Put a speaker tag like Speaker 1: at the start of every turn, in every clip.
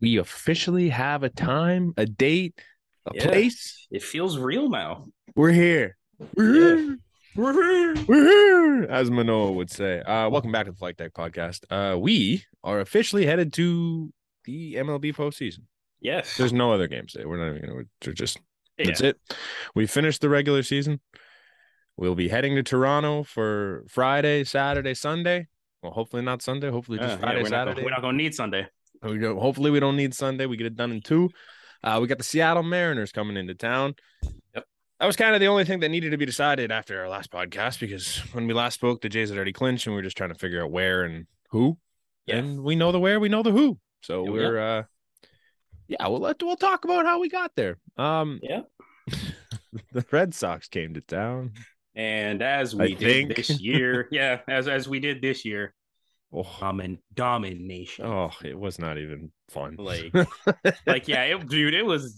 Speaker 1: we officially have a time, a date, a
Speaker 2: Yeah.
Speaker 1: place.
Speaker 2: It feels real now.
Speaker 1: We're here. We're
Speaker 2: Yeah.
Speaker 1: here. We're here. We're here, as Manoa would say. Uh, welcome back to the Flight Deck Podcast. Uh, we are officially headed to the MLB postseason.
Speaker 2: Yes.
Speaker 1: There's no other games today. We're not even going to. Just
Speaker 2: Yeah.
Speaker 1: that's it. We finished the regular season. We'll be heading to Toronto for Friday, Saturday, Sunday. Well, hopefully not Sunday. Hopefully
Speaker 2: Uh,
Speaker 1: just
Speaker 2: yeah,
Speaker 1: Friday,
Speaker 2: we're, not
Speaker 1: Saturday.
Speaker 2: gonna, we're not gonna need Sunday.
Speaker 1: We go, hopefully, we don't need Sunday. We get it done in two. Uh, we got the Seattle Mariners coming into town.
Speaker 2: Yep.
Speaker 1: That was kind of the only thing that needed to be decided after our last podcast because when we last spoke, the Jays had already clinched and we were just trying to figure out where and who.
Speaker 2: Yeah.
Speaker 1: And we know the where, we know the who. So
Speaker 2: Yeah, we
Speaker 1: we're, uh, yeah, we'll let, we'll talk about how we got there. Um,
Speaker 2: Yeah.
Speaker 1: the Red Sox came to town.
Speaker 2: And as we
Speaker 1: I
Speaker 2: did
Speaker 1: think.
Speaker 2: this year, yeah, as as we did this year,
Speaker 1: Oh,
Speaker 2: domin domination.
Speaker 1: oh, it was not even fun.
Speaker 2: Like, like yeah, it, dude, it was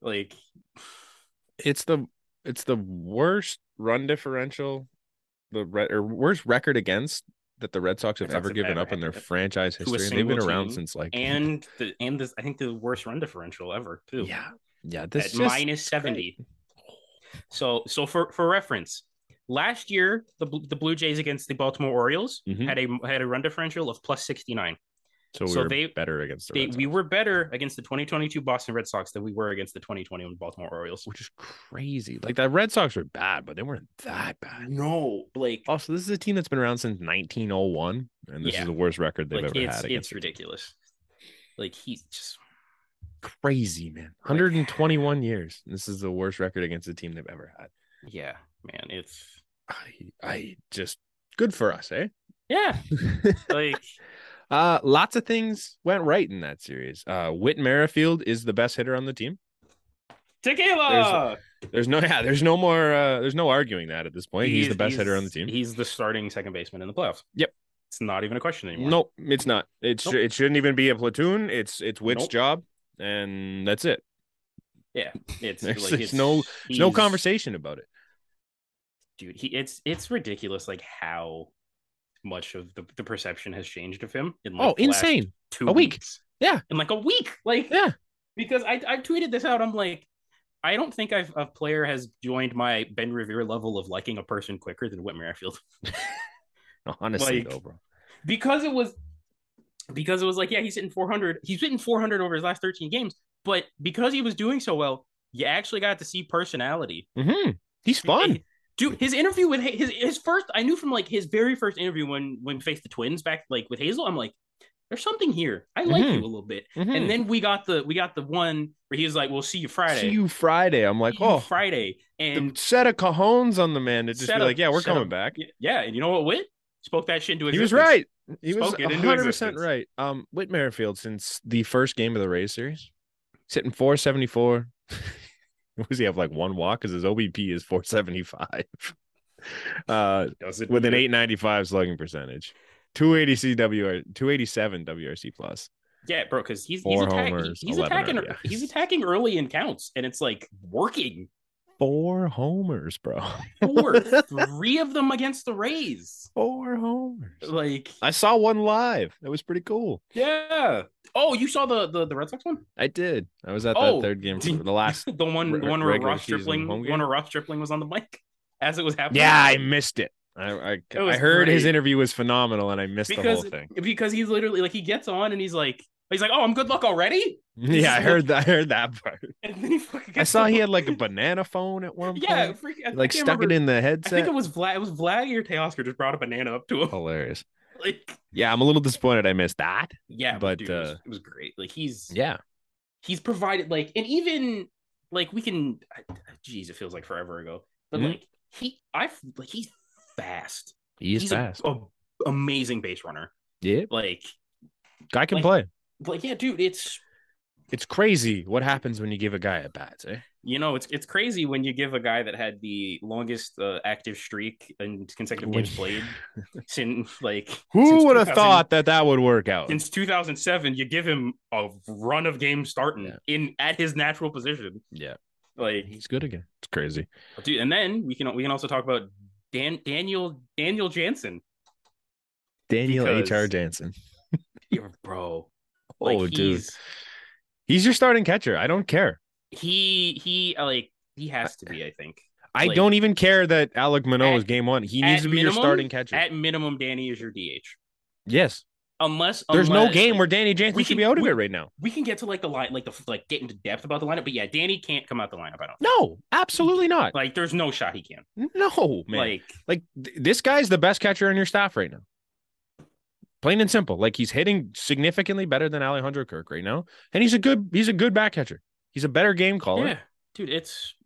Speaker 2: like
Speaker 1: it's the it's the worst run differential, the re- or worst record against that the Red Sox have
Speaker 2: Red Sox
Speaker 1: ever
Speaker 2: have
Speaker 1: given
Speaker 2: ever
Speaker 1: up in their
Speaker 2: had
Speaker 1: franchise
Speaker 2: to a
Speaker 1: history. And they've been
Speaker 2: single
Speaker 1: around
Speaker 2: team
Speaker 1: since like
Speaker 2: and the and this I think the worst run differential ever too.
Speaker 1: yeah yeah
Speaker 2: at
Speaker 1: this just,
Speaker 2: minus seventy. So so for for reference, last year the Bl- the Blue Jays against the Baltimore Orioles
Speaker 1: Mhm.
Speaker 2: had a had a run differential of plus sixty nine.
Speaker 1: so we
Speaker 2: so
Speaker 1: were
Speaker 2: they-
Speaker 1: better against the
Speaker 2: they,
Speaker 1: Red
Speaker 2: we
Speaker 1: Sox,
Speaker 2: were better against the 2022 Boston Red Sox than we were against the 2021 Baltimore Orioles.
Speaker 1: which is crazy. Like the Red Sox were bad, but they weren't that bad.
Speaker 2: No, like,
Speaker 1: Also, this is a team that's been around since 1901, and this
Speaker 2: Yeah.
Speaker 1: is the worst record they've
Speaker 2: like
Speaker 1: ever
Speaker 2: it's
Speaker 1: had.
Speaker 2: it's
Speaker 1: Against
Speaker 2: ridiculous. Like he's just
Speaker 1: crazy, man. 121 years. and This is the worst record against a team they've ever had.
Speaker 2: yeah, man. It's
Speaker 1: I, I just good for us, eh?
Speaker 2: yeah, like
Speaker 1: Uh, lots of things went right in that series. Uh, Whit Merrifield is the best hitter on the team.
Speaker 2: tequila.
Speaker 1: There's no, yeah, there's no more, uh, there's no arguing that at this point. He's, the best hitter on the team.
Speaker 2: He's the starting second baseman in the playoffs.
Speaker 1: Yep.
Speaker 2: it's not even a question anymore.
Speaker 1: Nope, it's not. It's
Speaker 2: Nope.
Speaker 1: it shouldn't even be a platoon. It's it's Whit's
Speaker 2: Nope.
Speaker 1: job, and that's it.
Speaker 2: it's
Speaker 1: There's-
Speaker 2: like
Speaker 1: there's
Speaker 2: it's
Speaker 1: no- There's no
Speaker 2: he's-
Speaker 1: conversation about it.
Speaker 2: dude. He it's it's ridiculous, like how much of the, the perception has changed of him. In like
Speaker 1: Oh,
Speaker 2: the last
Speaker 1: insane!
Speaker 2: two
Speaker 1: A week.
Speaker 2: weeks.
Speaker 1: Yeah.
Speaker 2: in like a week. Like
Speaker 1: Yeah,
Speaker 2: because I I tweeted this out. I'm like, I don't think I've, a player has joined my Ben Revere level of liking a person quicker than Whit Merrifield
Speaker 1: honestly,
Speaker 2: Like-
Speaker 1: though, bro.
Speaker 2: because it was because it was like yeah he's hitting 400 he's hitting 400 over his last 13 games, but because he was doing so well, you actually got to see personality.
Speaker 1: hmm He's fun.
Speaker 2: Dude, his interview with Ha- his his first I knew from like his very first interview when when we faced the twins back like with Hazel, I'm like, there's something here. I like
Speaker 1: Mhm.
Speaker 2: you a little bit.
Speaker 1: Mhm.
Speaker 2: And then we got the we got the one where he was like, "We'll Hmm. see you Friday."
Speaker 1: see you Friday. I'm like,
Speaker 2: See you
Speaker 1: oh,
Speaker 2: Friday,
Speaker 1: the
Speaker 2: and
Speaker 1: set of cajones on the man to just
Speaker 2: Set
Speaker 1: be
Speaker 2: up-
Speaker 1: like, yeah, we're
Speaker 2: set
Speaker 1: coming
Speaker 2: up-
Speaker 1: back.
Speaker 2: yeah, and you know what? Whit spoke that shit into
Speaker 1: He
Speaker 2: existence.
Speaker 1: was right. He was
Speaker 2: Spoke it into
Speaker 1: 100 percent
Speaker 2: existence.
Speaker 1: right. Um, Whit Merrifield since the first game of the Rays series, sitting 474. what does he have like one walk? Because his OBP is 475. Uh,
Speaker 2: Does it
Speaker 1: with an
Speaker 2: matter?
Speaker 1: 895 slugging percentage, 280 CWR, 287 WRC plus.
Speaker 2: Yeah, bro, because he's he's,
Speaker 1: Four
Speaker 2: attack-
Speaker 1: homers,
Speaker 2: he's
Speaker 1: 11
Speaker 2: attacking
Speaker 1: RBIs.
Speaker 2: he's attacking early in counts, and it's like working
Speaker 1: Four homers, bro.
Speaker 2: four, three of them against the Rays.
Speaker 1: Four homers.
Speaker 2: Like,
Speaker 1: I saw one live. That was pretty cool.
Speaker 2: yeah. Oh, you saw the the, the Red Sox one,
Speaker 1: I did. I was at that
Speaker 2: Oh,
Speaker 1: third game, for
Speaker 2: did-
Speaker 1: the last.
Speaker 2: the one
Speaker 1: Re-
Speaker 2: the one where
Speaker 1: regular
Speaker 2: Ross
Speaker 1: season
Speaker 2: Stripling, the
Speaker 1: home
Speaker 2: one
Speaker 1: game?
Speaker 2: where Ross Stripling was on the mic as it was happening.
Speaker 1: Yeah, I missed it. I I,
Speaker 2: was
Speaker 1: I heard his
Speaker 2: great.
Speaker 1: interview was phenomenal, and I missed the whole
Speaker 2: because
Speaker 1: thing.
Speaker 2: because he's literally like he gets on and he's like he's like oh I'm good luck already,
Speaker 1: Yeah, I
Speaker 2: like-
Speaker 1: heard that. I heard that part.
Speaker 2: and then he fucking
Speaker 1: I
Speaker 2: gets
Speaker 1: saw
Speaker 2: on.
Speaker 1: he had like a banana phone at one
Speaker 2: yeah
Speaker 1: point.
Speaker 2: freak- I
Speaker 1: like
Speaker 2: can't
Speaker 1: stuck
Speaker 2: remember.
Speaker 1: it in the
Speaker 2: I think
Speaker 1: headset.
Speaker 2: it was Vlad. It was Vlad or Teoscar just brought a banana up to him.
Speaker 1: Hilarious.
Speaker 2: Like,
Speaker 1: Yeah, I'm a little disappointed I missed that.
Speaker 2: yeah,
Speaker 1: But,
Speaker 2: but dude, it, was,
Speaker 1: uh,
Speaker 2: it was great. Like he's
Speaker 1: Yeah,
Speaker 2: he's provided like, and even like we can, I- jeez, it feels like forever ago. But
Speaker 1: Mhm.
Speaker 2: like he, I like he's fast.
Speaker 1: he is
Speaker 2: a-
Speaker 1: fast.
Speaker 2: A, amazing base runner.
Speaker 1: yeah,
Speaker 2: Like,
Speaker 1: guy can
Speaker 2: like-
Speaker 1: play.
Speaker 2: like yeah, dude, it's
Speaker 1: It's crazy what happens when you give a guy a bat. Eh?
Speaker 2: you know it's it's crazy when you give a guy that had the longest uh, active streak and consecutive
Speaker 1: When-
Speaker 2: games played since like
Speaker 1: Who
Speaker 2: since
Speaker 1: would have
Speaker 2: 2000
Speaker 1: thought that that would work out?
Speaker 2: since 2007 you give him a run of games starting
Speaker 1: Yeah.
Speaker 2: in at his natural position
Speaker 1: Yeah,
Speaker 2: like
Speaker 1: he's good again. It's crazy.
Speaker 2: dude and then we can we can also talk about dan daniel daniel jansen
Speaker 1: Daniel
Speaker 2: Because-
Speaker 1: H R Jansen.
Speaker 2: Yeah, bro
Speaker 1: Oh,
Speaker 2: Like,
Speaker 1: dude,
Speaker 2: he's-
Speaker 1: he's your starting catcher. I don't care.
Speaker 2: he he uh, like he has to be. I think
Speaker 1: I
Speaker 2: Like-
Speaker 1: don't even care that Alec Manoa
Speaker 2: At-
Speaker 1: is game one. He
Speaker 2: at
Speaker 1: needs to be
Speaker 2: minimum,
Speaker 1: your starting catcher.
Speaker 2: at minimum, Danny is your DH.
Speaker 1: yes,
Speaker 2: Unless
Speaker 1: there's no
Speaker 2: unless-
Speaker 1: game where Danny Jansen
Speaker 2: we
Speaker 1: should
Speaker 2: can-
Speaker 1: be out of
Speaker 2: we-
Speaker 1: it right now.
Speaker 2: we can get to like the line, like the like get into depth about the lineup. But yeah, Danny can't come out the lineup. I don't
Speaker 1: No, absolutely not.
Speaker 2: like. There's no shot he can.
Speaker 1: No, man. Like,
Speaker 2: Like
Speaker 1: th- this guy's the best catcher on your staff right now. Plain and simple. Like he's hitting significantly better than Alejandro Kirk right now, and he's a good he's a good back catcher. He's a better game caller.
Speaker 2: yeah, dude, it's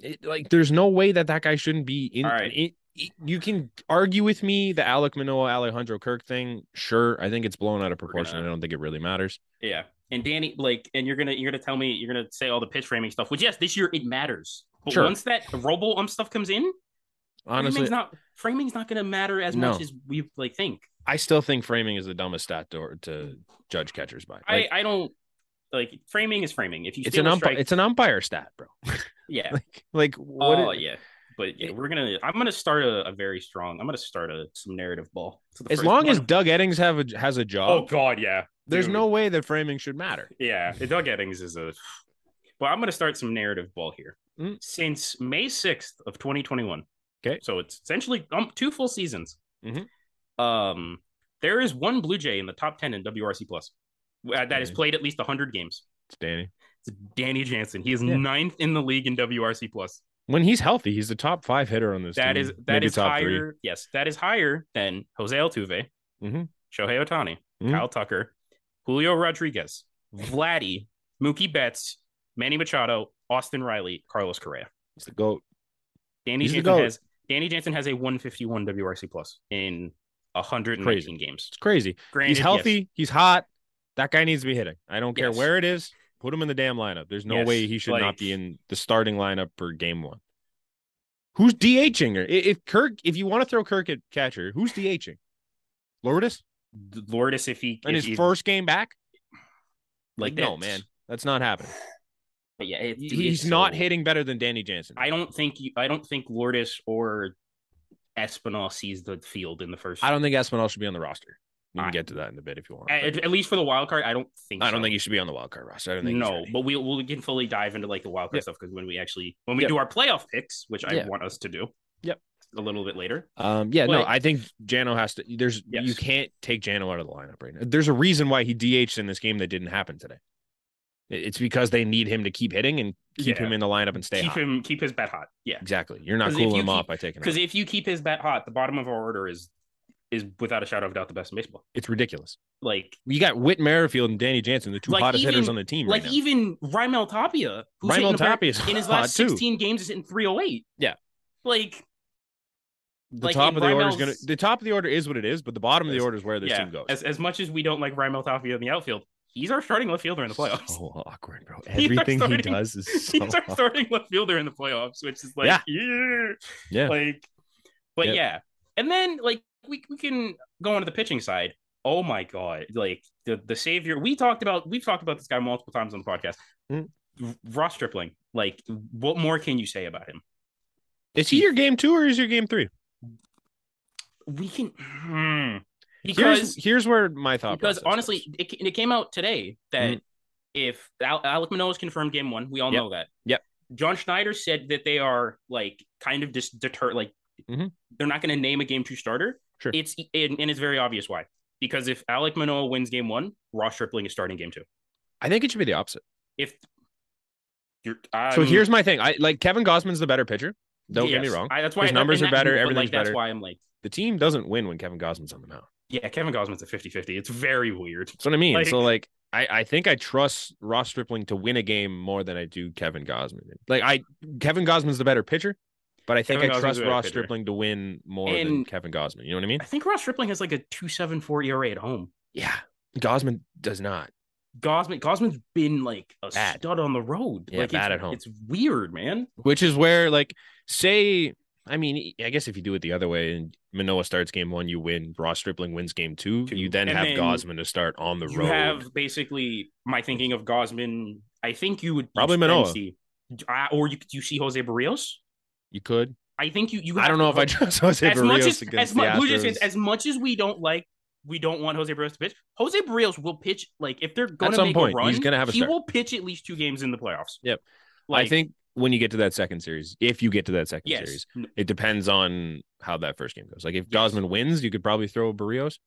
Speaker 1: it, like there's no way that that guy shouldn't be in,
Speaker 2: All right.
Speaker 1: in- in- you can argue with me the Alec Manoa Alejandro Kirk thing sure I think it's blown out of
Speaker 2: gonna-
Speaker 1: proportion I don't think it really matters
Speaker 2: yeah. And Danny, like, and you're gonna you're gonna tell me you're gonna say all the pitch framing stuff, which yes, this year it matters. But
Speaker 1: Sure.
Speaker 2: once that robo um stuff comes in,
Speaker 1: honestly
Speaker 2: framing's not framing's not gonna matter as
Speaker 1: No.
Speaker 2: much as we like think.
Speaker 1: I still think framing is the dumbest stat to, to judge catchers by Like,
Speaker 2: I I don't like framing is framing. If you
Speaker 1: it's
Speaker 2: steal
Speaker 1: an
Speaker 2: a
Speaker 1: umpire
Speaker 2: strike,
Speaker 1: it's an umpire stat bro
Speaker 2: yeah,
Speaker 1: like like what
Speaker 2: oh
Speaker 1: it-
Speaker 2: yeah. But yeah,
Speaker 1: it-
Speaker 2: we're gonna. I'm gonna start a, a very strong. I'm gonna start a some narrative ball. So the
Speaker 1: as
Speaker 2: first
Speaker 1: long as
Speaker 2: one-
Speaker 1: Doug Eddings have a, has a
Speaker 2: oh
Speaker 1: job
Speaker 2: god, yeah.
Speaker 1: there's
Speaker 2: dude.
Speaker 1: no way that framing should matter
Speaker 2: Yeah, Doug Eddings is a. Well, I'm going to start some narrative ball here.
Speaker 1: Mm.
Speaker 2: Since May 6th of 2021.
Speaker 1: Okay.
Speaker 2: So it's essentially um, two full seasons.
Speaker 1: Mhm.
Speaker 2: Um, there is one Blue Jay in the top 10 in WRC Plus uh, that has
Speaker 1: Danny.
Speaker 2: played at least 100 games.
Speaker 1: it's Danny
Speaker 2: It's Danny Jansen. He is
Speaker 1: Yeah.
Speaker 2: ninth in the league in WRC Plus.
Speaker 1: when he's healthy he's the top five hitter on this
Speaker 2: That
Speaker 1: team.
Speaker 2: is that
Speaker 1: Maybe
Speaker 2: is
Speaker 1: top three.
Speaker 2: higher. Yes, that is higher than Jose Altuve,
Speaker 1: Mhm.
Speaker 2: Shohei Otani,
Speaker 1: Mhm.
Speaker 2: Kyle Tucker, Julio Rodriguez, Vladdy, Mookie Betts, Manny Machado, Austin Riley, Carlos Correa.
Speaker 1: it's the goat
Speaker 2: Danny
Speaker 1: He's the
Speaker 2: Jansen
Speaker 1: GOAT.
Speaker 2: has Danny Jansen has a 151 WRC plus in 119
Speaker 1: Crazy.
Speaker 2: games.
Speaker 1: it's crazy
Speaker 2: Granted,
Speaker 1: he's
Speaker 2: yes,
Speaker 1: healthy. He's hot. That guy needs to be hitting. I don't care
Speaker 2: Yes.
Speaker 1: where it is. Put him in the damn lineup. There's no
Speaker 2: Yes,
Speaker 1: way he should
Speaker 2: like-
Speaker 1: not be in the starting lineup for game one. Who's DHing her? I- If Kirk, if you want to throw Kirk at catcher, who's DHing? Lourdes
Speaker 2: Lourdes, if he
Speaker 1: in
Speaker 2: if
Speaker 1: his
Speaker 2: he-
Speaker 1: first game back?
Speaker 2: like
Speaker 1: Like, no,
Speaker 2: that's-
Speaker 1: man, that's not happening.
Speaker 2: But yeah, it- dude,
Speaker 1: he's
Speaker 2: it's
Speaker 1: not
Speaker 2: so-
Speaker 1: hitting better than Danny Jansen.
Speaker 2: I don't think you, I don't think Lourdes or Espinal sees the field in the first.
Speaker 1: I don't think Espinal should be on the roster. We can
Speaker 2: I-
Speaker 1: get to that in a bit if you want.
Speaker 2: at, at least for the wild card, I don't think.
Speaker 1: I don't
Speaker 2: so.
Speaker 1: think he should be on the wild card roster. I don't think. he's
Speaker 2: no,
Speaker 1: ready.
Speaker 2: but we we can fully dive into like the wild card
Speaker 1: Yep.
Speaker 2: stuff because when we actually when we
Speaker 1: Yep.
Speaker 2: do our playoff picks, which I
Speaker 1: Yeah.
Speaker 2: want us to do,
Speaker 1: Yep.
Speaker 2: a little bit later.
Speaker 1: Um, yeah, no,
Speaker 2: Like-
Speaker 1: I think Jano has to. There's you
Speaker 2: Yes.
Speaker 1: can't take Jano out of the lineup right now. There's a reason why he DH'd in this game that didn't happen today. It- It's because they need him to keep hitting and keep
Speaker 2: Yeah.
Speaker 1: him in the lineup and stay
Speaker 2: keep
Speaker 1: hot.
Speaker 2: him, keep his bet hot. Yeah,
Speaker 1: Exactly. You're not
Speaker 2: 'Cause if
Speaker 1: cooling
Speaker 2: you
Speaker 1: him
Speaker 2: keep-
Speaker 1: off by taking him.
Speaker 2: because
Speaker 1: out.
Speaker 2: if you keep his bet hot, the bottom of our order is is without a shadow of a doubt the best in baseball.
Speaker 1: It's ridiculous.
Speaker 2: Like
Speaker 1: You got Whit Merrifield and Danny Jansen, the two
Speaker 2: Like,
Speaker 1: hottest hitters
Speaker 2: even-
Speaker 1: on the team
Speaker 2: like
Speaker 1: right now.
Speaker 2: even Raimel Tapia, who's hitting
Speaker 1: Raimel
Speaker 2: a very-
Speaker 1: Tapia is
Speaker 2: in his
Speaker 1: hot
Speaker 2: last
Speaker 1: too.
Speaker 2: 16 games is hitting 308.
Speaker 1: Yeah.
Speaker 2: like
Speaker 1: the
Speaker 2: like,
Speaker 1: top
Speaker 2: in
Speaker 1: of the order is gonna.
Speaker 2: Reimel's-
Speaker 1: The top of the order is what it is, but the bottom of the order is where this
Speaker 2: yeah.
Speaker 1: team goes.
Speaker 2: As as much as we don't like Raimel Tapia in the outfield, he's our starting left fielder in the playoffs.
Speaker 1: So awkward, bro.
Speaker 2: our
Speaker 1: Everything he
Speaker 2: starting-
Speaker 1: does is so.
Speaker 2: he's our
Speaker 1: awkward.
Speaker 2: starting left fielder in the playoffs, which is like,
Speaker 1: Yeah.
Speaker 2: yeah,
Speaker 1: Yeah.
Speaker 2: like, but
Speaker 1: Yeah.
Speaker 2: yeah, and then like we we can go on to the pitching side. Oh my god, like the the savior we talked about. We've talked about this guy multiple times on the podcast.
Speaker 1: Mm.
Speaker 2: R- Ross Stripling, like, what more can you say about him?
Speaker 1: Is he your game two or is your game three?
Speaker 2: We can hmm.
Speaker 1: Here's
Speaker 2: because
Speaker 1: here's where my thought.
Speaker 2: because
Speaker 1: process goes.
Speaker 2: honestly, it, it came out today that
Speaker 1: Mhm.
Speaker 2: if Al- Alec Manoa's confirmed game one, we all
Speaker 1: Yep.
Speaker 2: know that.
Speaker 1: Yep.
Speaker 2: John Schneider said that they are like kind of just deter, like
Speaker 1: Mhm.
Speaker 2: they're not going to name a game two starter.
Speaker 1: Sure.
Speaker 2: It's and, and it's very obvious why. Because if Alec Manoa wins game one, Ross Stripling is starting game two.
Speaker 1: I think it should be the opposite.
Speaker 2: If you're i
Speaker 1: so here's my thing. I like Kevin Gosman's the better pitcher. Don't get me wrong.
Speaker 2: I, that's why
Speaker 1: His numbers
Speaker 2: and
Speaker 1: are
Speaker 2: that-
Speaker 1: better,
Speaker 2: but,
Speaker 1: everything's
Speaker 2: like, that's
Speaker 1: better.
Speaker 2: why I'm like,
Speaker 1: The team doesn't win when Kevin Gosman's on the mound.
Speaker 2: yeah, Kevin Gosman's a 50-50. It's very weird.
Speaker 1: That's what I mean.
Speaker 2: Like-
Speaker 1: so like I, I think I trust Ross Stripling to win a game more than I do Kevin Gosman. Like I Kevin Gosman's the better pitcher, but I think
Speaker 2: Kevin
Speaker 1: I
Speaker 2: Gosman's
Speaker 1: trust
Speaker 2: the better
Speaker 1: Ross
Speaker 2: pitcher.
Speaker 1: Stripling to win more than
Speaker 2: And-
Speaker 1: Kevin Gosman. You know what I mean?
Speaker 2: I think Ross Stripling has like E a 274 ERA at home.
Speaker 1: Yeah. Gosman does not.
Speaker 2: Gosman Gosman's been like a
Speaker 1: Bad.
Speaker 2: stud on the road.
Speaker 1: Yeah,
Speaker 2: like,
Speaker 1: bad
Speaker 2: it's,
Speaker 1: at home.
Speaker 2: It's weird, man.
Speaker 1: Which is where like say I mean, I guess if you do it the other way and Manoa starts game one, you win. Ross Stripling wins game two.
Speaker 2: Two.
Speaker 1: You then
Speaker 2: And
Speaker 1: have
Speaker 2: then
Speaker 1: Gosman to start on the
Speaker 2: you
Speaker 1: road.
Speaker 2: have basically my thinking of Gosman. I think you would
Speaker 1: Probably
Speaker 2: you then
Speaker 1: Manoa.
Speaker 2: see, uh, or you do you see Jose Barrios.
Speaker 1: you could.
Speaker 2: I think you. you
Speaker 1: I
Speaker 2: have
Speaker 1: don't
Speaker 2: to
Speaker 1: know if I
Speaker 2: vote-
Speaker 1: trust Jose
Speaker 2: as much
Speaker 1: Barrios
Speaker 2: as
Speaker 1: against
Speaker 2: as
Speaker 1: the
Speaker 2: much, Blue Jays
Speaker 1: Astros.
Speaker 2: fans, as much as we don't like we don't want Jose Barrios to pitch. Jose Barrios will pitch like if they're going
Speaker 1: At
Speaker 2: to
Speaker 1: some
Speaker 2: make
Speaker 1: point,
Speaker 2: a run,
Speaker 1: he's gonna have a
Speaker 2: he
Speaker 1: start.
Speaker 2: will pitch at least two games in the playoffs.
Speaker 1: Yep.
Speaker 2: Like,
Speaker 1: I think when you get to that second series, if you get to that second
Speaker 2: yes,
Speaker 1: series,
Speaker 2: N-
Speaker 1: it depends on how that first game goes. Like if Gosman wins, you could probably throw Barrios,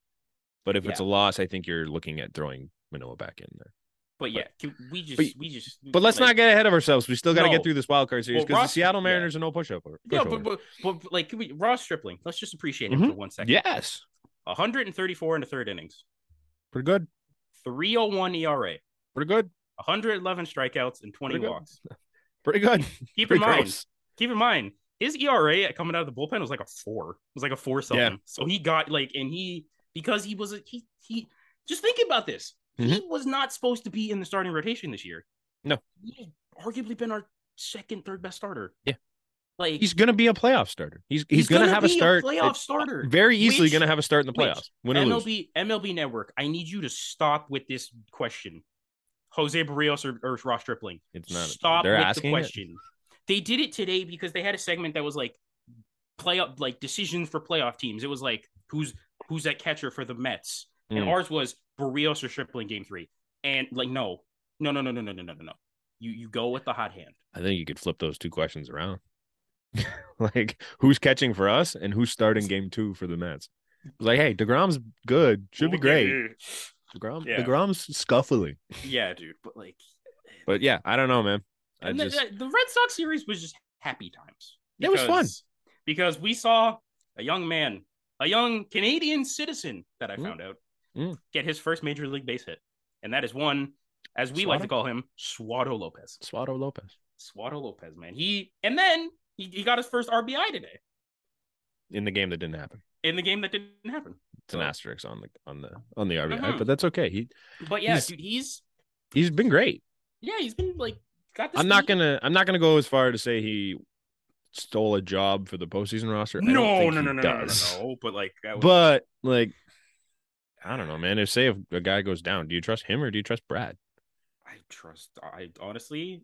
Speaker 1: but if it's a loss, I think you're looking at throwing Manoa back in there.
Speaker 2: but yeah, can we just we just
Speaker 1: But let's
Speaker 2: like,
Speaker 1: not get ahead of ourselves. We still got to
Speaker 2: No.
Speaker 1: get through this wild card series
Speaker 2: Well,
Speaker 1: because the
Speaker 2: Ross-
Speaker 1: Seattle
Speaker 2: yeah.
Speaker 1: Mariners are no pushover.
Speaker 2: yeah,
Speaker 1: pushover.
Speaker 2: but, but, but like can we Ross Stripling, let's just appreciate
Speaker 1: Mm-hmm.
Speaker 2: him for one second.
Speaker 1: yes,
Speaker 2: 134 in the third innings,
Speaker 1: pretty good,
Speaker 2: 301 ERA,
Speaker 1: pretty good,
Speaker 2: 111 strikeouts, and 20
Speaker 1: Pretty good.
Speaker 2: walks.
Speaker 1: pretty good.
Speaker 2: Keep in
Speaker 1: pretty
Speaker 2: mind,
Speaker 1: gross.
Speaker 2: keep in mind his ERA at coming out of the bullpen was like a four. It was like a four something.
Speaker 1: Yeah.
Speaker 2: So he got like, and he because he was a, he he just think about this. He was not supposed to be in the starting rotation this year.
Speaker 1: Mm-hmm. No.
Speaker 2: he's arguably been our second, third best starter.
Speaker 1: Yeah.
Speaker 2: like
Speaker 1: He's gonna be a playoff starter. He's he's, gonna, have a
Speaker 2: be
Speaker 1: start.
Speaker 2: playoff starter.
Speaker 1: very easily
Speaker 2: which-
Speaker 1: gonna have a start in the
Speaker 2: which
Speaker 1: playoffs. Win or lose.
Speaker 2: MLB MLB Network. I need you to stop with this question. Jose Barrios or, or Ross Stripling
Speaker 1: It's not.
Speaker 2: stop
Speaker 1: they're
Speaker 2: with
Speaker 1: asking
Speaker 2: the
Speaker 1: it?
Speaker 2: question. They did it today because they had a segment that was like playoff like decisions for playoff teams. It was like who's who's that catcher for the Mets? And
Speaker 1: Mm.
Speaker 2: ours was Barrios or Stripling game three. And like no, no, no, no, no, no, no, no, no, no. You you go with the hot hand.
Speaker 1: I think you could flip those two questions around. like who's catching for us and who's starting game two for the Mets? Like, hey, Degrom's good. Should be great. Degrom,
Speaker 2: Yeah.
Speaker 1: Degrom's scuffling.
Speaker 2: Yeah, dude. But like
Speaker 1: But yeah, I don't know, man. I
Speaker 2: and the-
Speaker 1: just
Speaker 2: the, the Red Sox series was just happy times.
Speaker 1: It was fun.
Speaker 2: Because- because we saw a young man, a young Canadian citizen that I
Speaker 1: Mm.
Speaker 2: found out,
Speaker 1: Mm.
Speaker 2: get his first major league base hit, and that is one, as we like to
Speaker 1: Swato?
Speaker 2: call him, Swato Lopez.
Speaker 1: Suado Lopez
Speaker 2: Swato Lopez, man. He and then he, he got his first RBI today
Speaker 1: in the game that didn't happen.
Speaker 2: in the game that didn't happen.
Speaker 1: It's an
Speaker 2: So-
Speaker 1: asterisk on the on the on the RBI,
Speaker 2: Mhm.
Speaker 1: but that's okay. He
Speaker 2: But yeah,
Speaker 1: He's-
Speaker 2: dude, he's
Speaker 1: he's been great.
Speaker 2: yeah, he's been like got this.
Speaker 1: I'm not
Speaker 2: heat.
Speaker 1: gonna I'm not gonna go as far to say he stole a job for the postseason roster. I don't
Speaker 2: No,
Speaker 1: think
Speaker 2: no,
Speaker 1: he
Speaker 2: no, no, no, no,
Speaker 1: does.
Speaker 2: no, no. But like, that was-
Speaker 1: But like, I don't know, man. If say if a guy goes down, do you trust him or do you trust Brad?
Speaker 2: I trust. I honestly,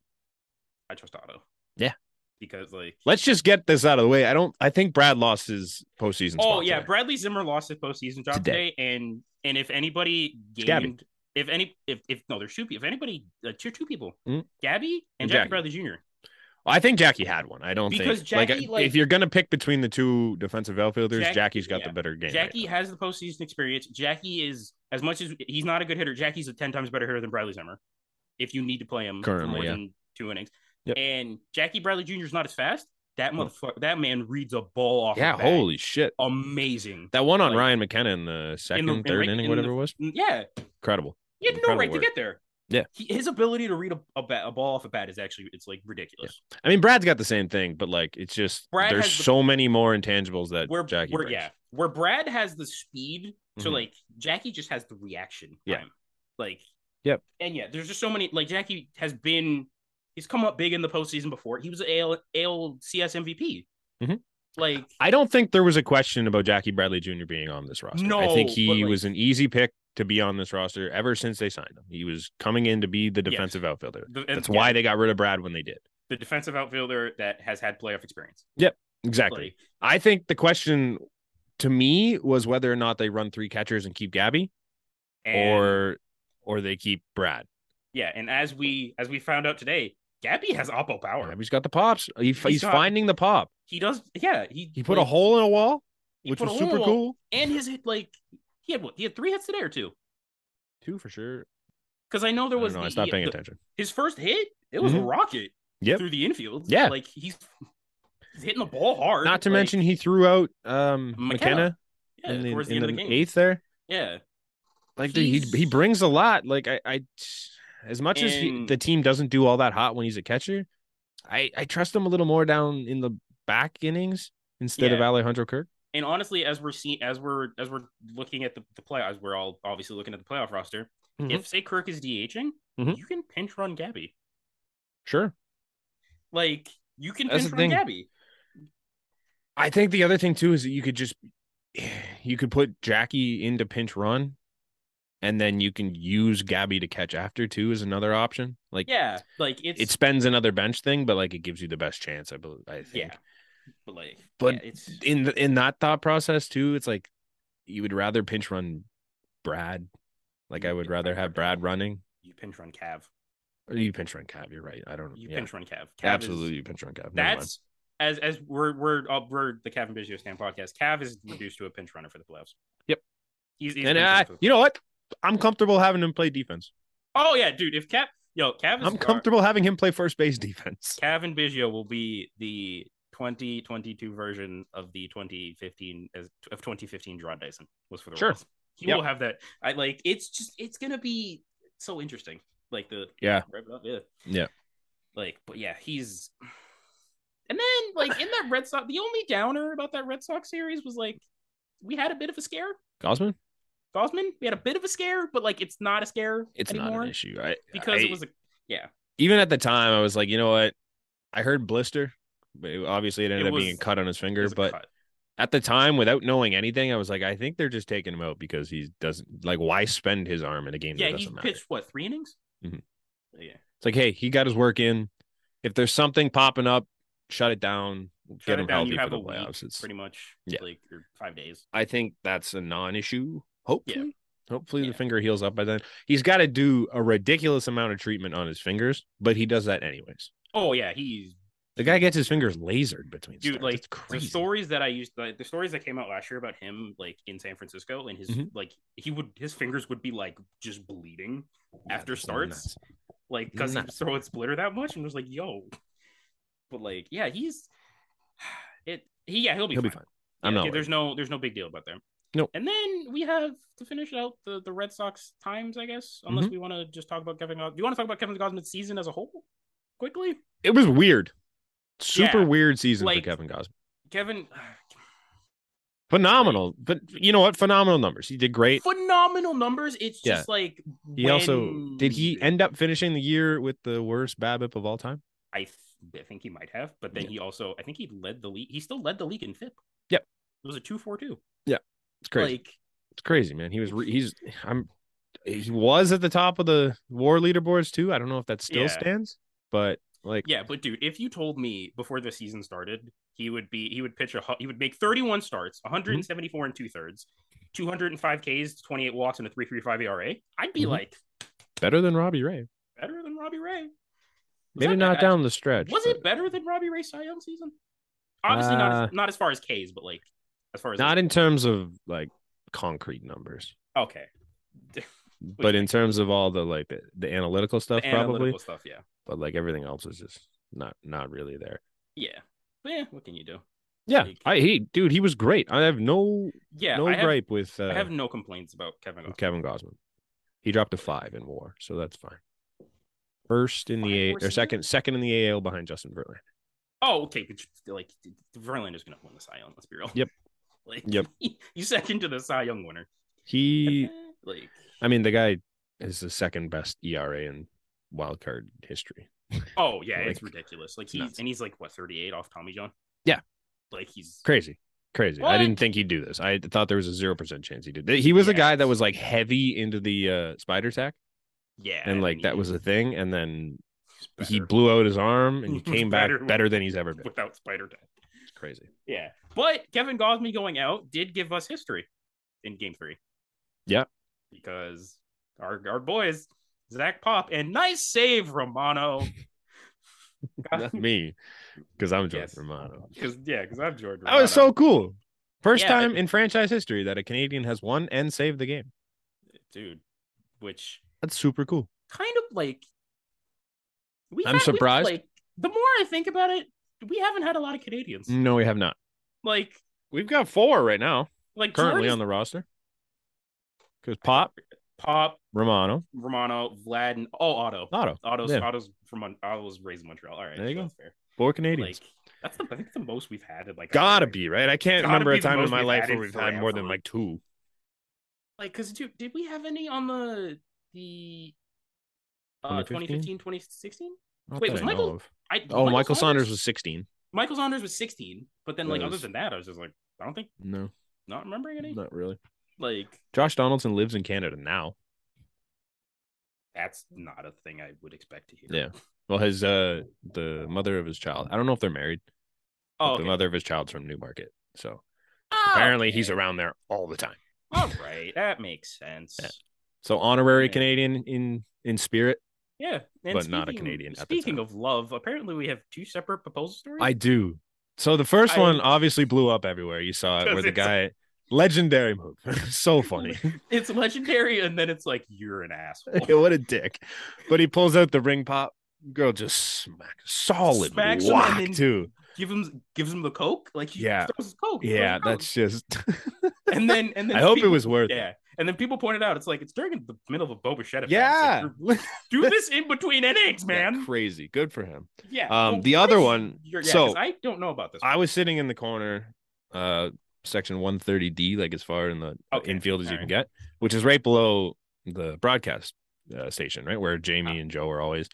Speaker 2: I trust Otto.
Speaker 1: Yeah.
Speaker 2: because like,
Speaker 1: Let's just get this out of the way. I don't. I think Brad lost his postseason.
Speaker 2: oh
Speaker 1: spot
Speaker 2: yeah,
Speaker 1: today.
Speaker 2: Bradley Zimmer lost his postseason job
Speaker 1: Today.
Speaker 2: today, and and if anybody gained,
Speaker 1: Gabby.
Speaker 2: if any, if if no, there's two people. If anybody, uh, two two people,
Speaker 1: Mhm.
Speaker 2: Gabby and
Speaker 1: And
Speaker 2: Jackie
Speaker 1: Jackie.
Speaker 2: Bradley Jr.
Speaker 1: I think Jackie had one. I don't
Speaker 2: Because
Speaker 1: think like,
Speaker 2: Jackie, like-
Speaker 1: if you're gonna pick between the two defensive outfielders,
Speaker 2: Jackie-
Speaker 1: Jackie's got
Speaker 2: yeah.
Speaker 1: the better game. right
Speaker 2: Jackie
Speaker 1: now.
Speaker 2: has the postseason experience. Jackie is as much as he's not a good hitter. Jackie's a ten times better hitter than Bradley Zimmer. If you need to play him
Speaker 1: Currently,
Speaker 2: for more
Speaker 1: yeah.
Speaker 2: than two innings,
Speaker 1: Yep.
Speaker 2: and Jackie Bradley Jr. is not as fast. That
Speaker 1: No.
Speaker 2: motherfucker, that man reads a ball off.
Speaker 1: yeah,
Speaker 2: the bag.
Speaker 1: holy shit.
Speaker 2: amazing.
Speaker 1: That one on
Speaker 2: like-
Speaker 1: Ryan McKenna in the second,
Speaker 2: in
Speaker 1: third
Speaker 2: right-
Speaker 1: inning,
Speaker 2: in
Speaker 1: whatever
Speaker 2: the-
Speaker 1: it was,
Speaker 2: Yeah,
Speaker 1: incredible.
Speaker 2: he had no
Speaker 1: Incredible
Speaker 2: right
Speaker 1: work.
Speaker 2: to get there.
Speaker 1: Yeah.
Speaker 2: he, his ability to read a, a, bat, a ball off a bat is actually it's like ridiculous.
Speaker 1: I mean, Brad's got the same thing, but like, it's just
Speaker 2: Brad
Speaker 1: there's
Speaker 2: has the-
Speaker 1: so many more intangibles that
Speaker 2: Where
Speaker 1: Jackie.
Speaker 2: where
Speaker 1: brings.
Speaker 2: yeah, where Brad has the speed, so
Speaker 1: Mhm.
Speaker 2: like Jackie just has the reaction
Speaker 1: Yeah.
Speaker 2: time. Like
Speaker 1: Yep.
Speaker 2: and yeah, there's just so many. Like Jackie has been, he's come up big in the postseason before. He was a AL, ALCS MVP.
Speaker 1: Mhm.
Speaker 2: Like
Speaker 1: I don't think there was a question about Jackie Bradley Jr. being on this roster. I think
Speaker 2: No,
Speaker 1: he
Speaker 2: but, like-
Speaker 1: was an easy pick to be on this roster ever since they signed him. He was coming in to be the
Speaker 2: Yes.
Speaker 1: defensive outfielder.
Speaker 2: the, and
Speaker 1: That's
Speaker 2: yeah,
Speaker 1: why they got rid of Brad when they did.
Speaker 2: the defensive outfielder that has had playoff experience.
Speaker 1: Exactly.
Speaker 2: Like,
Speaker 1: I think the question to me was whether or not they run three catchers and keep Gabby
Speaker 2: and-
Speaker 1: or or they keep Brad.
Speaker 2: yeah, and as we as we found out today, Gabby has oppo power.
Speaker 1: Gabby's got the pops. He, he's,
Speaker 2: got-
Speaker 1: finding the pop.
Speaker 2: he does yeah he
Speaker 1: He put a
Speaker 2: like,
Speaker 1: hole in a wall,
Speaker 2: he
Speaker 1: which
Speaker 2: put a
Speaker 1: was
Speaker 2: hole in
Speaker 1: super
Speaker 2: the wall,
Speaker 1: cool.
Speaker 2: and his hit like he had what he had three hits today or two
Speaker 1: Two for sure.
Speaker 2: because i know
Speaker 1: I
Speaker 2: there was
Speaker 1: don't know. I
Speaker 2: the-
Speaker 1: stopped paying
Speaker 2: the-
Speaker 1: attention.
Speaker 2: his first hit it was a
Speaker 1: Mhm.
Speaker 2: rocket
Speaker 1: Yep.
Speaker 2: through the infield
Speaker 1: Yeah.
Speaker 2: like he's, he's hitting the ball hard
Speaker 1: Not to
Speaker 2: like,
Speaker 1: mention he threw out um, McKenna
Speaker 2: McKenna. yeah,
Speaker 1: in the,
Speaker 2: towards the
Speaker 1: in
Speaker 2: end of
Speaker 1: the
Speaker 2: the game
Speaker 1: eighth there.
Speaker 2: yeah
Speaker 1: Like dude,
Speaker 2: He's-
Speaker 1: he he brings a lot. Like I, I as much as he,
Speaker 2: And-
Speaker 1: the team doesn't do all that hot when he's a catcher, I I trust him a little more down in the back innings instead of
Speaker 2: Yeah.
Speaker 1: Alejandro Kirk.
Speaker 2: and honestly as we're seeing as we're as we're looking at the, the playoffs we're all obviously looking at the playoff roster
Speaker 1: Mhm.
Speaker 2: if say kirk is dhing
Speaker 1: Mhm.
Speaker 2: you can pinch run gabby
Speaker 1: Sure.
Speaker 2: like you can
Speaker 1: That's
Speaker 2: pinch
Speaker 1: the
Speaker 2: run
Speaker 1: thing.
Speaker 2: gabby
Speaker 1: I think the other thing too is that you could just you could put Jackie into pinch run, and then you can use Gabby to catch after too is another option. Like
Speaker 2: yeah like it's
Speaker 1: it spends another bench thing, but like it gives you the best chance. I believe. I think.
Speaker 2: yeah but like
Speaker 1: But
Speaker 2: yeah, it's
Speaker 1: in the, in that thought process too, it's like you would rather pinch run Brad. Like
Speaker 2: You
Speaker 1: I would
Speaker 2: pinch
Speaker 1: rather
Speaker 2: run
Speaker 1: have
Speaker 2: Cav.
Speaker 1: Brad running.
Speaker 2: You pinch run Cav.
Speaker 1: Or you pinch run Cav. You're right. I don't.
Speaker 2: You
Speaker 1: yeah,
Speaker 2: pinch run Cav. Cav is-
Speaker 1: absolutely, you pinch run Cav. Never mind.
Speaker 2: that's as as we're we're uh, we're the Cav and Biggio stand podcast. Cav is reduced to a pinch runner for the playoffs.
Speaker 1: Yep.
Speaker 2: He's, he's
Speaker 1: and
Speaker 2: pinch runner
Speaker 1: I,
Speaker 2: for the-
Speaker 1: you know what? I'm comfortable having him play defense.
Speaker 2: oh yeah, dude. If Cav, yo, Cav is
Speaker 1: I'm comfortable having him play first base defense.
Speaker 2: Cav and Biggio will be the 2022 version of the 2015 as of 2015 Jaron Dyson was for the
Speaker 1: Sure.
Speaker 2: Royals. He
Speaker 1: Yep.
Speaker 2: will have that. I like it's just it's gonna be so interesting. Like the
Speaker 1: Yeah.
Speaker 2: wrap it up, yeah.
Speaker 1: Yeah.
Speaker 2: Like, but yeah, he's and then like in that Red Sox the only downer about that Red Sox series was like we had a bit of a scare.
Speaker 1: Gosman,
Speaker 2: Gosman, we had a bit of a scare, but like it's not a scare
Speaker 1: it's
Speaker 2: anymore
Speaker 1: not an issue. I
Speaker 2: because
Speaker 1: I-
Speaker 2: it was a yeah.
Speaker 1: even at the time I was like, you know what? I heard blister, but it- obviously it ended
Speaker 2: It
Speaker 1: up being
Speaker 2: was-
Speaker 1: a cut on his
Speaker 2: it
Speaker 1: finger.
Speaker 2: was a
Speaker 1: But
Speaker 2: cut.
Speaker 1: at the time, without knowing anything, I was like, I think they're just taking him out because he doesn't like why spend his arm in a game
Speaker 2: yeah,
Speaker 1: that
Speaker 2: he
Speaker 1: doesn't matter.
Speaker 2: pitched what three innings?
Speaker 1: Mhm.
Speaker 2: Yeah.
Speaker 1: It's like, hey, he got his work in. If there's something popping up, shut it down.
Speaker 2: Shut
Speaker 1: get
Speaker 2: it
Speaker 1: him
Speaker 2: down,
Speaker 1: healthy
Speaker 2: you
Speaker 1: for
Speaker 2: have
Speaker 1: the
Speaker 2: a week,
Speaker 1: playoffs. It's-
Speaker 2: pretty much
Speaker 1: Yeah.
Speaker 2: like or five days.
Speaker 1: I think that's a non-issue. Hopefully, hopefully the finger heals up by then. He's got to do a ridiculous amount of treatment on his fingers, but he does that anyways.
Speaker 2: Oh yeah, he's
Speaker 1: The guy gets his fingers lasered between.
Speaker 2: dude.
Speaker 1: starts.
Speaker 2: Like
Speaker 1: It's crazy.
Speaker 2: the stories that I used, like, the stories that came out last year about him, like in San Francisco, and his
Speaker 1: Mhm.
Speaker 2: like he would his fingers would be like just bleeding
Speaker 1: Yeah,
Speaker 2: after
Speaker 1: it's
Speaker 2: starts,
Speaker 1: nuts.
Speaker 2: like because he was
Speaker 1: Nuts.
Speaker 2: throwing splitter that much, and was like, yo, but like yeah, he's it. He yeah, he'll be
Speaker 1: He'll be
Speaker 2: fine.
Speaker 1: fine. I'm
Speaker 2: Yeah,
Speaker 1: not.
Speaker 2: okay,
Speaker 1: worried.
Speaker 2: there's no there's no big deal about them.
Speaker 1: Nope.
Speaker 2: And then we have to finish out the the Red Sox times, I guess. Unless
Speaker 1: Mm-hmm.
Speaker 2: we want to just talk about Kevin. Gos- Do you want to talk about Kevin Gosman's season as a whole quickly?
Speaker 1: it was weird. Super
Speaker 2: Yeah.
Speaker 1: weird season
Speaker 2: Like-
Speaker 1: for Kevin Gosman.
Speaker 2: Kevin,
Speaker 1: Phenomenal, but you know what? Phenomenal numbers. He did great.
Speaker 2: phenomenal numbers. It's
Speaker 1: Yeah.
Speaker 2: just like
Speaker 1: He also did. He
Speaker 2: and
Speaker 1: end up finishing the year with the worst BABIP of all time.
Speaker 2: I th- I think he might have, but then
Speaker 1: Yeah.
Speaker 2: he also I think he led the league. He still led the league in FIP.
Speaker 1: Yep.
Speaker 2: It was a two four two.
Speaker 1: It's crazy.
Speaker 2: Like
Speaker 1: it's crazy, man. He was. Re- he's. I'm. He was at the top of the WAR leaderboards too. I don't know if that still
Speaker 2: Yeah.
Speaker 1: stands, but like,
Speaker 2: Yeah, but dude, if you told me before the season started, he would be he would pitch a hu- he would make 31 starts,
Speaker 1: Mm-hmm.
Speaker 2: 174 and two thirds, 205 Ks, 28 walks, and a 3.35 ERA, I'd be
Speaker 1: Mhm.
Speaker 2: like
Speaker 1: better than Robbie Ray.
Speaker 2: better than Robbie Ray. Was
Speaker 1: Maybe
Speaker 2: that
Speaker 1: not
Speaker 2: bad?
Speaker 1: down the stretch.
Speaker 2: Was
Speaker 1: but
Speaker 2: it better than Robbie Ray Cy Young season? Obviously not as, not as far as Ks, but like as far as
Speaker 1: Uh, Not in terms of like concrete numbers,
Speaker 2: okay
Speaker 1: but in terms of all the like the, the analytical
Speaker 2: the
Speaker 1: stuff, probably.
Speaker 2: analytical stuff, yeah,
Speaker 1: But like everything else is just not not really there.
Speaker 2: yeah, but yeah, what can you do?
Speaker 1: Yeah,
Speaker 2: Like-
Speaker 1: I he dude, he was great. I have no
Speaker 2: Yeah,
Speaker 1: no
Speaker 2: I, have,
Speaker 1: gripe with uh,
Speaker 2: I have no complaints about Kevin. Gausman.
Speaker 1: with Kevin Gosman. He dropped a five in WAR, so that's fine. First in
Speaker 2: Five
Speaker 1: the
Speaker 2: WAR
Speaker 1: A or
Speaker 2: season?
Speaker 1: second second in the AL behind Justin Verlander.
Speaker 2: Oh, okay. But you- like Verlander's gonna win the Cy Young. Let's be real.
Speaker 1: Yep.
Speaker 2: Like,
Speaker 1: Yep.
Speaker 2: You second to the Cy Young winner.
Speaker 1: He,
Speaker 2: Eh, like,
Speaker 1: I mean, the guy is the second best ERA in wild card history.
Speaker 2: oh yeah, it's
Speaker 1: Like,
Speaker 2: ridiculous. Like
Speaker 1: it's
Speaker 2: he's
Speaker 1: nuts.
Speaker 2: and he's like what thirty eight off Tommy John.
Speaker 1: Yeah.
Speaker 2: Like he's
Speaker 1: Crazy, crazy. I didn't
Speaker 2: What?
Speaker 1: think he'd do this. I thought there was a zero percent chance he did. He was a
Speaker 2: Yeah.
Speaker 1: guy that was like heavy into the uh, spider tack,
Speaker 2: yeah,
Speaker 1: and like that
Speaker 2: he-
Speaker 1: was a thing. And then
Speaker 2: he's
Speaker 1: he
Speaker 2: better
Speaker 1: blew out his arm, and he
Speaker 2: He was
Speaker 1: came back
Speaker 2: better with-
Speaker 1: better than he's ever been.
Speaker 2: without Spider Tech.
Speaker 1: It's crazy.
Speaker 2: Yeah, but Kevin Gosman going out did give us history in Game Three.
Speaker 1: Yeah.
Speaker 2: because our our boys Zach Pop and nice save Romano.
Speaker 1: Not me, because I'm George
Speaker 2: Yes.
Speaker 1: Romano.
Speaker 2: Because yeah, because I'm George.
Speaker 1: That was so
Speaker 2: Romano.
Speaker 1: cool. First
Speaker 2: Yeah.
Speaker 1: time in franchise history that a Canadian has won and saved the game.
Speaker 2: dude. Which
Speaker 1: That's super cool.
Speaker 2: kind of like we
Speaker 1: I'm
Speaker 2: had- we-
Speaker 1: surprised.
Speaker 2: like the more I think about it, we haven't had a lot of Canadians.
Speaker 1: No, we have not.
Speaker 2: Like
Speaker 1: We've got four right now
Speaker 2: like
Speaker 1: currently
Speaker 2: George
Speaker 1: on the roster. Because Pop,
Speaker 2: Pop,
Speaker 1: Romano,
Speaker 2: Romano, Vlad, and oh Otto.
Speaker 1: Otto,
Speaker 2: Otto's
Speaker 1: Yeah.
Speaker 2: Otto's from Mon- Otto's raised in Montreal. All right,
Speaker 1: There you
Speaker 2: so
Speaker 1: go.
Speaker 2: that's fair.
Speaker 1: four Canadians.
Speaker 2: Like that's the I think the most we've had at like
Speaker 1: Gotta be right. I can't
Speaker 2: Gotta
Speaker 1: remember
Speaker 2: be
Speaker 1: a
Speaker 2: the
Speaker 1: time in
Speaker 2: most
Speaker 1: my
Speaker 2: we've
Speaker 1: life
Speaker 2: had
Speaker 1: where
Speaker 2: in
Speaker 1: we've had more than
Speaker 2: forever.
Speaker 1: like two.
Speaker 2: like because dude, did we have any on the the uh
Speaker 1: 2015?
Speaker 2: 2015 2016?
Speaker 1: Not
Speaker 2: Wait,
Speaker 1: that
Speaker 2: was
Speaker 1: I know
Speaker 2: Michael-
Speaker 1: of.
Speaker 2: I
Speaker 1: Oh, Michael, Saunders, was sixteen.
Speaker 2: Michael Saunders was 16, but then like
Speaker 1: That
Speaker 2: other
Speaker 1: was-
Speaker 2: than that, I was just like I don't think
Speaker 1: No,
Speaker 2: not remembering any.
Speaker 1: not really.
Speaker 2: Like
Speaker 1: Josh Donaldson lives in Canada now.
Speaker 2: that's not a thing I would expect to hear.
Speaker 1: Yeah. Well, his uh the mother of his child. I don't know if they're married. but
Speaker 2: Oh,
Speaker 1: the
Speaker 2: okay.
Speaker 1: mother of his child's from Newmarket. So
Speaker 2: Oh,
Speaker 1: apparently he's
Speaker 2: okay.
Speaker 1: around there all the time.
Speaker 2: All right, that makes sense.
Speaker 1: Yeah. So honorary
Speaker 2: Yeah.
Speaker 1: Canadian in in spirit.
Speaker 2: Yeah, and
Speaker 1: But not a Canadian at the
Speaker 2: Speaking
Speaker 1: time.
Speaker 2: of love, apparently we have two separate proposal stories.
Speaker 1: I do. So the first
Speaker 2: I-
Speaker 1: one obviously blew up everywhere. You saw it where the
Speaker 2: It's
Speaker 1: guy
Speaker 2: like-
Speaker 1: legendary move. so funny.
Speaker 2: It's legendary, and then it's like you're an asshole.
Speaker 1: what a dick. But he pulls out the ring pop. Girl just smack solid
Speaker 2: Smacks him and
Speaker 1: whack
Speaker 2: then-
Speaker 1: too.
Speaker 2: Give him, gives him the coke. Like he
Speaker 1: Yeah.
Speaker 2: throws his coke. He's
Speaker 1: Yeah,
Speaker 2: like, "Oh."
Speaker 1: that's just
Speaker 2: and then and then
Speaker 1: I hope it
Speaker 2: people-
Speaker 1: was worth it.
Speaker 2: Yeah, and then people pointed out it's like it's during the middle of a Boba Fett.
Speaker 1: Yeah.
Speaker 2: do this in between innings,
Speaker 1: Yeah,
Speaker 2: man.
Speaker 1: crazy. Good for him.
Speaker 2: Yeah.
Speaker 1: Um,
Speaker 2: Oh,
Speaker 1: the other
Speaker 2: Chris,
Speaker 1: one-
Speaker 2: you're- yeah,
Speaker 1: so-
Speaker 2: 'cause I don't know about this.
Speaker 1: I was sitting in the corner, uh, section 130D, like as far in the the
Speaker 2: Okay,
Speaker 1: infield as you can
Speaker 2: alright.
Speaker 1: get, which is right below the broadcast uh, station, right where
Speaker 2: Ah.
Speaker 1: Jamie and Joe are always.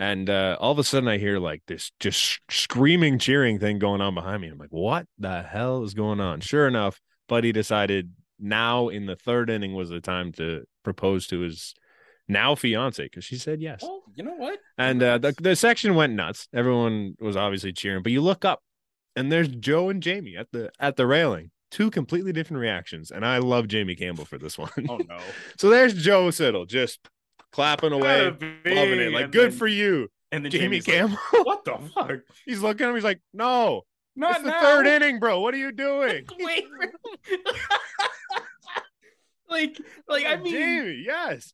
Speaker 1: And uh, all of a sudden, I hear like this just screaming, cheering thing going on behind me. I'm like, what the hell is going on? Sure enough, Buddy decided now in the third inning was the time to propose to his now fiance because she said yes.
Speaker 2: Well, Oh, you know what?
Speaker 1: And uh, the, the section went nuts. Everyone was obviously cheering, but you look up and there's Joe and Jamie at the at the railing. Two completely different reactions, and I love Jamie Campbell for this one.
Speaker 2: oh no,
Speaker 1: so there's Joe Siddle just clapping away,
Speaker 2: Gotta be.
Speaker 1: loving it. Like
Speaker 2: And
Speaker 1: good
Speaker 2: then-
Speaker 1: for you,
Speaker 2: And then
Speaker 1: Jamie
Speaker 2: Jamie's like,
Speaker 1: Campbell.
Speaker 2: what the fuck?
Speaker 1: he's looking at him. He's like, "No,
Speaker 2: Not
Speaker 1: it's the
Speaker 2: now.
Speaker 1: third inning, bro. What are you doing?"
Speaker 2: Wait. like, like I mean,
Speaker 1: Jamie, yes.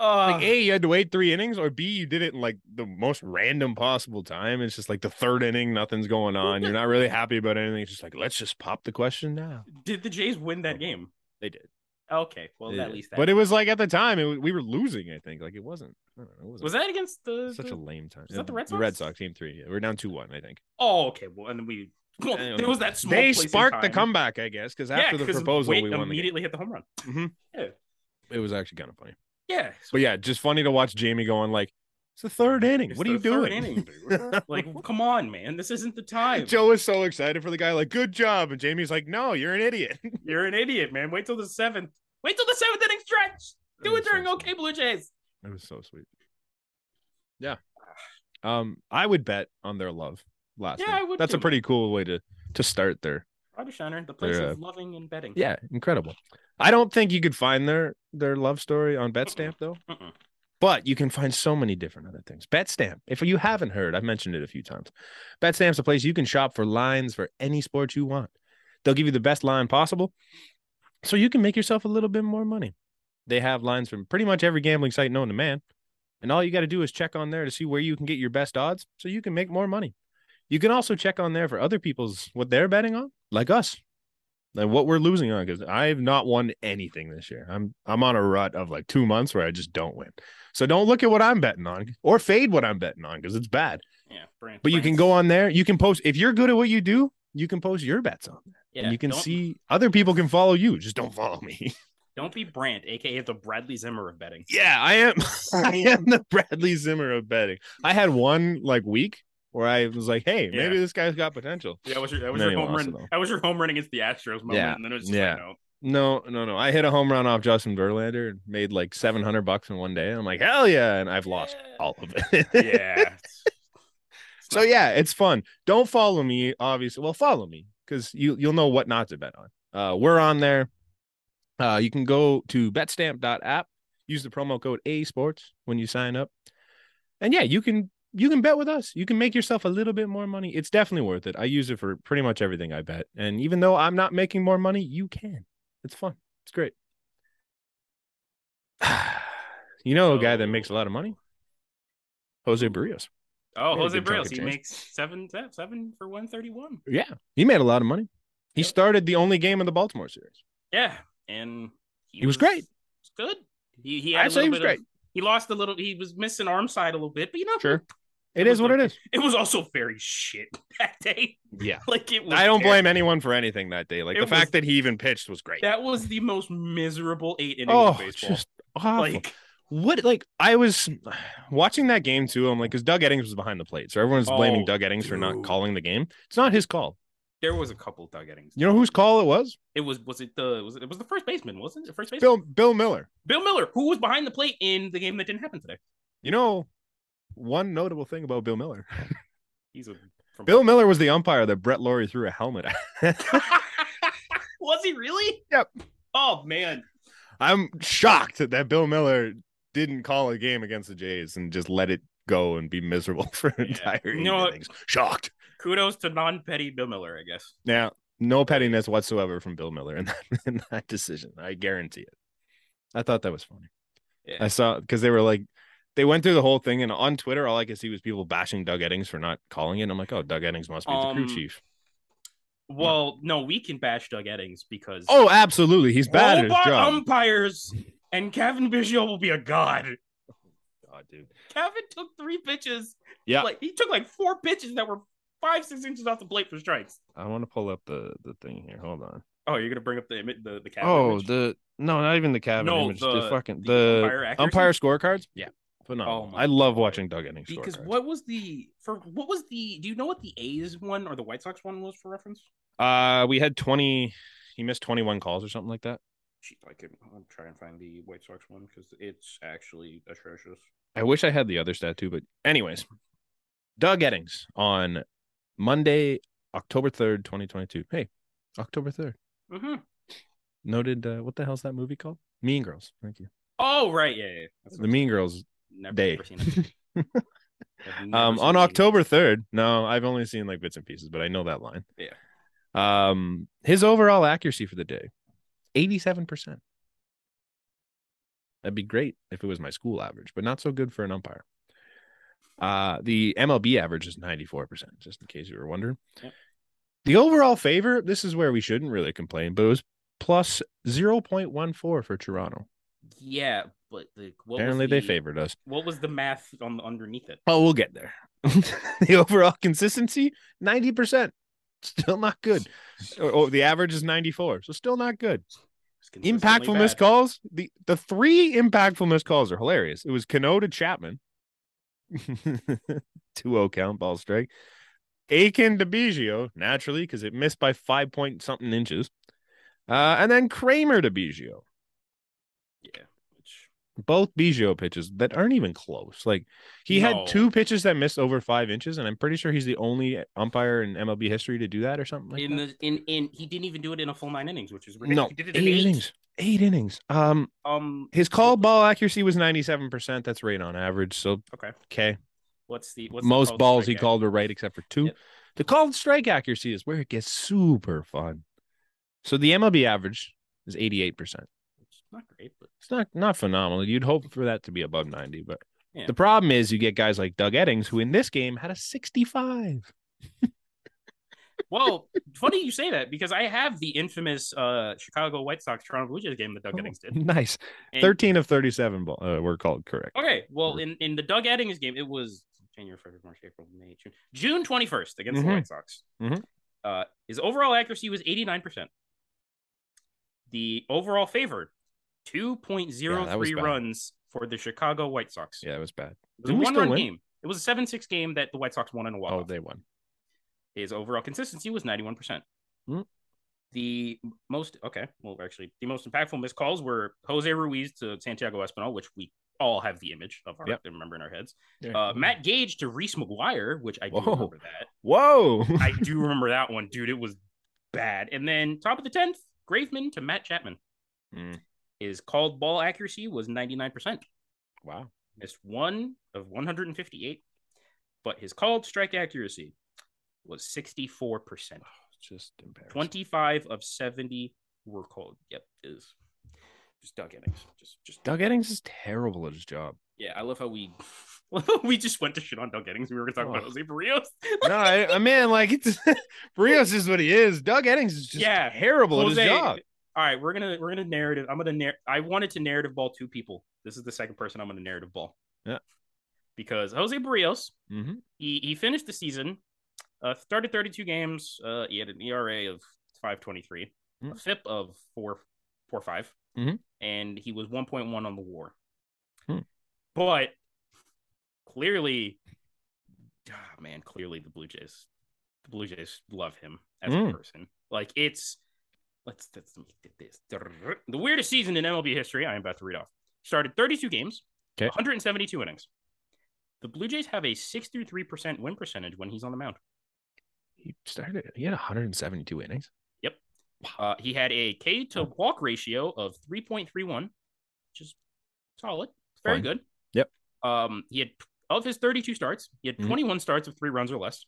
Speaker 2: uh,
Speaker 1: Like, A, you had to wait three innings, or B, you did it in like the most random possible time. It's just like the third inning, nothing's going on. You're not really happy about anything. It's just like, let's just pop the question now.
Speaker 2: did the Jays win that game?
Speaker 1: They did.
Speaker 2: Okay, well
Speaker 1: They
Speaker 2: at
Speaker 1: did.
Speaker 2: least that.
Speaker 1: Oh. But it was like at the time, it was, we were losing, I think. Like, it wasn't, I don't know, it wasn't
Speaker 2: was that against the?
Speaker 1: such
Speaker 2: the-
Speaker 1: a lame time.
Speaker 2: was that the Red
Speaker 1: Red
Speaker 2: Sox?
Speaker 1: Sox, team three. Yeah, we're down 2 1, I think.
Speaker 2: Oh, okay. Well, and then we. Well,
Speaker 1: Anyway,
Speaker 2: there was that small.
Speaker 1: They
Speaker 2: place in
Speaker 1: sparked the
Speaker 2: time.
Speaker 1: comeback, I guess, because
Speaker 2: Yeah,
Speaker 1: after the
Speaker 2: 'cause
Speaker 1: proposal,
Speaker 2: Wade
Speaker 1: we won the game.
Speaker 2: immediately hit the home run.
Speaker 1: It was actually kind of funny.
Speaker 2: Yeah.
Speaker 1: But yeah, just funny to watch Jamie going, like, it's the third inning.
Speaker 2: It's
Speaker 1: what are
Speaker 2: the
Speaker 1: you
Speaker 2: third
Speaker 1: doing?
Speaker 2: inning, dude. like, come on, man. This isn't the time.
Speaker 1: Joe is so excited for the guy, like, good job. And Jamie's like, no, you're an idiot.
Speaker 2: You're an idiot, man. Wait till the seventh. Wait till the seventh inning stretch. Do it during OK Blue Jays.
Speaker 1: It was so sweet. Yeah. Um, I would bet on their love last.
Speaker 2: Yeah,
Speaker 1: night.
Speaker 2: I would
Speaker 1: That's a
Speaker 2: too.
Speaker 1: pretty cool way to to start their
Speaker 2: Roger Shiner, the place
Speaker 1: They're,
Speaker 2: of loving and betting.
Speaker 1: yeah, incredible. I don't think you could find their their love story on
Speaker 2: Mm-mm.
Speaker 1: Betstamp though,
Speaker 2: Mm-mm.
Speaker 1: but you can find so many different other things. Betstamp, if you haven't heard, I've mentioned it a few times. Betstamp's a place you can shop for lines for any sport you want. They'll give you the best line possible, so you can make yourself a little bit more money. They have lines from pretty much every gambling site known to man, and all you got to do is check on there to see where you can get your best odds, so you can make more money. You can also check on there for other people's what they're betting on, like us and what we're losing on because I've not won anything this year. I'm I'm on a rut of like two months where I just don't win. So don't look at what I'm betting on or fade what I'm betting on because it's bad.
Speaker 2: Yeah. Brand,
Speaker 1: But you can go on there. You can post if you're good at what you do. You can post your bets on, there. and you can
Speaker 2: don't,
Speaker 1: see other people can follow you. Just don't follow me.
Speaker 2: Don't be Brandt, aka the Bradley Zimmer of betting.
Speaker 1: yeah, I am. I am the Bradley Zimmer of betting. I had one like week where I was like, hey, maybe
Speaker 2: Yeah.
Speaker 1: this guy's got potential.
Speaker 2: That was your, that was
Speaker 1: Then
Speaker 2: your
Speaker 1: he
Speaker 2: home
Speaker 1: lost
Speaker 2: run.
Speaker 1: it all.
Speaker 2: That was your home run against the Astros moment.
Speaker 1: Yeah.
Speaker 2: And then it was just
Speaker 1: Yeah.
Speaker 2: like, no.
Speaker 1: No, no, no. I hit a home run off Justin Verlander and made like 700 bucks in one day. I'm like, hell yeah. And I've lost all of it.
Speaker 2: yeah.
Speaker 1: so, yeah, it's fun. Don't follow me, obviously. Well, follow me because you, you'll know what not to bet on. Uh, we're on there. Uh, you can go to betstamp.app, use the promo code A Sports when you sign up. And yeah, you can you can bet with us. You can make yourself a little bit more money. It's definitely worth it. I use it for pretty much everything I bet. And even though I'm not making more money, you can. It's fun. It's great. you know a guy that makes a lot of money? Jose Barrios.
Speaker 2: Oh,
Speaker 1: He had a good
Speaker 2: Jose
Speaker 1: chunk
Speaker 2: Barrios.
Speaker 1: of
Speaker 2: He
Speaker 1: change.
Speaker 2: makes seven, seven for 131.
Speaker 1: Yeah. He made a lot of money. He
Speaker 2: Yep.
Speaker 1: started the only game in the Baltimore series.
Speaker 2: Yeah, and
Speaker 1: He was great.
Speaker 2: was Good. He he
Speaker 1: I'd
Speaker 2: had a
Speaker 1: say
Speaker 2: little
Speaker 1: he was
Speaker 2: bit
Speaker 1: great.
Speaker 2: Of, he lost a little. He was missing arm side a little bit, but you know,
Speaker 1: Sure.
Speaker 2: It
Speaker 1: It is
Speaker 2: was
Speaker 1: what it is.
Speaker 2: it was also very shit that day.
Speaker 1: Yeah.
Speaker 2: Like it. Was
Speaker 1: I don't blame
Speaker 2: terrible.
Speaker 1: anyone for anything that day. Like
Speaker 2: It
Speaker 1: the fact
Speaker 2: was-
Speaker 1: that he even pitched was great.
Speaker 2: That was the most miserable eight innings
Speaker 1: Oh,
Speaker 2: of baseball.
Speaker 1: just awful.
Speaker 2: like
Speaker 1: what like I was watching that game too. I'm like, because Doug Eddings was behind the plate, so everyone's blaming
Speaker 2: Oh,
Speaker 1: Doug Eddings for not
Speaker 2: dude.
Speaker 1: calling the game. It's not his call.
Speaker 2: there was a couple Doug Eddings.
Speaker 1: You know whose call it was?
Speaker 2: It was was it the was it, it was the first baseman wasn't it first baseman
Speaker 1: Bill Bill Miller.
Speaker 2: Bill Miller who was behind the plate in the game that didn't happen today.
Speaker 1: You know, one notable thing about Bill Miller.
Speaker 2: He's a from
Speaker 1: Bill Miller was the umpire that Brett Laurie threw a helmet at.
Speaker 2: was he really?
Speaker 1: Yep.
Speaker 2: Oh man,
Speaker 1: I'm shocked that Bill Miller didn't call a game against the Jays and just let it go and be miserable for an
Speaker 2: Yeah.
Speaker 1: entire
Speaker 2: You know what?
Speaker 1: innings. Shocked.
Speaker 2: kudos to non-petty Bill Miller, I guess.
Speaker 1: Now, no pettiness whatsoever from Bill Miller in that, in that decision. I guarantee it. I thought that was funny.
Speaker 2: Yeah.
Speaker 1: I saw because they were like, they went through the whole thing, and on Twitter, all I could see was people bashing Doug Eddings for not calling it. And I'm like, oh, Doug Eddings must be the
Speaker 2: Um,
Speaker 1: crew chief.
Speaker 2: Well, no, we can bash Doug Eddings because
Speaker 1: Oh, absolutely, he's bad at his
Speaker 2: robot um,
Speaker 1: job.
Speaker 2: umpires and Kevin Biggio will be a god.
Speaker 1: God, Oh, dude.
Speaker 2: Kevin took three pitches.
Speaker 1: Yeah.
Speaker 2: like he took like four pitches that were five, six inches off the plate for strikes.
Speaker 1: I want to pull up the the thing here. Hold on.
Speaker 2: Oh, you're gonna bring up the imi- the the Kevin
Speaker 1: oh,
Speaker 2: image?
Speaker 1: the no, not even the cabin
Speaker 2: No,
Speaker 1: image. The,
Speaker 2: the-
Speaker 1: fucking
Speaker 2: the
Speaker 1: the,
Speaker 2: umpire accuracy?
Speaker 1: umpire, scorecards. Yeah, phenomenal.
Speaker 2: Oh my
Speaker 1: I love
Speaker 2: God.
Speaker 1: watching Doug Eddings
Speaker 2: because
Speaker 1: scorecards.
Speaker 2: what was the for what was the do you know what the A's one or the White Sox one was for reference?
Speaker 1: Uh, we had twenty. He missed twenty one calls or something like that.
Speaker 2: Gee, I can I'll try and find the White Sox one because it's actually atrocious.
Speaker 1: I wish I had the other stat too, but anyways, Doug Eddings on Monday, October third, twenty twenty two. Hey, October third.
Speaker 2: Mm-hmm.
Speaker 1: Noted. Uh, what the hell's that movie called? Mean Girls. Thank you.
Speaker 2: Oh right, yeah, yeah. yeah. That's
Speaker 1: The Mean Girls.
Speaker 2: never,
Speaker 1: Day.
Speaker 2: never seen it. I've never
Speaker 1: Um,
Speaker 2: seen
Speaker 1: on
Speaker 2: it.
Speaker 1: October third. No, I've only seen like bits and pieces, but I know that line.
Speaker 2: Yeah.
Speaker 1: Um, his overall accuracy for the day, eighty-seven percent. That'd be great if it was my school average, but not so good for an umpire. Uh, the MLB average is ninety-four percent, just in case you were wondering.
Speaker 2: Yep.
Speaker 1: The overall favor, this is where we shouldn't really complain, but it was plus zero point one four for Toronto.
Speaker 2: Yeah, but the, what was
Speaker 1: Apparently, they
Speaker 2: the-
Speaker 1: favored us.
Speaker 2: What was the math on underneath it?
Speaker 1: Oh, we'll get there. the overall consistency, 90%. Still not good. Or, or the average is 94. So still not good.
Speaker 2: It's consistently
Speaker 1: Impactful missed
Speaker 2: bad.
Speaker 1: calls. The the three impactful missed calls are hilarious. It was Cano to Chapman. 2-0 count ball strike. Aiken to Biggio, naturally, because it missed by five point something inches. Uh, and then Kramer to Biggio.
Speaker 2: Yeah. Which,
Speaker 1: Both Biggio pitches that aren't even close. Like he
Speaker 2: No.
Speaker 1: had two pitches that missed over five inches, and I'm pretty sure he's the only umpire in MLB history to do that or something like
Speaker 2: in
Speaker 1: that.
Speaker 2: the in in he didn't even do it in a full nine innings, which is ridiculous.
Speaker 1: no,
Speaker 2: he
Speaker 1: eight,
Speaker 2: did it in eight.
Speaker 1: innings. Eight innings. Um,
Speaker 2: Um,
Speaker 1: his call ball accuracy was 97%. That's right on average. So
Speaker 2: Okay.
Speaker 1: okay.
Speaker 2: What's the what's the
Speaker 1: Most
Speaker 2: called
Speaker 1: balls he
Speaker 2: strikeout?
Speaker 1: called were right except for two.
Speaker 2: Yep.
Speaker 1: The called strike accuracy is where it gets super fun. So the MLB average is 88%.
Speaker 2: It's not great, but
Speaker 1: It's not not phenomenal. You'd hope for that to be above 90, but
Speaker 2: Yeah.
Speaker 1: the problem is you get guys like Doug Eddings, who in this game had a 65.
Speaker 2: well, funny you say that because I have the infamous uh Chicago White Sox Toronto Blue Jays game that Doug
Speaker 1: Oh,
Speaker 2: Eddings did.
Speaker 1: Nice.
Speaker 2: And-
Speaker 1: 13 of 37 ball, uh, were called correct.
Speaker 2: Okay, well,
Speaker 1: Mm.
Speaker 2: in in the Doug Eddings game, it was January, February, March, April, May, June, June twenty first against
Speaker 1: Mhm.
Speaker 2: the White Sox.
Speaker 1: Mhm.
Speaker 2: Uh, his overall accuracy was eighty nine percent. The overall favored two point zero
Speaker 1: Yeah, that was
Speaker 2: three
Speaker 1: bad.
Speaker 2: runs for the Chicago White Sox.
Speaker 1: Yeah, it was bad.
Speaker 2: It was a
Speaker 1: Didn't we
Speaker 2: one
Speaker 1: still
Speaker 2: run
Speaker 1: win?
Speaker 2: game. It was a seven six game that the White Sox won in a walk.
Speaker 1: Oh, they won.
Speaker 2: His overall consistency was 91%.
Speaker 1: Hmm.
Speaker 2: The most, okay, well, actually, the most impactful missed calls were Jose Ruiz to Santiago Espinal, which we all have the image of, our,
Speaker 1: Yep.
Speaker 2: remember in our heads. Uh, Matt Gage to Reese McGuire, which I do
Speaker 1: Whoa.
Speaker 2: remember that.
Speaker 1: Whoa.
Speaker 2: I do remember that one, dude. It was bad. And then top of the 10th, Graveman to Matt Chapman.
Speaker 1: Hmm.
Speaker 2: His called ball accuracy was 99%.
Speaker 1: wow.
Speaker 2: Missed one of 158, but his called strike accuracy was 64%.
Speaker 1: Just embarrassing.
Speaker 2: 25 of 70 were called. Yep, is just Doug Innings. Just, just
Speaker 1: Doug Eddings is terrible at his job.
Speaker 2: yeah. I love how we we just went to shit on Doug Innings. We were talking about
Speaker 1: Oh.
Speaker 2: Jose Barrios.
Speaker 1: No, I, I mean, like, it's Rios is what he is. Doug Eddings is just
Speaker 2: Yeah.
Speaker 1: terrible at
Speaker 2: Jose,
Speaker 1: his job.
Speaker 2: All right, we're gonna we're gonna narrative. I'm gonna narr- I wanted to narrative ball two people. This is the second person I'm gonna narrative ball.
Speaker 1: Yeah.
Speaker 2: because Jose Barrios
Speaker 1: Mm-hmm.
Speaker 2: he he finished the season, uh, started 32 games. Uh, he had an ERA of 5.23, a
Speaker 1: Mhm.
Speaker 2: FIP of four four five,
Speaker 1: Mhm.
Speaker 2: and he was 1.1 on the WAR.
Speaker 1: Hmm.
Speaker 2: But clearly, ah, man, clearly the Blue Jays, the Blue Jays love him as
Speaker 1: Mm.
Speaker 2: a person. Like it's let's let's let me get this the weirdest season in MLB history. I am about to read off. Started 32 games,
Speaker 1: Okay.
Speaker 2: 172 innings. The Blue Jays have a 63% win percentage when he's on the mound.
Speaker 1: He started, he had 172 innings.
Speaker 2: Uh, he had a K to walk ratio of 3.31, which is solid. Very
Speaker 1: Fine.
Speaker 2: good.
Speaker 1: Yep.
Speaker 2: Um, he had of his 32 starts, he had
Speaker 1: Mhm.
Speaker 2: 21 starts of three runs or less,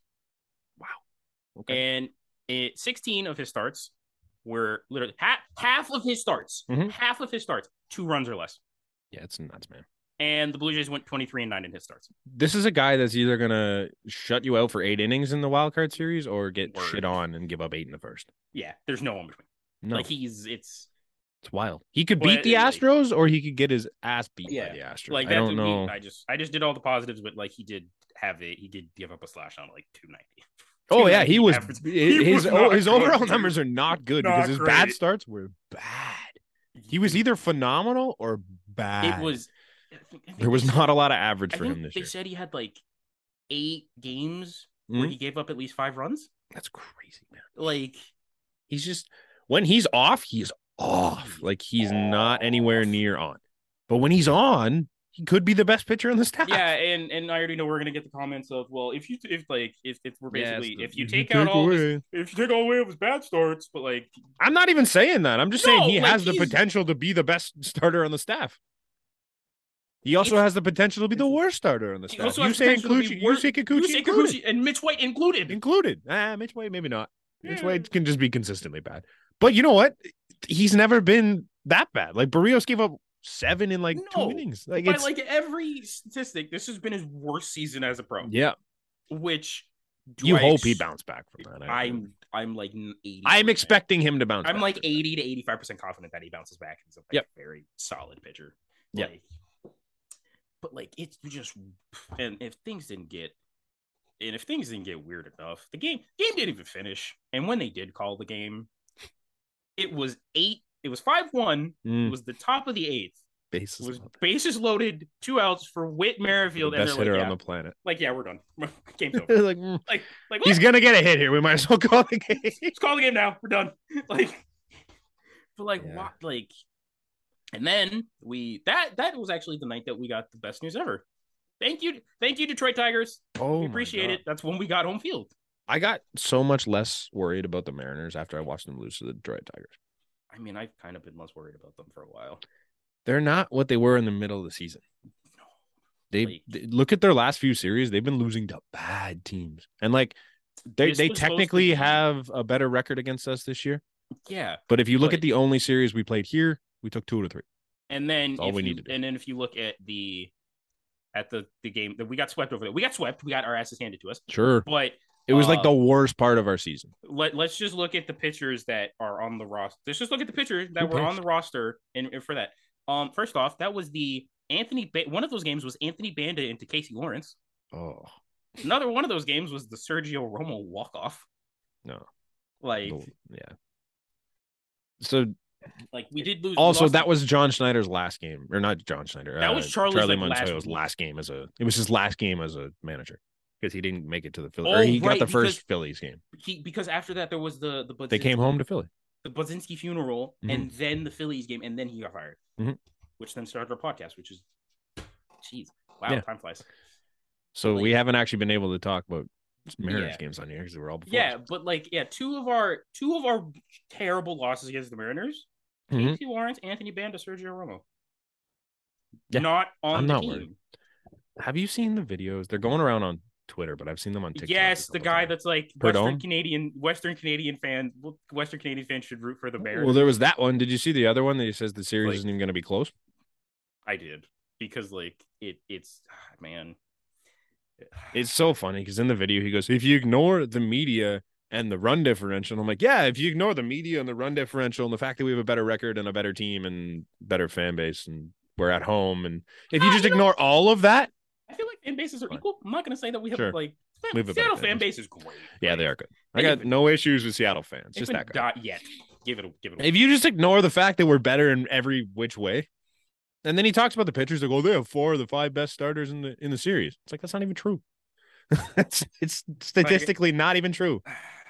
Speaker 1: Okay.
Speaker 2: and it, 16 of his starts were literally half, half of his starts,
Speaker 1: Mhm.
Speaker 2: half of his starts, two runs or less.
Speaker 1: yeah, it's nuts, man.
Speaker 2: And the Blue Jays went 23 and nine in his starts.
Speaker 1: This is a guy that's either gonna shut you out for eight innings in the wild card series or get
Speaker 2: Word.
Speaker 1: shit on and give up eight in the first.
Speaker 2: Yeah, there's no one between.
Speaker 1: No,
Speaker 2: Like he's it's
Speaker 1: it's wild. He could
Speaker 2: Well,
Speaker 1: beat the
Speaker 2: it- like-
Speaker 1: Astros or he could get his ass beat
Speaker 2: Yeah.
Speaker 1: by the Astros.
Speaker 2: like
Speaker 1: I
Speaker 2: that
Speaker 1: don't
Speaker 2: to
Speaker 1: know.
Speaker 2: me. I just I just did all the positives, but like he did have it. He did give up a slash on like 290.
Speaker 1: Oh yeah, he was
Speaker 2: Average-
Speaker 1: his
Speaker 2: he was
Speaker 1: his, o-
Speaker 2: not
Speaker 1: his overall
Speaker 2: good.
Speaker 1: numbers are not good
Speaker 2: Not
Speaker 1: because his bad
Speaker 2: great.
Speaker 1: starts were bad. He was either phenomenal or bad.
Speaker 2: It was. I think- I think
Speaker 1: there was
Speaker 2: they said-
Speaker 1: not a lot of average
Speaker 2: I
Speaker 1: for
Speaker 2: think
Speaker 1: him this
Speaker 2: they
Speaker 1: year.
Speaker 2: said he had like eight games
Speaker 1: Mhm.
Speaker 2: where he gave up at least five runs.
Speaker 1: That's crazy, man.
Speaker 2: Like
Speaker 1: He's just when he's off, he's off. Like he's not anywhere
Speaker 2: Off.
Speaker 1: near on. But when he's on, he could be the best pitcher on the staff.
Speaker 2: yeah, and and I already know we're gonna get the comments of well, if you if like if, if we're
Speaker 1: Yes,
Speaker 2: basically
Speaker 1: the-
Speaker 2: if you take out all his-
Speaker 1: away-
Speaker 2: if you take all away of his bad starts, but like
Speaker 1: I'm not even saying that. I'm just
Speaker 2: No,
Speaker 1: saying he
Speaker 2: like,
Speaker 1: has the
Speaker 2: he's-
Speaker 1: potential to be the best starter on the staff. He also
Speaker 2: It's-
Speaker 1: has the potential to be the worst starter on the
Speaker 2: He
Speaker 1: staff.
Speaker 2: also
Speaker 1: You
Speaker 2: has
Speaker 1: say
Speaker 2: potential to be
Speaker 1: Kikuchi, you
Speaker 2: worse-
Speaker 1: say
Speaker 2: you
Speaker 1: Kikuchi
Speaker 2: say
Speaker 1: included.
Speaker 2: Kikuchi and Mitch White included.
Speaker 1: included. Ah, Mitch White maybe not. Mitch
Speaker 2: Yeah.
Speaker 1: White can just be consistently bad. But you know what? He's never been that bad. Like Barrios gave up seven in like
Speaker 2: No,
Speaker 1: two innings. Like
Speaker 2: By
Speaker 1: it's
Speaker 2: like every statistic, this has been his worst season as a pro.
Speaker 1: yeah.
Speaker 2: Which do
Speaker 1: You
Speaker 2: I
Speaker 1: hope
Speaker 2: ex-
Speaker 1: he bounced back from that. I-
Speaker 2: I'm I'm like eighty.
Speaker 1: I'm expecting him to bounce.
Speaker 2: I'm
Speaker 1: back
Speaker 2: like
Speaker 1: from that.
Speaker 2: eighty to eighty five percent confident that he bounces back and something.
Speaker 1: Yep.
Speaker 2: Very solid pitcher.
Speaker 1: Yep.
Speaker 2: Like, but like it's just and if things didn't get and if things didn't get weird enough, the game game didn't even finish. And when they did call the game, it was eight. It was five one. It
Speaker 1: Mm,
Speaker 2: was the top of the eighth.
Speaker 1: bases
Speaker 2: was
Speaker 1: loaded.
Speaker 2: bases loaded, two outs for Whit Merrifield, and
Speaker 1: best
Speaker 2: they're
Speaker 1: hitter
Speaker 2: like, yeah,
Speaker 1: on the planet.
Speaker 2: like, yeah, we're done. Game's over.
Speaker 1: like mm,
Speaker 2: Like, like
Speaker 1: he's
Speaker 2: "What?
Speaker 1: gonna get a hit here. We might as well call the game.
Speaker 2: let's call the game now. We're done. like, but like,
Speaker 1: Yeah.
Speaker 2: what? Like, and then we that that was actually the night that we got the best news ever. Thank you, thank you, Detroit Tigers.
Speaker 1: Oh,
Speaker 2: we
Speaker 1: my
Speaker 2: appreciate
Speaker 1: God.
Speaker 2: it. That's when we got home field.
Speaker 1: I got so much less worried about the Mariners after I watched them lose to the Detroit Tigers.
Speaker 2: I mean, I've kind of been less worried about them for a while.
Speaker 1: They're not what they were in the middle of the season.
Speaker 2: No,
Speaker 1: They,
Speaker 2: Like-
Speaker 1: they- look at their last few series. They've been losing to bad teams, and like they
Speaker 2: This
Speaker 1: they
Speaker 2: was supposed to
Speaker 1: technically
Speaker 2: be-
Speaker 1: have a better record against us this year.
Speaker 2: yeah.
Speaker 1: But if you look
Speaker 2: Right.
Speaker 1: at the only series we played here, we took two to three.
Speaker 2: And then
Speaker 1: That's all
Speaker 2: if
Speaker 1: we
Speaker 2: you,
Speaker 1: need to do.
Speaker 2: And then if you look at the at the the game that we got swept over there, we got swept. We got our asses handed to us.
Speaker 1: Sure,
Speaker 2: But
Speaker 1: it was like
Speaker 2: Uh,
Speaker 1: the worst part of our season.
Speaker 2: let let's just look at the pitchers that are on the roster. Let's just look at the pitchers that
Speaker 1: Who
Speaker 2: were on the roster. And, and for that, um, first off, that was the Anthony. Ba- one of those games was Anthony Banda into Casey Lawrence.
Speaker 1: Oh
Speaker 2: Another one of those games was the Sergio Romo walk off.
Speaker 1: No.
Speaker 2: like
Speaker 1: the- yeah. So
Speaker 2: like we did lose.
Speaker 1: also
Speaker 2: lost-
Speaker 1: that was John Schneider's last game, or not John Schneider. uh,
Speaker 2: That was Charlie's,
Speaker 1: Charlie
Speaker 2: like, last
Speaker 1: Montoyo's
Speaker 2: week.
Speaker 1: last game as a. It was his last game as a manager because he didn't make it to the Phillies.
Speaker 2: Oh,
Speaker 1: or he got
Speaker 2: right,
Speaker 1: the
Speaker 2: because-
Speaker 1: first Phillies game.
Speaker 2: he, because after that there was the the
Speaker 1: They
Speaker 2: Budzinski-
Speaker 1: came home to Philly.
Speaker 2: the Budzinski funeral
Speaker 1: Mhm.
Speaker 2: and then the Phillies game and then he got fired,
Speaker 1: Mhm.
Speaker 2: which then started our podcast, which is jeez, wow,
Speaker 1: Yeah.
Speaker 2: time flies.
Speaker 1: So
Speaker 2: Like-
Speaker 1: we haven't actually been able to talk about Mariners
Speaker 2: Yeah.
Speaker 1: games on here because we're all before.
Speaker 2: Yeah, but like, yeah, two of our two of our terrible losses against the Mariners.
Speaker 1: Mhm.
Speaker 2: Casey Lawrence, Anthony Banda, Sergio Romo.
Speaker 1: Yeah,
Speaker 2: Not on
Speaker 1: I'm
Speaker 2: the
Speaker 1: not
Speaker 2: team.
Speaker 1: worried. Have you seen the videos? They're going around on Twitter, but I've seen them on TikTok. a
Speaker 2: Yes, the
Speaker 1: couple
Speaker 2: guy
Speaker 1: times.
Speaker 2: that's like
Speaker 1: Perdome?
Speaker 2: Western Canadian, Western Canadian fan, Western Canadian fan should root for the Bears.
Speaker 1: Well, there was that one. Did you see the other one that he says the series
Speaker 2: Like-
Speaker 1: isn't even going to be close?
Speaker 2: I did because like it, it's ah, man.
Speaker 1: It's so funny because in the video he goes, "If you ignore the media and the run differential," and I'm like, "Yeah, if you ignore the media and the run differential and the fact that we have a better record and a better team and better fan base and we're at home and if you
Speaker 2: Ah,
Speaker 1: just
Speaker 2: you know-
Speaker 1: ignore all of that,
Speaker 2: I feel like fan bases are
Speaker 1: Fine.
Speaker 2: equal. I'm not gonna say that we have
Speaker 1: Sure.
Speaker 2: like
Speaker 1: We have a better
Speaker 2: Seattle
Speaker 1: fan
Speaker 2: fan base is great.
Speaker 1: yeah,
Speaker 2: Like,
Speaker 1: they are good. I
Speaker 2: They
Speaker 1: got
Speaker 2: even-
Speaker 1: no issues with Seattle fans.
Speaker 2: they've
Speaker 1: Just
Speaker 2: been
Speaker 1: that guy.
Speaker 2: dot yet. Give it a give it a
Speaker 1: If you just ignore the fact that we're better in every which way, and then he talks about the pitchers that go, they have four of the five best starters in the in the series. It's like that's not even true. it's it's statistically not even true,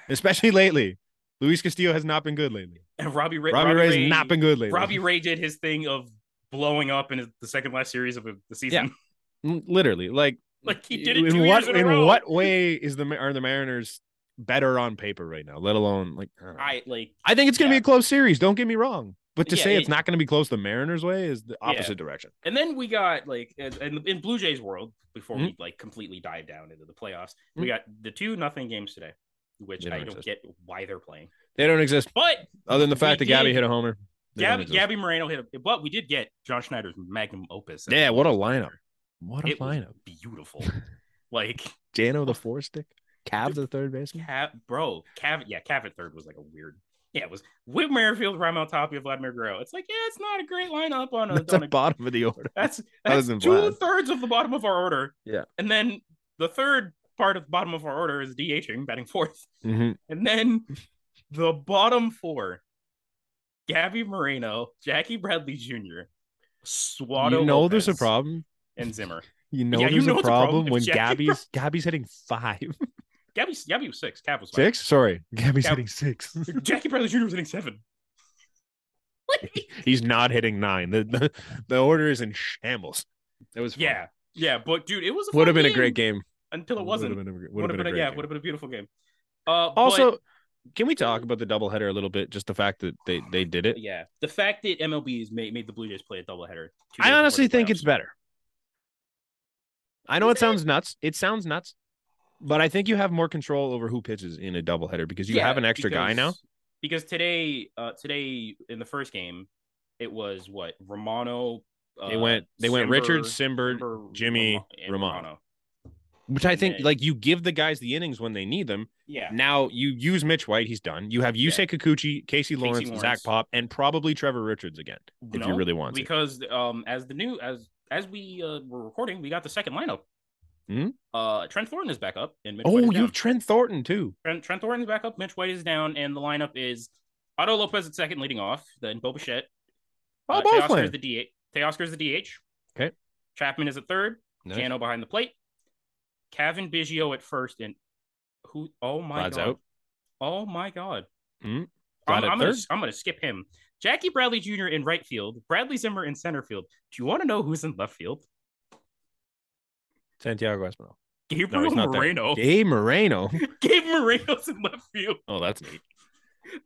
Speaker 1: especially lately. Luis Castillo has not been good lately.
Speaker 2: And Robbie Ray,
Speaker 1: Robbie, Ray's
Speaker 2: Ray-
Speaker 1: not been good lately.
Speaker 2: Robbie Ray did his thing of blowing up in his- the second last series of the season.
Speaker 1: literally, like
Speaker 2: Like he did it
Speaker 1: in
Speaker 2: two
Speaker 1: what
Speaker 2: years in, a
Speaker 1: in
Speaker 2: row.
Speaker 1: what way is the Ma- are the Mariners better on paper right now, let alone like I, don't know.
Speaker 2: I like
Speaker 1: I think it's going to
Speaker 2: yeah.
Speaker 1: be a close series. Don't get me wrong, but to
Speaker 2: Yeah,
Speaker 1: say
Speaker 2: it-
Speaker 1: it's not going to be close the Mariners' way is the opposite direction.
Speaker 2: And then we got like in- in, in Blue Jays world before
Speaker 1: Mm-hmm.
Speaker 2: we like completely dive down into the playoffs. We
Speaker 1: Mhm.
Speaker 2: got the two nothing games today, which
Speaker 1: They
Speaker 2: I
Speaker 1: don't
Speaker 2: don't
Speaker 1: exist.
Speaker 2: get why they're playing.
Speaker 1: They don't exist,
Speaker 2: But
Speaker 1: other than the fact
Speaker 2: We
Speaker 1: that Gabby
Speaker 2: did-
Speaker 1: hit a homer. They don't
Speaker 2: Gabby,
Speaker 1: exist.
Speaker 2: Gabby Moreno hit a but we did get John Schneider's magnum opus.
Speaker 1: Yeah, what a lineup. What a
Speaker 2: It was
Speaker 1: lineup!
Speaker 2: beautiful. like
Speaker 1: Jano the four stick, Cavs the third baseman.
Speaker 2: Cav, bro, Cav, yeah, Cav at third was like a weird. Yeah, it was Whit Merrifield, Ramon Tapia, Vladimir Guerrero. It's like, yeah, it's not a great lineup on a.
Speaker 1: That's
Speaker 2: on
Speaker 1: the
Speaker 2: a
Speaker 1: bottom of the order.
Speaker 2: that's
Speaker 1: Other
Speaker 2: that's
Speaker 1: than
Speaker 2: two
Speaker 1: Vlad.
Speaker 2: thirds of the bottom of our order.
Speaker 1: Yeah.
Speaker 2: and then the third part of the bottom of our order is DHing, batting fourth,
Speaker 1: Mhm.
Speaker 2: and then the bottom four: Gabby Moreno, Jackie Bradley Jr., Swado.
Speaker 1: You know
Speaker 2: Lopez,
Speaker 1: there's a problem.
Speaker 2: And Zimmer.
Speaker 1: You know
Speaker 2: Yeah, you
Speaker 1: there's
Speaker 2: know
Speaker 1: a
Speaker 2: it's a problem
Speaker 1: problem
Speaker 2: if
Speaker 1: when
Speaker 2: Jackie
Speaker 1: Gabby's Gabby's hitting five,
Speaker 2: Gabby, Gabby was six. Cav was five.
Speaker 1: six. Sorry, Gabby's
Speaker 2: Gab-
Speaker 1: hitting six.
Speaker 2: Jackie Bradley Jr. was hitting seven.
Speaker 1: He's not hitting nine. The, the the order is in shambles. That was fun.
Speaker 2: Yeah, yeah, but dude, it was
Speaker 1: Would have
Speaker 2: fun
Speaker 1: been a great game.
Speaker 2: until it
Speaker 1: Would've
Speaker 2: wasn't.
Speaker 1: been a gr-
Speaker 2: Would
Speaker 1: would've
Speaker 2: have been,
Speaker 1: been a
Speaker 2: a,
Speaker 1: great
Speaker 2: yeah,
Speaker 1: game.
Speaker 2: would have been a beautiful game. Uh, but-
Speaker 1: Also, can we talk about the doubleheader a little bit? Just the fact that they they did it.
Speaker 2: yeah, the fact that MLB has made, made the Blue Jays play a doubleheader. two days
Speaker 1: I
Speaker 2: before
Speaker 1: honestly
Speaker 2: the
Speaker 1: think
Speaker 2: playoffs.
Speaker 1: it's better. I know
Speaker 2: Is
Speaker 1: it sounds nuts. It sounds nuts, but I think you have more control over who pitches in a doubleheader because you
Speaker 2: Yeah,
Speaker 1: have an extra guy now.
Speaker 2: because- Because today, uh, today in the first game, it was what Romano. Uh,
Speaker 1: They went they went
Speaker 2: Simber-
Speaker 1: Richard Simber,
Speaker 2: Simber,
Speaker 1: Jimmy,
Speaker 2: Roma- and
Speaker 1: Romano. which I think
Speaker 2: Ned.
Speaker 1: like you give the guys the innings when they need them.
Speaker 2: Yeah,
Speaker 1: Now you use Mitch White, he's done. You have Yusei Kikuchi, Casey Lawrence,
Speaker 2: Lawrence.
Speaker 1: Zach Pop, and probably Trevor Richards again if
Speaker 2: No,
Speaker 1: you really want to.
Speaker 2: because um, as the new as as we uh, were recording, we got the second lineup.
Speaker 1: Hmm?
Speaker 2: Uh, Trent Thornton is back up, and Mitch
Speaker 1: Oh,
Speaker 2: White is
Speaker 1: you
Speaker 2: down.
Speaker 1: have Trent Thornton too.
Speaker 2: Trent, Trent Thornton's back up. Mitch White is down, and the lineup is Otto Lopez at second, leading off. Then Bo Bichette.
Speaker 1: Oh,
Speaker 2: uh,
Speaker 1: both
Speaker 2: Teoscar
Speaker 1: playing.
Speaker 2: is the DH. Teoscar is the DH.
Speaker 1: Okay.
Speaker 2: Chapman is at third.
Speaker 1: Nice.
Speaker 2: Jano behind the plate. Kevin Biggio at first, and who? Oh my
Speaker 1: Vlad's
Speaker 2: god!
Speaker 1: out.
Speaker 2: Oh my god!
Speaker 1: Hmm. Vlad
Speaker 2: I'm,
Speaker 1: at
Speaker 2: I'm gonna
Speaker 1: third?
Speaker 2: I'm gonna skip him. Jackie Bradley Jr. in right field. Bradley Zimmer in center field. Do you want to know who's in left field?
Speaker 1: Santiago Espinal. No,
Speaker 2: Gabriel
Speaker 1: he's not
Speaker 2: Moreno.
Speaker 1: there. Dave Moreno.
Speaker 2: Gabe Moreno's in left field.
Speaker 1: Oh, that's neat.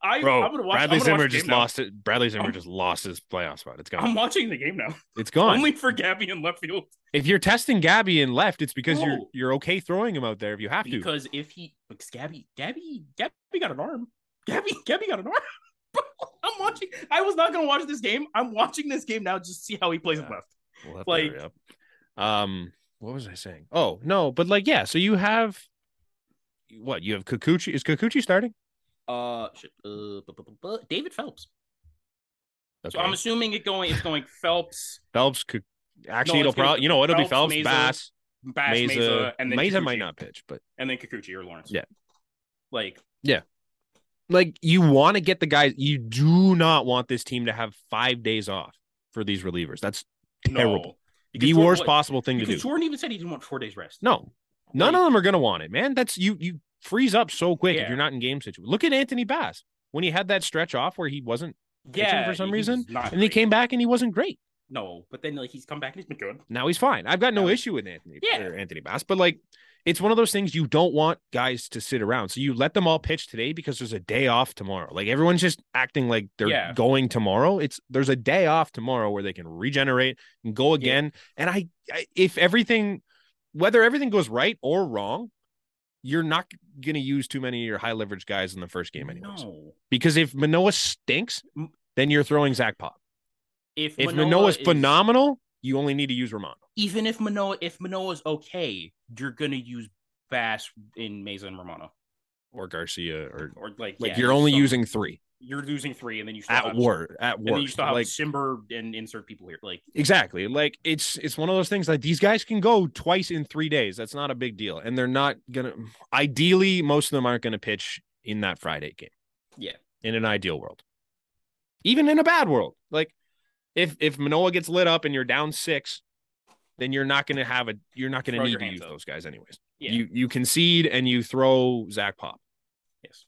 Speaker 2: I, I'm
Speaker 1: Bro,
Speaker 2: gonna
Speaker 1: Bradley
Speaker 2: watch, I'm gonna watch
Speaker 1: Zimmer
Speaker 2: the
Speaker 1: just
Speaker 2: game now.
Speaker 1: lost it. Bradley Zimmer
Speaker 2: I'm-
Speaker 1: just lost his playoff spot. It's gone.
Speaker 2: I'm watching the game now.
Speaker 1: it's gone.
Speaker 2: Only for Gabby in left field.
Speaker 1: if you're testing Gabby in left, it's because you're
Speaker 2: No.
Speaker 1: you're okay throwing him out there if you have to.
Speaker 2: Because if he because Gabby, Gabby, Gabby got an arm. Gabby, Gabby got an arm. Bro, I'm watching. I was not gonna watch this game. I'm watching this game now just to see how he plays it
Speaker 1: Yeah.
Speaker 2: left.
Speaker 1: We'll have
Speaker 2: Like-
Speaker 1: to hurry up. Um, what was I saying? Oh no, but like yeah. So you have what you have Kikuchi. Is Kikuchi starting?
Speaker 2: Uh, shit, uh bu- bu- bu- bu- David Phelps.
Speaker 1: That's
Speaker 2: So I'm assuming it going it's going Phelps,
Speaker 1: Phelps. Kik- Actually,
Speaker 2: No,
Speaker 1: it'll
Speaker 2: it's gonna
Speaker 1: probably
Speaker 2: be
Speaker 1: you know it'll be Phelps,
Speaker 2: Phelps, Meza,
Speaker 1: Bass,
Speaker 2: Bass,
Speaker 1: Mesa,
Speaker 2: Mesa, and then Kikuchi,
Speaker 1: might not pitch, but
Speaker 2: and then Kikuchi or Lawrence.
Speaker 1: Yeah.
Speaker 2: Like
Speaker 1: like you want to get the guys. You do not want this team to have five days off for these relievers. That's terrible.
Speaker 2: No.
Speaker 1: the
Speaker 2: Jordan-
Speaker 1: worst
Speaker 2: what-
Speaker 1: possible thing to
Speaker 2: Because
Speaker 1: do.
Speaker 2: Jordan even said he didn't want four days rest.
Speaker 1: No, none
Speaker 2: Like-
Speaker 1: of them are going to want it, man. That's you. You freeze up so quick
Speaker 2: Yeah.
Speaker 1: if you're not in game situation. Look at Anthony Bass when he had that stretch off where he wasn't,
Speaker 2: yeah,
Speaker 1: for some
Speaker 2: he was
Speaker 1: reason,
Speaker 2: not
Speaker 1: and he
Speaker 2: great.
Speaker 1: came back and he wasn't great.
Speaker 2: No, but then like he's come back and he's been good.
Speaker 1: Now he's fine. I've got no
Speaker 2: Now he's-
Speaker 1: issue with Anthony
Speaker 2: Yeah.
Speaker 1: or Anthony Bass, but like. It's one of those things you don't want guys to sit around. So you let them all pitch today because there's a day off tomorrow. Like everyone's just acting like they're
Speaker 2: Yeah.
Speaker 1: going tomorrow. It's there's a day off tomorrow where they can regenerate and go again. And I, I if everything whether everything goes right or wrong, you're not going to use too many of your high leverage guys in the first game anyways.
Speaker 2: No.
Speaker 1: Because if Manoa stinks,
Speaker 2: M-
Speaker 1: then you're throwing Zach Pop.
Speaker 2: If,
Speaker 1: If
Speaker 2: Manoa
Speaker 1: Manoa's
Speaker 2: is-
Speaker 1: phenomenal, you only need to use Romano.
Speaker 2: even if Manoa if Manoa's okay, you're gonna use Bass in Mesa and Romano.
Speaker 1: or Garcia or
Speaker 2: Or like
Speaker 1: like
Speaker 2: yeah,
Speaker 1: you're only
Speaker 2: some-
Speaker 1: using three
Speaker 2: you're losing three and then you still
Speaker 1: at
Speaker 2: have,
Speaker 1: war at
Speaker 2: And then you
Speaker 1: worst.
Speaker 2: still have
Speaker 1: Like
Speaker 2: Simber and insert people here. Like
Speaker 1: exactly. Like it's it's one of those things like these guys can go twice in three days. That's not a big deal, and they're not gonna. Ideally, most of them aren't gonna pitch in that Friday game.
Speaker 2: Yeah.
Speaker 1: in an ideal world, even in a bad world, like if if Manoa gets lit up and you're down six, then you're not gonna have a you're not gonna
Speaker 2: Throw
Speaker 1: need
Speaker 2: your
Speaker 1: to
Speaker 2: hands
Speaker 1: use
Speaker 2: up.
Speaker 1: those guys anyways.
Speaker 2: Yeah.
Speaker 1: You you concede and you throw Zach Pop.
Speaker 2: yes.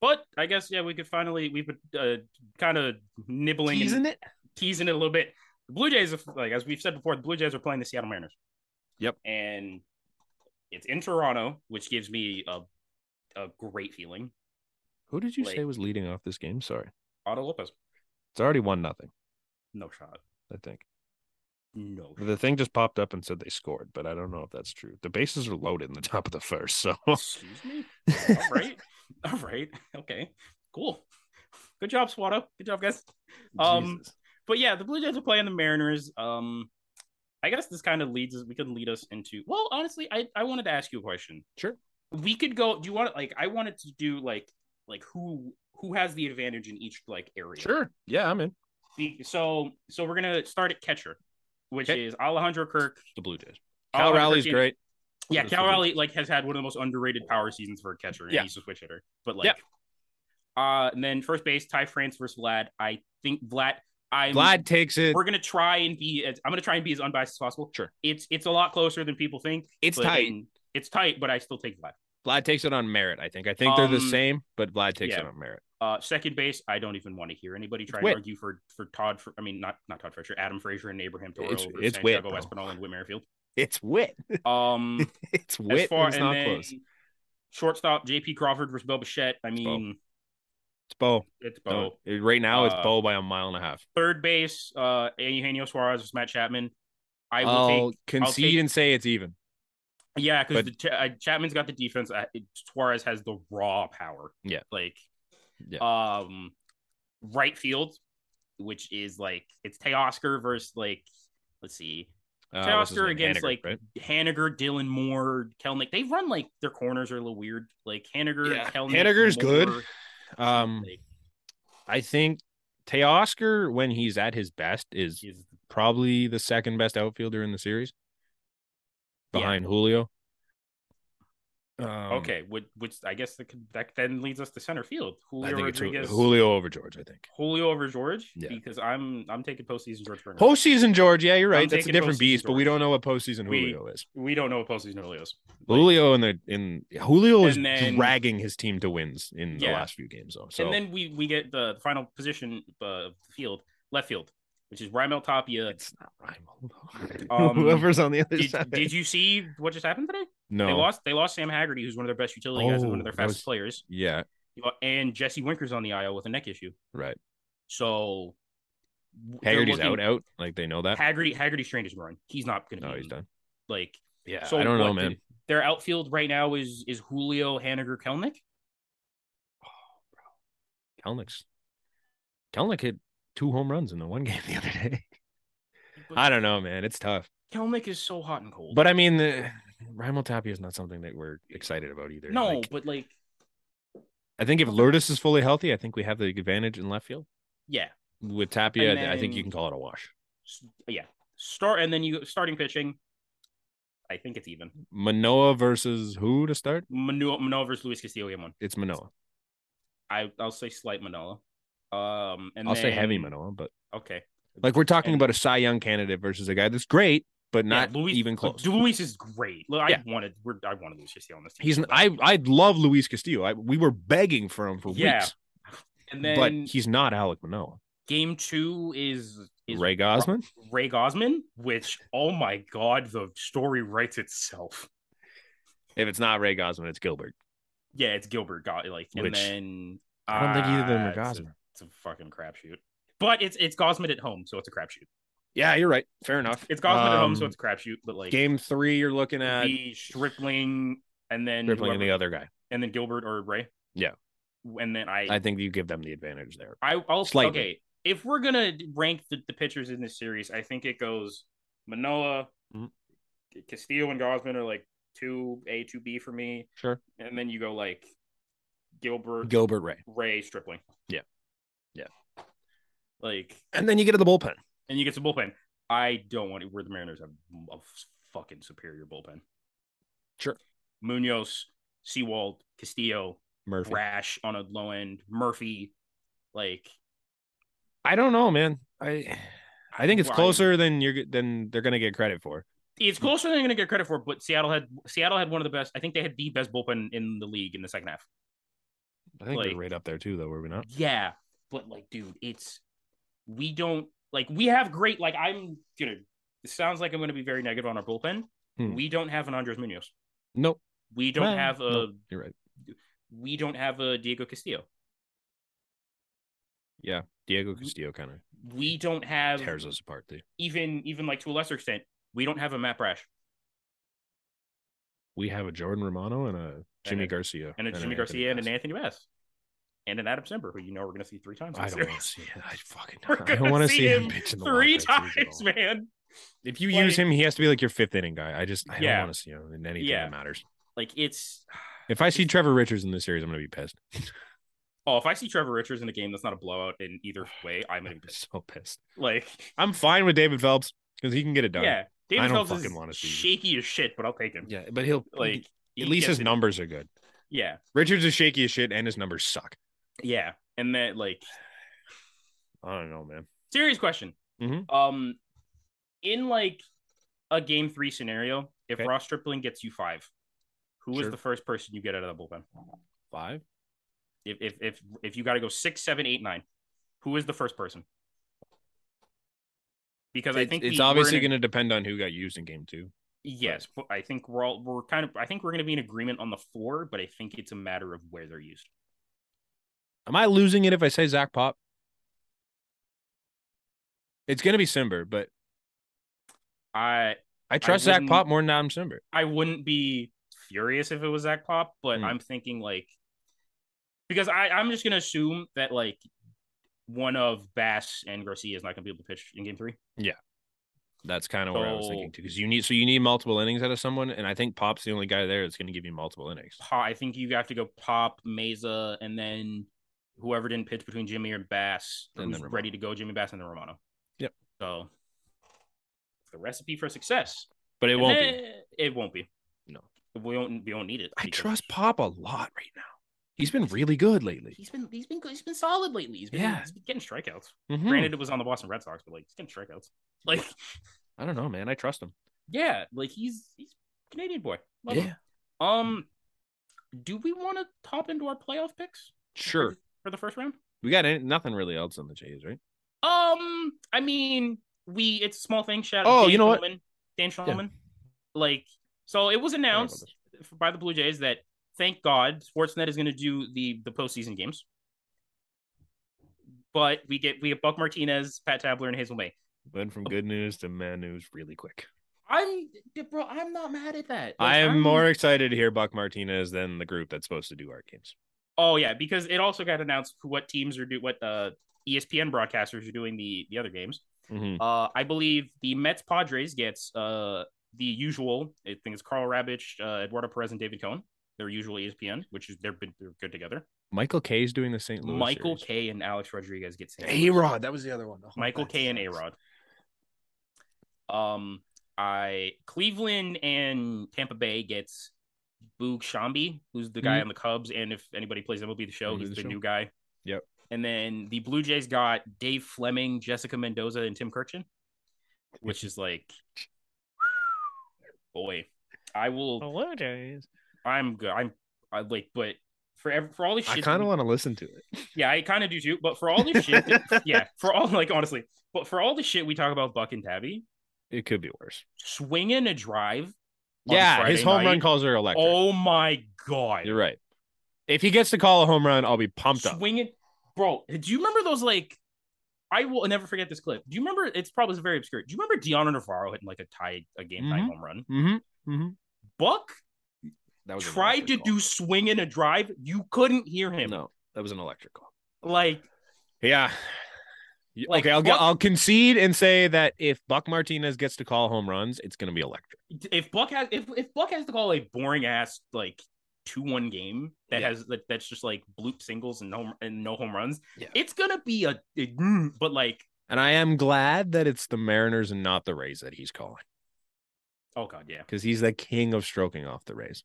Speaker 2: But I guess yeah, we could finally we've been uh, kind of nibbling and
Speaker 1: Teasing it.
Speaker 2: teasing it a little bit. The Blue Jays, are- like as we've said before, the Blue Jays are playing the Seattle Mariners.
Speaker 1: Yep.
Speaker 2: And it's in Toronto, which gives me a a great feeling.
Speaker 1: Who did you
Speaker 2: Like-
Speaker 1: say was leading off this game? Sorry.
Speaker 2: Otto Lopez,
Speaker 1: It's already one nothing,
Speaker 2: no shot,
Speaker 1: I think.
Speaker 2: no.
Speaker 1: The thing just popped up and said they scored, but I don't know if that's true. The bases are loaded in the top of the first, so
Speaker 2: shot. Excuse me. All right, all right, okay, cool. Good job, Swato. Good job, guys. Um,
Speaker 1: Jesus.
Speaker 2: but yeah, the Blue Jays are playing the Mariners. Um, I guess this kind of leads us. We could lead us into. Well, honestly, I I wanted to ask you a question.
Speaker 1: Sure.
Speaker 2: We could go. Do you want to like? I wanted to do like like who who has the advantage in each like area.
Speaker 1: Sure. Yeah, I'm in.
Speaker 2: The- So so we're gonna start at catcher, which
Speaker 1: Okay.
Speaker 2: is Alejandro Kirk.
Speaker 1: The Blue Jays. Cal
Speaker 2: Alejandro
Speaker 1: Raleigh's
Speaker 2: Kirk-
Speaker 1: great.
Speaker 2: Yeah,
Speaker 1: Those
Speaker 2: Cal
Speaker 1: two-
Speaker 2: Raleigh like has had one of the most underrated power seasons for a catcher. And
Speaker 1: Yeah.
Speaker 2: he's a switch hitter, but like. Uh, and then first base, Ty France versus Vlad. I think Vlad. I'm
Speaker 1: Vlad takes it.
Speaker 2: we're gonna try and be as I'm gonna try and be as unbiased as possible.
Speaker 1: Sure.
Speaker 2: It's it's a lot closer than people think.
Speaker 1: It's
Speaker 2: but-
Speaker 1: tight.
Speaker 2: and It's tight, but I still take Vlad.
Speaker 1: Vlad takes it on merit, I think. I think they're the
Speaker 2: Um,
Speaker 1: same, but Vlad takes it
Speaker 2: yeah.
Speaker 1: on merit.
Speaker 2: Uh, second base, I don't even want to hear anybody try
Speaker 1: Whit.
Speaker 2: to argue for for Todd. For, I mean, not not Todd Frazier, Adam Frazier and Abraham Toro.
Speaker 1: It's-
Speaker 2: over
Speaker 1: it's Whit,
Speaker 2: Santiago
Speaker 1: bro.
Speaker 2: Espinal and Whit Merrifield.
Speaker 1: It's wit.
Speaker 2: Um,
Speaker 1: It's
Speaker 2: as
Speaker 1: wit.
Speaker 2: far
Speaker 1: it's
Speaker 2: and
Speaker 1: not
Speaker 2: then
Speaker 1: close.
Speaker 2: shortstop J.P. Crawford versus Bo Bichette. I
Speaker 1: Bo.
Speaker 2: mean,
Speaker 1: It's Bo.
Speaker 2: it's Bo.
Speaker 1: No, it- right now, it's
Speaker 2: Uh,
Speaker 1: Bo by a mile and a half.
Speaker 2: Third base, uh, Eugenio Suarez versus Matt Chapman. I will
Speaker 1: I'll
Speaker 2: take
Speaker 1: concede
Speaker 2: take-
Speaker 1: and say it's even.
Speaker 2: Yeah, because
Speaker 1: Oh, But-
Speaker 2: uh, Chapman's got the defense. Uh, it- Suarez has the raw power.
Speaker 1: Yeah.
Speaker 2: like
Speaker 1: Yeah.
Speaker 2: um, right field, which is like it's Teoscar versus like let's see,
Speaker 1: Uh, what's his
Speaker 2: Teoscar
Speaker 1: name?
Speaker 2: against,
Speaker 1: Haniger,
Speaker 2: like,
Speaker 1: right?
Speaker 2: Haniger, Dylan Moore, Kelnick. They run like their corners are a little weird. Like Haniger,
Speaker 1: Yeah,
Speaker 2: Kelnick,
Speaker 1: Haniger's good.
Speaker 2: Moore,
Speaker 1: Um,
Speaker 2: like,
Speaker 1: I think Teoscar, when he's at his best, is
Speaker 2: is-
Speaker 1: probably the second best outfielder in the series
Speaker 2: Yeah.
Speaker 1: behind Julio. Um,
Speaker 2: okay, which, which I guess that, could, that then leads us to center field.
Speaker 1: I
Speaker 2: Julio
Speaker 1: think it's
Speaker 2: Rodriguez,
Speaker 1: Ju- Julio over George, I think.
Speaker 2: Julio over George,
Speaker 1: Yeah.
Speaker 2: because I'm I'm taking postseason George Springer.
Speaker 1: Postseason George, yeah, you're right.
Speaker 2: I'm
Speaker 1: That's a
Speaker 2: taking
Speaker 1: different
Speaker 2: postseason
Speaker 1: beast, but we
Speaker 2: George.
Speaker 1: don't know what postseason
Speaker 2: We-
Speaker 1: Julio is.
Speaker 2: we don't know what postseason Julio is.
Speaker 1: Julio in the in Julio is
Speaker 2: And then-
Speaker 1: dragging his team to wins in the
Speaker 2: Yeah.
Speaker 1: last few games though. So
Speaker 2: and then we we get the final position uh, of the field, left field, which is Raimel Tapia.
Speaker 1: it's not Rymel.
Speaker 2: Um,
Speaker 1: Whoever's on the other
Speaker 2: Did,
Speaker 1: side.
Speaker 2: did you see what just happened today?
Speaker 1: no.
Speaker 2: They lost. They lost Sam Haggerty, who's one of their best utility guys and one
Speaker 1: Oh,
Speaker 2: of their
Speaker 1: that was-
Speaker 2: fastest players,
Speaker 1: Yeah,
Speaker 2: and Jesse Winker's on the IL with a neck issue.
Speaker 1: right.
Speaker 2: So w- they're
Speaker 1: Haggerty's
Speaker 2: looking-
Speaker 1: out out. Like they know that.
Speaker 2: Haggerty Haggerty strained his groin. He's not going to
Speaker 1: no,
Speaker 2: be
Speaker 1: he's
Speaker 2: in.
Speaker 1: done.
Speaker 2: like
Speaker 1: Yeah.
Speaker 2: So
Speaker 1: I don't know,
Speaker 2: what
Speaker 1: man.
Speaker 2: did- their outfield right now is is Julio Haniger Kelnick.
Speaker 1: Kelnick's Kelnick hit two home runs in the one game the other day. I don't know, man. It's tough.
Speaker 2: Kelnick is so hot and cold.
Speaker 1: But I mean the Rymel Tapia is not something that we're excited about either.
Speaker 2: no,
Speaker 1: Like,
Speaker 2: but like
Speaker 1: I think if Lourdes is fully healthy, I think we have the advantage in left field.
Speaker 2: yeah,
Speaker 1: With Tapia,
Speaker 2: And
Speaker 1: I think you can
Speaker 2: then-
Speaker 1: call it a wash.
Speaker 2: S- yeah. Start and then you starting pitching. I think it's even.
Speaker 1: Manoa versus who to start?
Speaker 2: Manoa, Manoa versus Luis Castillo game one.
Speaker 1: It's Manoa.
Speaker 2: I I'll say slight Manoa. Um, and
Speaker 1: I'll say heavy
Speaker 2: then-
Speaker 1: Manoa, but
Speaker 2: Okay,
Speaker 1: like we're talking
Speaker 2: And-
Speaker 1: about a Cy Young candidate versus a guy that's great, but not
Speaker 2: Yeah, Luis-
Speaker 1: even close.
Speaker 2: Luis is great. Look,
Speaker 1: Yeah.
Speaker 2: I wanted we're, I wanted Luis Castillo on this. Team
Speaker 1: He's an,
Speaker 2: so
Speaker 1: I
Speaker 2: bad.
Speaker 1: I love Luis Castillo. I, we were begging for him for
Speaker 2: Yeah,
Speaker 1: weeks,
Speaker 2: and then
Speaker 1: but he's not Alec Manoa.
Speaker 2: game two is is
Speaker 1: Ray Gosman.
Speaker 2: Ray Gosman, which oh my god, the story writes itself.
Speaker 1: If it's not Ray Gosman, it's Gilbert.
Speaker 2: Yeah, it's Gilbert got like, and
Speaker 1: Which-
Speaker 2: then
Speaker 1: I don't think either of them
Speaker 2: ah,
Speaker 1: are
Speaker 2: it's a-
Speaker 1: Gosman.
Speaker 2: It's a fucking crapshoot. But it's it's Gosman at home, so it's a crapshoot.
Speaker 1: Yeah, you're right. Fair enough.
Speaker 2: It's Gosman at home, so
Speaker 1: Um,
Speaker 2: it's a crapshoot. But like
Speaker 1: game three. You're looking at
Speaker 2: the Stripling and then
Speaker 1: Rippling and the
Speaker 2: whoever-
Speaker 1: other guy.
Speaker 2: and then Gilbert or Ray.
Speaker 1: Yeah.
Speaker 2: And then I
Speaker 1: I think you give them the advantage there.
Speaker 2: I I'll
Speaker 1: Slightly.
Speaker 2: okay. If we're gonna rank the, the pitchers in this series, I think it goes Manoa,
Speaker 1: Mhm.
Speaker 2: Castillo, and Gosman are like two A, two B for me,
Speaker 1: Sure.
Speaker 2: and then you go like Gilbert,
Speaker 1: Gilbert Ray,
Speaker 2: Ray, Stripling.
Speaker 1: Yeah. Yeah.
Speaker 2: Like,
Speaker 1: and then you get to the bullpen.
Speaker 2: and you get some bullpen. I don't want to. Where the Mariners have a fucking superior bullpen.
Speaker 1: Sure.
Speaker 2: Munoz, Seawald, Castillo,
Speaker 1: Murphy.
Speaker 2: Rash on a low end, Murphy, like
Speaker 1: I don't know, man. I I think it's
Speaker 2: Right.
Speaker 1: closer than you're g- than they're gonna get credit for.
Speaker 2: it's closer than I'm going to get credit for, but Seattle had Seattle had one of the best. I think they had the best bullpen in the league in the second half.
Speaker 1: I think
Speaker 2: Like-
Speaker 1: we're right up there too, though, were we not?
Speaker 2: Yeah, but like, dude, it's we don't like we have great. Like, I'm gonna. It sounds like I'm going to be very negative on our bullpen.
Speaker 1: Hmm.
Speaker 2: We don't have an Andres Munoz.
Speaker 1: Nope.
Speaker 2: We don't
Speaker 1: Well,
Speaker 2: have a.
Speaker 1: no, you're right.
Speaker 2: we don't have a Diego Castillo.
Speaker 1: Yeah, Diego Castillo kind of
Speaker 2: We don't have
Speaker 1: tears us apart. Dude.
Speaker 2: even even like to a lesser extent. We don't have a Matt Brash
Speaker 1: We have a Jordan Romano and a Jimmy
Speaker 2: a-
Speaker 1: Garcia
Speaker 2: and a Jimmy
Speaker 1: Anthony
Speaker 2: Garcia and an
Speaker 1: Bass.
Speaker 2: Anthony Bass and an Adam Simber, who you know we're gonna see three times.
Speaker 1: I
Speaker 2: this
Speaker 1: don't
Speaker 2: year.
Speaker 1: want to see it. I fucking
Speaker 2: We're
Speaker 1: I don't
Speaker 2: gonna
Speaker 1: want to
Speaker 2: see
Speaker 1: see him
Speaker 2: him
Speaker 1: pitch in the
Speaker 2: three
Speaker 1: Wildcats season at
Speaker 2: times,
Speaker 1: all.
Speaker 2: man.
Speaker 1: If you
Speaker 2: Like-
Speaker 1: use him, he has to be like your fifth inning guy. I just I
Speaker 2: Yeah.
Speaker 1: don't want to see him in anything
Speaker 2: Yeah.
Speaker 1: that matters.
Speaker 2: Like it's
Speaker 1: If I see Trevor Richards in this series, I'm gonna be pissed.
Speaker 2: oh, if I see Trevor Richards in a game that's not a blowout in either way, I'm gonna
Speaker 1: I'm
Speaker 2: be pissed.
Speaker 1: so pissed.
Speaker 2: like
Speaker 1: I'm fine with David Phelps because he can get it done.
Speaker 2: yeah. David
Speaker 1: I don't
Speaker 2: Phelps
Speaker 1: fucking wanna
Speaker 2: is
Speaker 1: see-
Speaker 2: shaky as shit, but I'll take him.
Speaker 1: yeah, but he'll
Speaker 2: Like he
Speaker 1: at least
Speaker 2: gets
Speaker 1: his
Speaker 2: it.
Speaker 1: numbers are good.
Speaker 2: Yeah,
Speaker 1: Richards is shaky as shit, and his numbers suck.
Speaker 2: yeah, and that like
Speaker 1: I don't know, man.
Speaker 2: serious question.
Speaker 1: Mhm.
Speaker 2: Um, in like a game three scenario, if
Speaker 1: Okay.
Speaker 2: Ross Stripling gets you five, who is
Speaker 1: Sure.
Speaker 2: the first person you get out of the bullpen?
Speaker 1: Five.
Speaker 2: If if if if you got to go six, seven, eight, nine, who is the first person? Because I
Speaker 1: It's,
Speaker 2: think
Speaker 1: it's
Speaker 2: we- we're
Speaker 1: obviously
Speaker 2: in a-
Speaker 1: going to depend on who got used in game two.
Speaker 2: yes, but I think we're all we're kind of I think we're going to be in agreement on the four, but I think it's a matter of where they're used.
Speaker 1: Am I losing it if I say Zach Pop? It's going to be Simber, but
Speaker 2: I
Speaker 1: I trust Zach
Speaker 2: wouldn't-
Speaker 1: Pop more than Adam Simber.
Speaker 2: I wouldn't be furious if it was Zach Pop, but
Speaker 1: Hmm.
Speaker 2: I'm thinking like because I I'm just gonna assume that like one of Bass and Garcia is not gonna be able to pitch in Game Three.
Speaker 1: That's kind of what I was thinking
Speaker 2: So-
Speaker 1: too, because you need so you need multiple innings out of someone, and I think Pop's the only guy there that's going to give you multiple innings.
Speaker 2: Pop, I think you have to go Pop, Mesa, and then whoever didn't pitch between Jimmy and Bass,
Speaker 1: And
Speaker 2: who's
Speaker 1: then
Speaker 2: ready to go, Jimmy Bass and then Romano.
Speaker 1: Yep.
Speaker 2: So the recipe for success.
Speaker 1: But it
Speaker 2: And
Speaker 1: won't be.
Speaker 2: then- It won't be.
Speaker 1: No.
Speaker 2: we don't. We don't need it.
Speaker 1: I
Speaker 2: because
Speaker 1: trust Pop a lot right now. He's been really good lately.
Speaker 2: He's been. He's been. good. He's been solid lately. He's been.
Speaker 1: Yeah.
Speaker 2: He's been getting strikeouts.
Speaker 1: Mhm.
Speaker 2: Granted, it was on the Boston Red Sox, but like he's getting strikeouts. Like,
Speaker 1: I don't know, man. I trust him.
Speaker 2: yeah, like he's he's Canadian boy. Love
Speaker 1: yeah,
Speaker 2: him. Um, do we want to top into our playoff picks
Speaker 1: sure.
Speaker 2: for the first round?
Speaker 1: We got any, nothing really else on the Jays, right?
Speaker 2: Um, I mean, we it's a small thing. Shout out.
Speaker 1: Oh,
Speaker 2: Dan
Speaker 1: you know what?
Speaker 2: Schulman, Dan Schulman. Like, so it was announced by the Blue Jays that thank God Sportsnet is going to do the the postseason games. But we get we get Buck Martinez, Pat Tabler, and Hazel May.
Speaker 1: Went from good news to man news really quick.
Speaker 2: I'm bro. I'm not mad at that. Like,
Speaker 1: I am
Speaker 2: I'm-
Speaker 1: more excited to hear Buck Martinez than the group that's supposed to do our games.
Speaker 2: Oh yeah, because it also got announced who- what teams are do what uh, ESPN broadcasters are doing the the other games.
Speaker 1: Mhm.
Speaker 2: Uh, I believe the Mets Padres gets uh the usual. I think it's Carl Rabich, uh, Eduardo Perez, and David Cohen. Their usual E ESPN, which is they're, they're good together.
Speaker 1: Michael K is doing the St. Louis.
Speaker 2: Michael
Speaker 1: series.
Speaker 2: K and Alex Rodriguez get same.
Speaker 1: A Rod, that was the other one. Oh,
Speaker 2: Michael
Speaker 1: that
Speaker 2: K and A
Speaker 1: sucks.
Speaker 2: Rod. Um, I Cleveland and Tampa Bay gets Boog Shambi, who's the guy
Speaker 1: Mhm.
Speaker 2: on the Cubs, and if anybody plays MLB the Show,
Speaker 1: MLB
Speaker 2: he's
Speaker 1: The
Speaker 2: the,
Speaker 1: Show.
Speaker 2: new guy.
Speaker 1: Yep.
Speaker 2: And then the Blue Jays got Dave Fleming, Jessica Mendoza, and Tim Kirchin, which is like, boy, I will.
Speaker 1: Hello, Jays.
Speaker 2: I'm good. I'm I like, but for ev- for all this
Speaker 1: I
Speaker 2: shit,
Speaker 1: kind of want to listen to it.
Speaker 2: yeah, I kind of do too. But for all this shit, that- yeah, for all like honestly, but for all the shit we talk about Buck and Tabby,
Speaker 1: It could be worse.
Speaker 2: swinging a drive. on
Speaker 1: Yeah,
Speaker 2: Friday
Speaker 1: his home run
Speaker 2: night,
Speaker 1: calls are electric.
Speaker 2: Oh my god!
Speaker 1: You're right. If he gets to call a home run, I'll be pumped up.
Speaker 2: swinging, bro. Do you remember those like? I will never forget this clip. Do you remember? It's probably very obscure. Do you remember Deanna Navarro hitting like a tie, a game
Speaker 1: Mhm.
Speaker 2: time home run?
Speaker 1: Mm-hmm. Mm-hmm.
Speaker 2: Buck
Speaker 1: That an
Speaker 2: tried to
Speaker 1: electric
Speaker 2: do swing and a drive. You couldn't hear
Speaker 1: call.
Speaker 2: him.
Speaker 1: No, that was an electric call.
Speaker 2: Like
Speaker 1: Yeah. Y-
Speaker 2: Like,
Speaker 1: okay, I'll get,
Speaker 2: Buck-
Speaker 1: I'll concede and say that if Buck Martinez gets to call home runs, it's going to be electric.
Speaker 2: if Buck has if, if Buck has to call a boring ass like two one game that
Speaker 1: Yeah.
Speaker 2: has that, that's just like bloop singles and no and no home runs,
Speaker 1: Yeah.
Speaker 2: it's gonna be a it- mm, but like
Speaker 1: And I am glad that it's the Mariners and not the Rays that he's calling
Speaker 2: oh god yeah
Speaker 1: because he's the king of stroking off the Rays.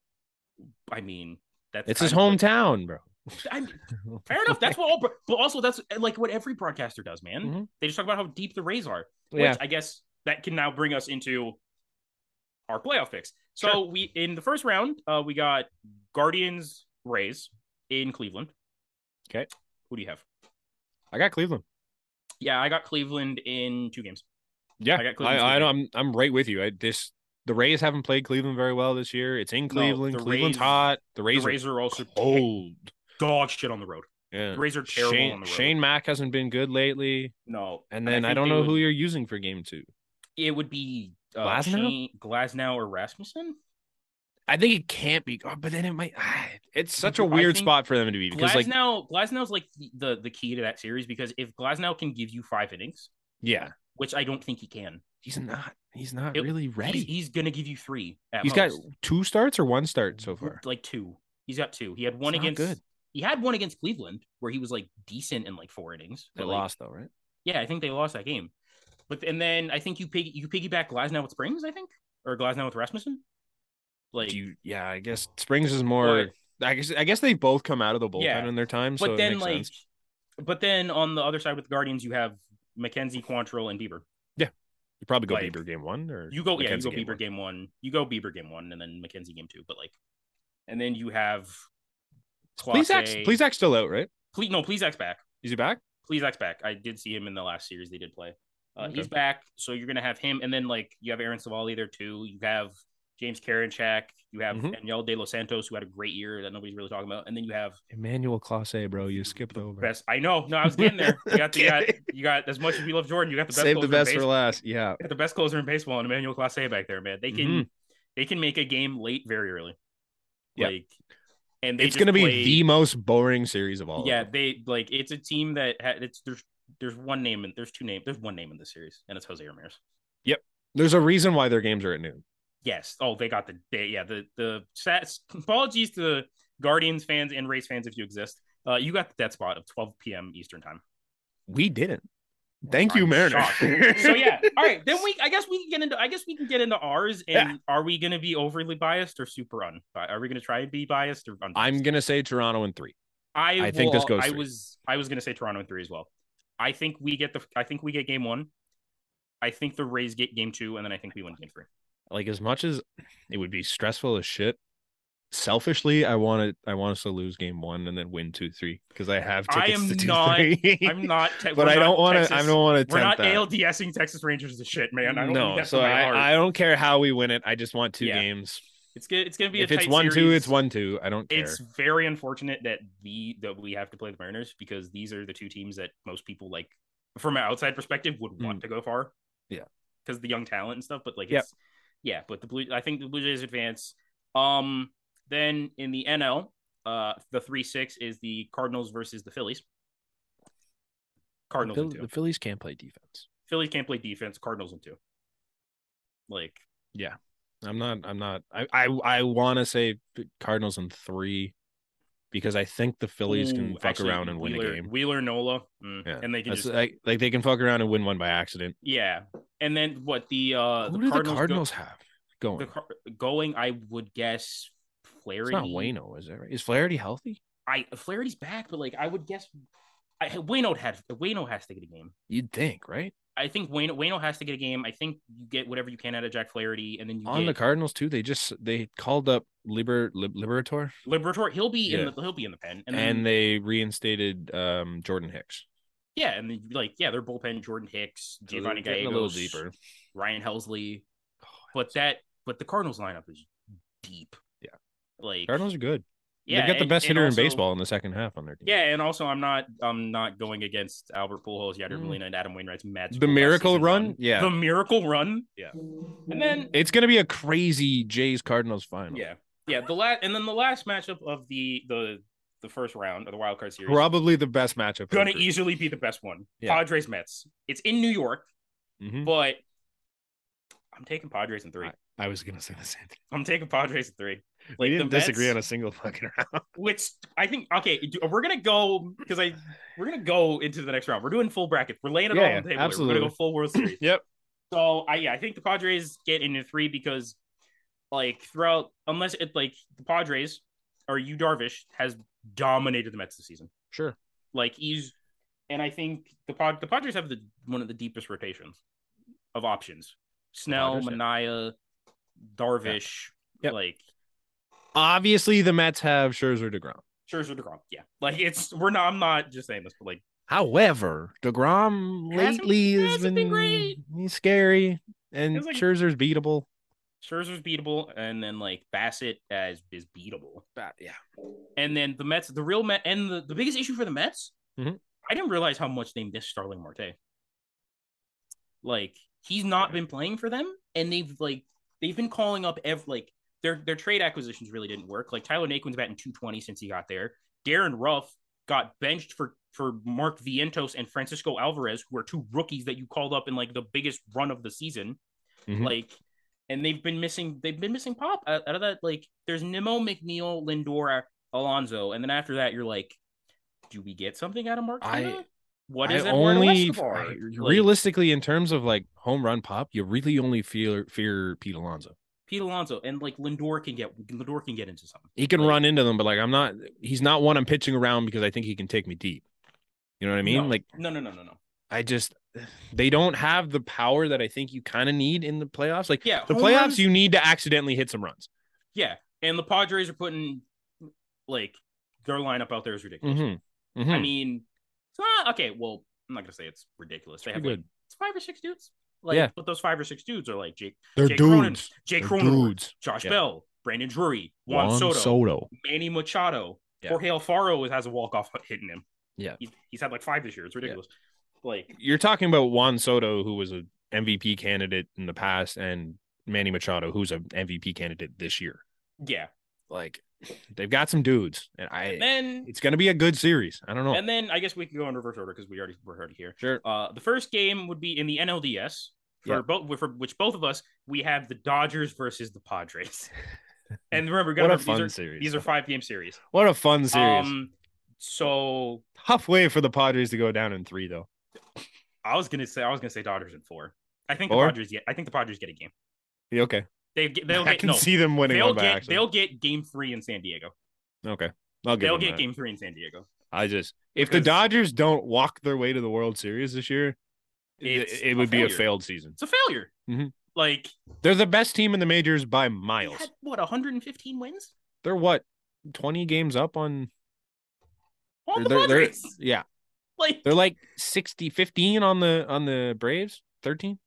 Speaker 2: I mean that's
Speaker 1: It's his
Speaker 2: kind of
Speaker 1: hometown, bro.
Speaker 2: what- I mean, fair enough. That's what all, bro- but also that's like what every broadcaster does, man.
Speaker 1: Mhm.
Speaker 2: They just talk about how deep the Rays are, which
Speaker 1: yeah.
Speaker 2: I guess that can now bring us into our playoff picks. So
Speaker 1: Sure.
Speaker 2: we in the first round, uh, we got Guardians Rays in Cleveland.
Speaker 1: Okay.
Speaker 2: who do you have?
Speaker 1: I got Cleveland.
Speaker 2: Yeah, I got Cleveland in two games.
Speaker 1: Yeah,
Speaker 2: I got
Speaker 1: I,
Speaker 2: Cleveland's
Speaker 1: I,
Speaker 2: good.
Speaker 1: am I'm right with you. I, this The Rays haven't played Cleveland very well this year. It's in Cleveland.
Speaker 2: the
Speaker 1: Cleveland's
Speaker 2: Rays-
Speaker 1: hot. The
Speaker 2: The
Speaker 1: Rays,
Speaker 2: Rays are also
Speaker 1: are cold.
Speaker 2: dog shit on the road.
Speaker 1: Yeah.
Speaker 2: The Rays are terrible on
Speaker 1: Oh. Uh, Shane,
Speaker 2: the road.
Speaker 1: Shane Mack hasn't been good lately.
Speaker 2: no,
Speaker 1: And then I,
Speaker 2: think
Speaker 1: don't
Speaker 2: they
Speaker 1: know
Speaker 2: would-
Speaker 1: who you're using for game two.
Speaker 2: it would be. Uh,
Speaker 1: Glasnow?
Speaker 2: Shane- Glasnow or Rasmussen?
Speaker 1: I think it can't be. Oh, but then it might. ah, it's such a
Speaker 2: I
Speaker 1: weird
Speaker 2: think
Speaker 1: spot for them to be because, like,
Speaker 2: Glasnow, Glasnow's like the, the the key to that series because if Glasnow can give you five innings,
Speaker 1: yeah,
Speaker 2: which I don't think he can,
Speaker 1: he's not. He's not
Speaker 2: It-
Speaker 1: really
Speaker 2: he's,
Speaker 1: ready.
Speaker 2: he's gonna give you three. At
Speaker 1: He's got
Speaker 2: most.
Speaker 1: two starts or one start so far.
Speaker 2: like two. He's got two. He had one
Speaker 1: It's not
Speaker 2: against.
Speaker 1: good.
Speaker 2: He had one against Cleveland where he was like decent in like four innings.
Speaker 1: They
Speaker 2: but, like,
Speaker 1: lost though, right?
Speaker 2: Yeah, I think they lost that game. But and then I think you pig you piggyback Glasnow with Springs, I think, or Glasnow with Rasmussen. Like,
Speaker 1: Do you, yeah, I guess Springs is more. I guess I guess they both come out of the bullpen
Speaker 2: Yeah.
Speaker 1: in their time,
Speaker 2: but
Speaker 1: so it
Speaker 2: then
Speaker 1: makes
Speaker 2: like,
Speaker 1: sense.
Speaker 2: but then on the other side with the Guardians, you have Mackenzie Quantrill and Bieber.
Speaker 1: You probably go
Speaker 2: like,
Speaker 1: Bieber game one, or
Speaker 2: You go, yeah, you
Speaker 1: McKenzie
Speaker 2: go Bieber game one. You go Bieber game one, and then Mackenzie game two. But like, and then you have.
Speaker 1: one. Please act.
Speaker 2: Clase-
Speaker 1: Please act still out, right?
Speaker 2: Ple- no, please X back.
Speaker 1: Is he back?
Speaker 2: Please X back. I did see him in the last series they did play. Uh,
Speaker 1: Okay.
Speaker 2: He's back, so you're gonna have him, and then like you have Aaron Savali there too. You have James Karinchak. You have
Speaker 1: Mhm.
Speaker 2: Daniel De Los Santos, who had a great year that nobody's really talking about, and then you have
Speaker 1: Emmanuel Clase, bro, you skipped over.
Speaker 2: best. I know, no, I was getting there. You got, the, you, got
Speaker 1: Okay.
Speaker 2: you got as much as we love Jordan. You got the best.
Speaker 1: Save the
Speaker 2: closer in
Speaker 1: best for
Speaker 2: base-
Speaker 1: last. Yeah,
Speaker 2: you got the best closer in baseball, and Emmanuel Clase back there, man. They can
Speaker 1: Mm-hmm.
Speaker 2: they can make a game late very early.
Speaker 1: Yeah.
Speaker 2: Like, and they
Speaker 1: it's
Speaker 2: just
Speaker 1: gonna be
Speaker 2: play-
Speaker 1: the most boring series of all.
Speaker 2: yeah,
Speaker 1: of them.
Speaker 2: they like it's a team that ha- it's there's there's one name and there's two names there's one name in this series and it's Jose Ramirez.
Speaker 1: there's a reason why their games are at noon.
Speaker 2: Yes. Oh, they got the they, yeah the the stats. Apologies to the Guardians fans and Rays fans if you exist. Uh, you got the dead spot of 12 p.m. Eastern time.
Speaker 1: We didn't. Thank you,
Speaker 2: I'm
Speaker 1: Mariner.
Speaker 2: shocked. So yeah, all right. Then we, I guess we can get into, I guess we can get into ours. And are we going to be overly biased or super un? Are we going to try and be biased or? Unbiased?
Speaker 1: I'm gonna say Toronto in three.
Speaker 2: I,
Speaker 1: I think this
Speaker 2: will-
Speaker 1: goes
Speaker 2: I
Speaker 1: three.
Speaker 2: was I was gonna say Toronto in three as well. I think we get the I think we get game one. I think the Rays get game two, and then I think we win game three.
Speaker 1: Like as much as it would be stressful as shit. Selfishly, I want to I want us to lose game one and then win two three because I have
Speaker 2: I
Speaker 1: tickets
Speaker 2: am
Speaker 1: to two
Speaker 2: not-
Speaker 1: three.
Speaker 2: I'm not, te-
Speaker 1: but
Speaker 2: we're
Speaker 1: I
Speaker 2: not
Speaker 1: don't want to. I
Speaker 2: Texas-
Speaker 1: don't want to
Speaker 2: We're not
Speaker 1: attempt that.
Speaker 2: ALDSing Texas Rangers to shit, man. I don't think
Speaker 1: no,
Speaker 2: that's
Speaker 1: so
Speaker 2: in my heart.
Speaker 1: I, I don't care how we win it. I just want two
Speaker 2: Yeah.
Speaker 1: games.
Speaker 2: it's good. It's gonna be a
Speaker 1: If it's
Speaker 2: tight
Speaker 1: one two,
Speaker 2: series.
Speaker 1: it's one two. I don't care.
Speaker 2: It's very unfortunate that the that we have to play the Mariners because these are the two teams that most people like from an outside perspective would want to go far.
Speaker 1: Mm. Yeah.
Speaker 2: Because the young talent and stuff, but like
Speaker 1: Yep.
Speaker 2: it's yeah, but the blue I think the Blue Jays advance. Um then in the NL, uh the three six is the Cardinals versus the Phillies. Cardinals and
Speaker 1: Phil-
Speaker 2: two.
Speaker 1: Phillies can't play defense.
Speaker 2: Phillies can't play defense, Cardinals and two. Like
Speaker 1: I'm not. I'm not. I. I, I want to say Cardinals in three, because I think the Phillies can
Speaker 2: ooh,
Speaker 1: fuck
Speaker 2: actually,
Speaker 1: around and win
Speaker 2: Wheeler,
Speaker 1: a game.
Speaker 2: Wheeler Nola. mm,
Speaker 1: Yeah.
Speaker 2: And they can
Speaker 1: That's
Speaker 2: just
Speaker 1: like, like they can fuck around and win one by accident.
Speaker 2: Yeah, and then what the uh
Speaker 1: Who
Speaker 2: the
Speaker 1: do
Speaker 2: Cardinals,
Speaker 1: the Cardinals have
Speaker 2: go,
Speaker 1: going?
Speaker 2: the car, going? I would guess
Speaker 1: it's
Speaker 2: Flaherty.
Speaker 1: not Wayno, is it? Right? Is Flaherty healthy?
Speaker 2: I Flaherty's back, but like I would guess, I Wayno had Wayno has to get a game.
Speaker 1: You'd think, right?
Speaker 2: I think Wayno Wayno has to get a game. I think you get whatever you can out of Jack Flaherty, and then you
Speaker 1: On the
Speaker 2: get
Speaker 1: Cardinals too, they just they called up Liber Lib- Liberator
Speaker 2: Liberator. He'll be in
Speaker 1: Yeah.
Speaker 2: the he'll be in the pen, and
Speaker 1: and,
Speaker 2: then
Speaker 1: they reinstated um Jordan Hicks.
Speaker 2: yeah, and then like yeah, their bullpen: Jordan Hicks,
Speaker 1: So they're
Speaker 2: Giovanni
Speaker 1: getting
Speaker 2: Gallegos,
Speaker 1: a little deeper.
Speaker 2: Ryan Helsley.
Speaker 1: Oh,
Speaker 2: But that but the Cardinals lineup is deep.
Speaker 1: Yeah.
Speaker 2: like
Speaker 1: Cardinals are good.
Speaker 2: Yeah,
Speaker 1: They've got the
Speaker 2: and-
Speaker 1: best
Speaker 2: and
Speaker 1: hitter
Speaker 2: also-
Speaker 1: in baseball in the second half on their team.
Speaker 2: Yeah, and also I'm not I'm not going against Albert Pujols, Yadier
Speaker 1: Mm.
Speaker 2: Molina, and Adam Wainwright's match.
Speaker 1: The miracle run? Yeah.
Speaker 2: the miracle run.
Speaker 1: Yeah.
Speaker 2: and then
Speaker 1: It's gonna be a crazy Jays Cardinals final.
Speaker 2: yeah, yeah. The last and then the last matchup of the the the first round of the wild card series
Speaker 1: Probably the best matchup. of the
Speaker 2: gonna
Speaker 1: group.
Speaker 2: easily be the best one.
Speaker 1: Yeah.
Speaker 2: Padres Mets. It's in New York,
Speaker 1: Mhm.
Speaker 2: but I'm taking Padres in three.
Speaker 1: I was gonna say the same thing.
Speaker 2: I'm taking Padres in three.
Speaker 1: we
Speaker 2: the
Speaker 1: didn't disagree
Speaker 2: Mets-
Speaker 1: on a single fucking round.
Speaker 2: which I think okay, do- we're gonna go because I we're gonna go into the next round. We're doing full brackets. We're laying it
Speaker 1: Yeah,
Speaker 2: all
Speaker 1: yeah,
Speaker 2: on the table. here. We're
Speaker 1: absolutely.
Speaker 2: gonna go full World Series.
Speaker 1: Yep.
Speaker 2: So I yeah, I think the Padres get into three because like throughout unless it like the Padres or you Darvish has dominated the Mets this season.
Speaker 1: Sure.
Speaker 2: Like he's and I think the pod the Padres have the one of the deepest rotations of options. Snell,
Speaker 1: Padres, yeah.
Speaker 2: Mania, Darvish,
Speaker 1: Yep.
Speaker 2: like
Speaker 1: Obviously, the Mets have Scherzer Degrom.
Speaker 2: Scherzer Degrom. Yeah. Like it's we're not I'm not just saying this, but like
Speaker 1: However, Degrom
Speaker 2: Hasn't-
Speaker 1: lately has
Speaker 2: hasn't
Speaker 1: been,
Speaker 2: been great.
Speaker 1: He's scary, and
Speaker 2: It's like-
Speaker 1: Scherzer's beatable.
Speaker 2: Scherzer's beatable, and then like Bassett as is beatable.
Speaker 1: But, yeah.
Speaker 2: And then the Mets, the real Met, and the, the biggest issue for the Mets,
Speaker 1: Mhm.
Speaker 2: I didn't realize how much they missed Starling Marte. Like he's not been playing for them, and they've like they've been calling up ev like their their trade acquisitions really didn't work. Like Tyler Naquin's batting two twenty since he got there. Darren Ruff got benched for for Mark Vientos and Francisco Alvarez, who are two rookies that you called up in like the biggest run of the season.
Speaker 1: Mhm.
Speaker 2: Like, and they've been missing they've been missing pop out, out of that. Like, there's Nimmo, McNeil, Lindora, Alonso, and then after that, you're like, do we get something out of Mark?
Speaker 1: I-
Speaker 2: Canha? what
Speaker 1: I
Speaker 2: is Eduardo
Speaker 1: only
Speaker 2: Escobar?
Speaker 1: I-
Speaker 2: Like,
Speaker 1: realistically in terms of like home run pop, you really only fear fear Pete Alonso.
Speaker 2: Pete Alonso and like Lindor can get Lindor can get into something.
Speaker 1: He can
Speaker 2: Like-
Speaker 1: run into them, but like I'm not he's not one I'm pitching around because I think he can take me deep. You know what I mean?
Speaker 2: No.
Speaker 1: Like
Speaker 2: No, no, no, no, no.
Speaker 1: I just they don't have the power that I think you kind of need in the playoffs. Like
Speaker 2: Yeah,
Speaker 1: the
Speaker 2: home
Speaker 1: playoffs,
Speaker 2: runs-
Speaker 1: you need to accidentally hit some runs.
Speaker 2: yeah, and the Padres are putting like their lineup out there is ridiculous.
Speaker 1: Mm-hmm. hmm
Speaker 2: I mean, it's not okay. Well, I'm not gonna say it's ridiculous. They have like,
Speaker 1: good.
Speaker 2: it's five or six dudes. Like,
Speaker 1: Yeah.
Speaker 2: but those five or six dudes are like Jake,
Speaker 1: They're
Speaker 2: Jake Cronin,
Speaker 1: dudes.
Speaker 2: Jake
Speaker 1: They're
Speaker 2: Cronin,
Speaker 1: dudes.
Speaker 2: Josh
Speaker 1: Yeah.
Speaker 2: Bell, Brandon Drury, Juan, Soto,
Speaker 1: Soto.
Speaker 2: Manny Machado,
Speaker 1: Yeah.
Speaker 2: Jorge Alfaro has a walk off hitting him.
Speaker 1: Yeah.
Speaker 2: he's, he's had like five this year. It's ridiculous. Like,
Speaker 1: You're talking about Juan Soto, who was a MVP candidate in the past, and Manny Machado, who's an MVP candidate this year.
Speaker 2: yeah.
Speaker 1: Like they've got some dudes, and I.
Speaker 2: Then
Speaker 1: it's gonna be a good series. I don't know.
Speaker 2: and then I guess we can go in reverse order because we already we're already here.
Speaker 1: sure.
Speaker 2: Uh, the first game would be in the NLDS for
Speaker 1: Yeah.
Speaker 2: both for which both of us we have the Dodgers versus the Padres. and remember, we
Speaker 1: What
Speaker 2: gotta
Speaker 1: a
Speaker 2: remember,
Speaker 1: fun
Speaker 2: these are
Speaker 1: series.
Speaker 2: these are five game series.
Speaker 1: what a fun series.
Speaker 2: Um, so
Speaker 1: Tough way for the Padres to go down in three, though.
Speaker 2: I was gonna say I was gonna say Dodgers in four. I think
Speaker 1: Four?
Speaker 2: the Padgers get. I think the Padres get a game.
Speaker 1: Yeah, okay.
Speaker 2: They get- they'll
Speaker 1: I
Speaker 2: get
Speaker 1: can
Speaker 2: no.
Speaker 1: see them winning
Speaker 2: They'll
Speaker 1: one by
Speaker 2: get
Speaker 1: accident.
Speaker 2: they'll get game three in San Diego.
Speaker 1: Okay. I'll give
Speaker 2: They'll
Speaker 1: them
Speaker 2: get
Speaker 1: that.
Speaker 2: game three in San Diego.
Speaker 1: I just if the
Speaker 2: Because-
Speaker 1: Dodgers don't walk their way to the World Series this year, it,
Speaker 2: It's
Speaker 1: it would be a
Speaker 2: failure.
Speaker 1: failed season.
Speaker 2: It's a failure.
Speaker 1: Mhm.
Speaker 2: Like
Speaker 1: They're the best team in the majors by
Speaker 2: they
Speaker 1: miles.
Speaker 2: had, what 115 wins
Speaker 1: They're what 20 games up on
Speaker 2: on the
Speaker 1: they're, they're-
Speaker 2: Padres.
Speaker 1: yeah.
Speaker 2: like
Speaker 1: They're like 60 15 on the on the Braves, 13.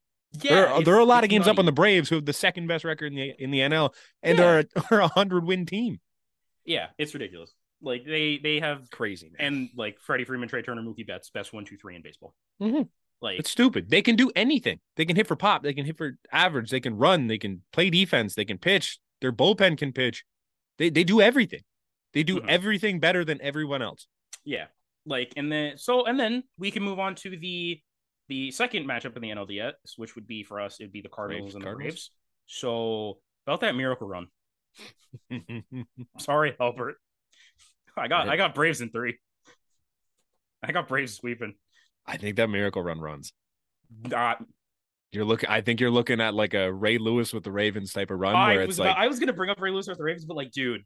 Speaker 2: yeah,
Speaker 1: there are, there are a
Speaker 2: it's-
Speaker 1: lot of
Speaker 2: it's
Speaker 1: games up on
Speaker 2: nutty.
Speaker 1: the Braves who have the second best record in the in the NL and they're a, are a 100 win team.
Speaker 2: e-, Yeah, it's ridiculous. Like they they have
Speaker 1: Crazy, man.
Speaker 2: and like Freddie Freeman, Trey Turner, Mookie Betts, best one, two, three in baseball.
Speaker 1: Mhm.
Speaker 2: Like
Speaker 1: It's stupid. They can do anything. They can hit for pop. They can hit for average. They can run. They can play defense. They can pitch. Their bullpen can pitch. They they do everything. They do
Speaker 2: Mhm.
Speaker 1: everything better than everyone else.
Speaker 2: yeah, like and then so and then we can move on to the the second matchup in the NLDS, which would be for us, it'd be the Cardinals
Speaker 1: Braves,
Speaker 2: and the
Speaker 1: Cardinals?
Speaker 2: Braves. So about that miracle run. Sorry, Albert. I got I got Braves in three. I got Braves sweeping.
Speaker 1: I think that miracle run runs.
Speaker 2: Not,
Speaker 1: You're looking. I think you're looking at like a Ray Lewis with the Ravens type of run,
Speaker 2: I
Speaker 1: where
Speaker 2: was
Speaker 1: it's
Speaker 2: about,
Speaker 1: like
Speaker 2: I was gonna bring up Ray Lewis with the Ravens, but like, dude,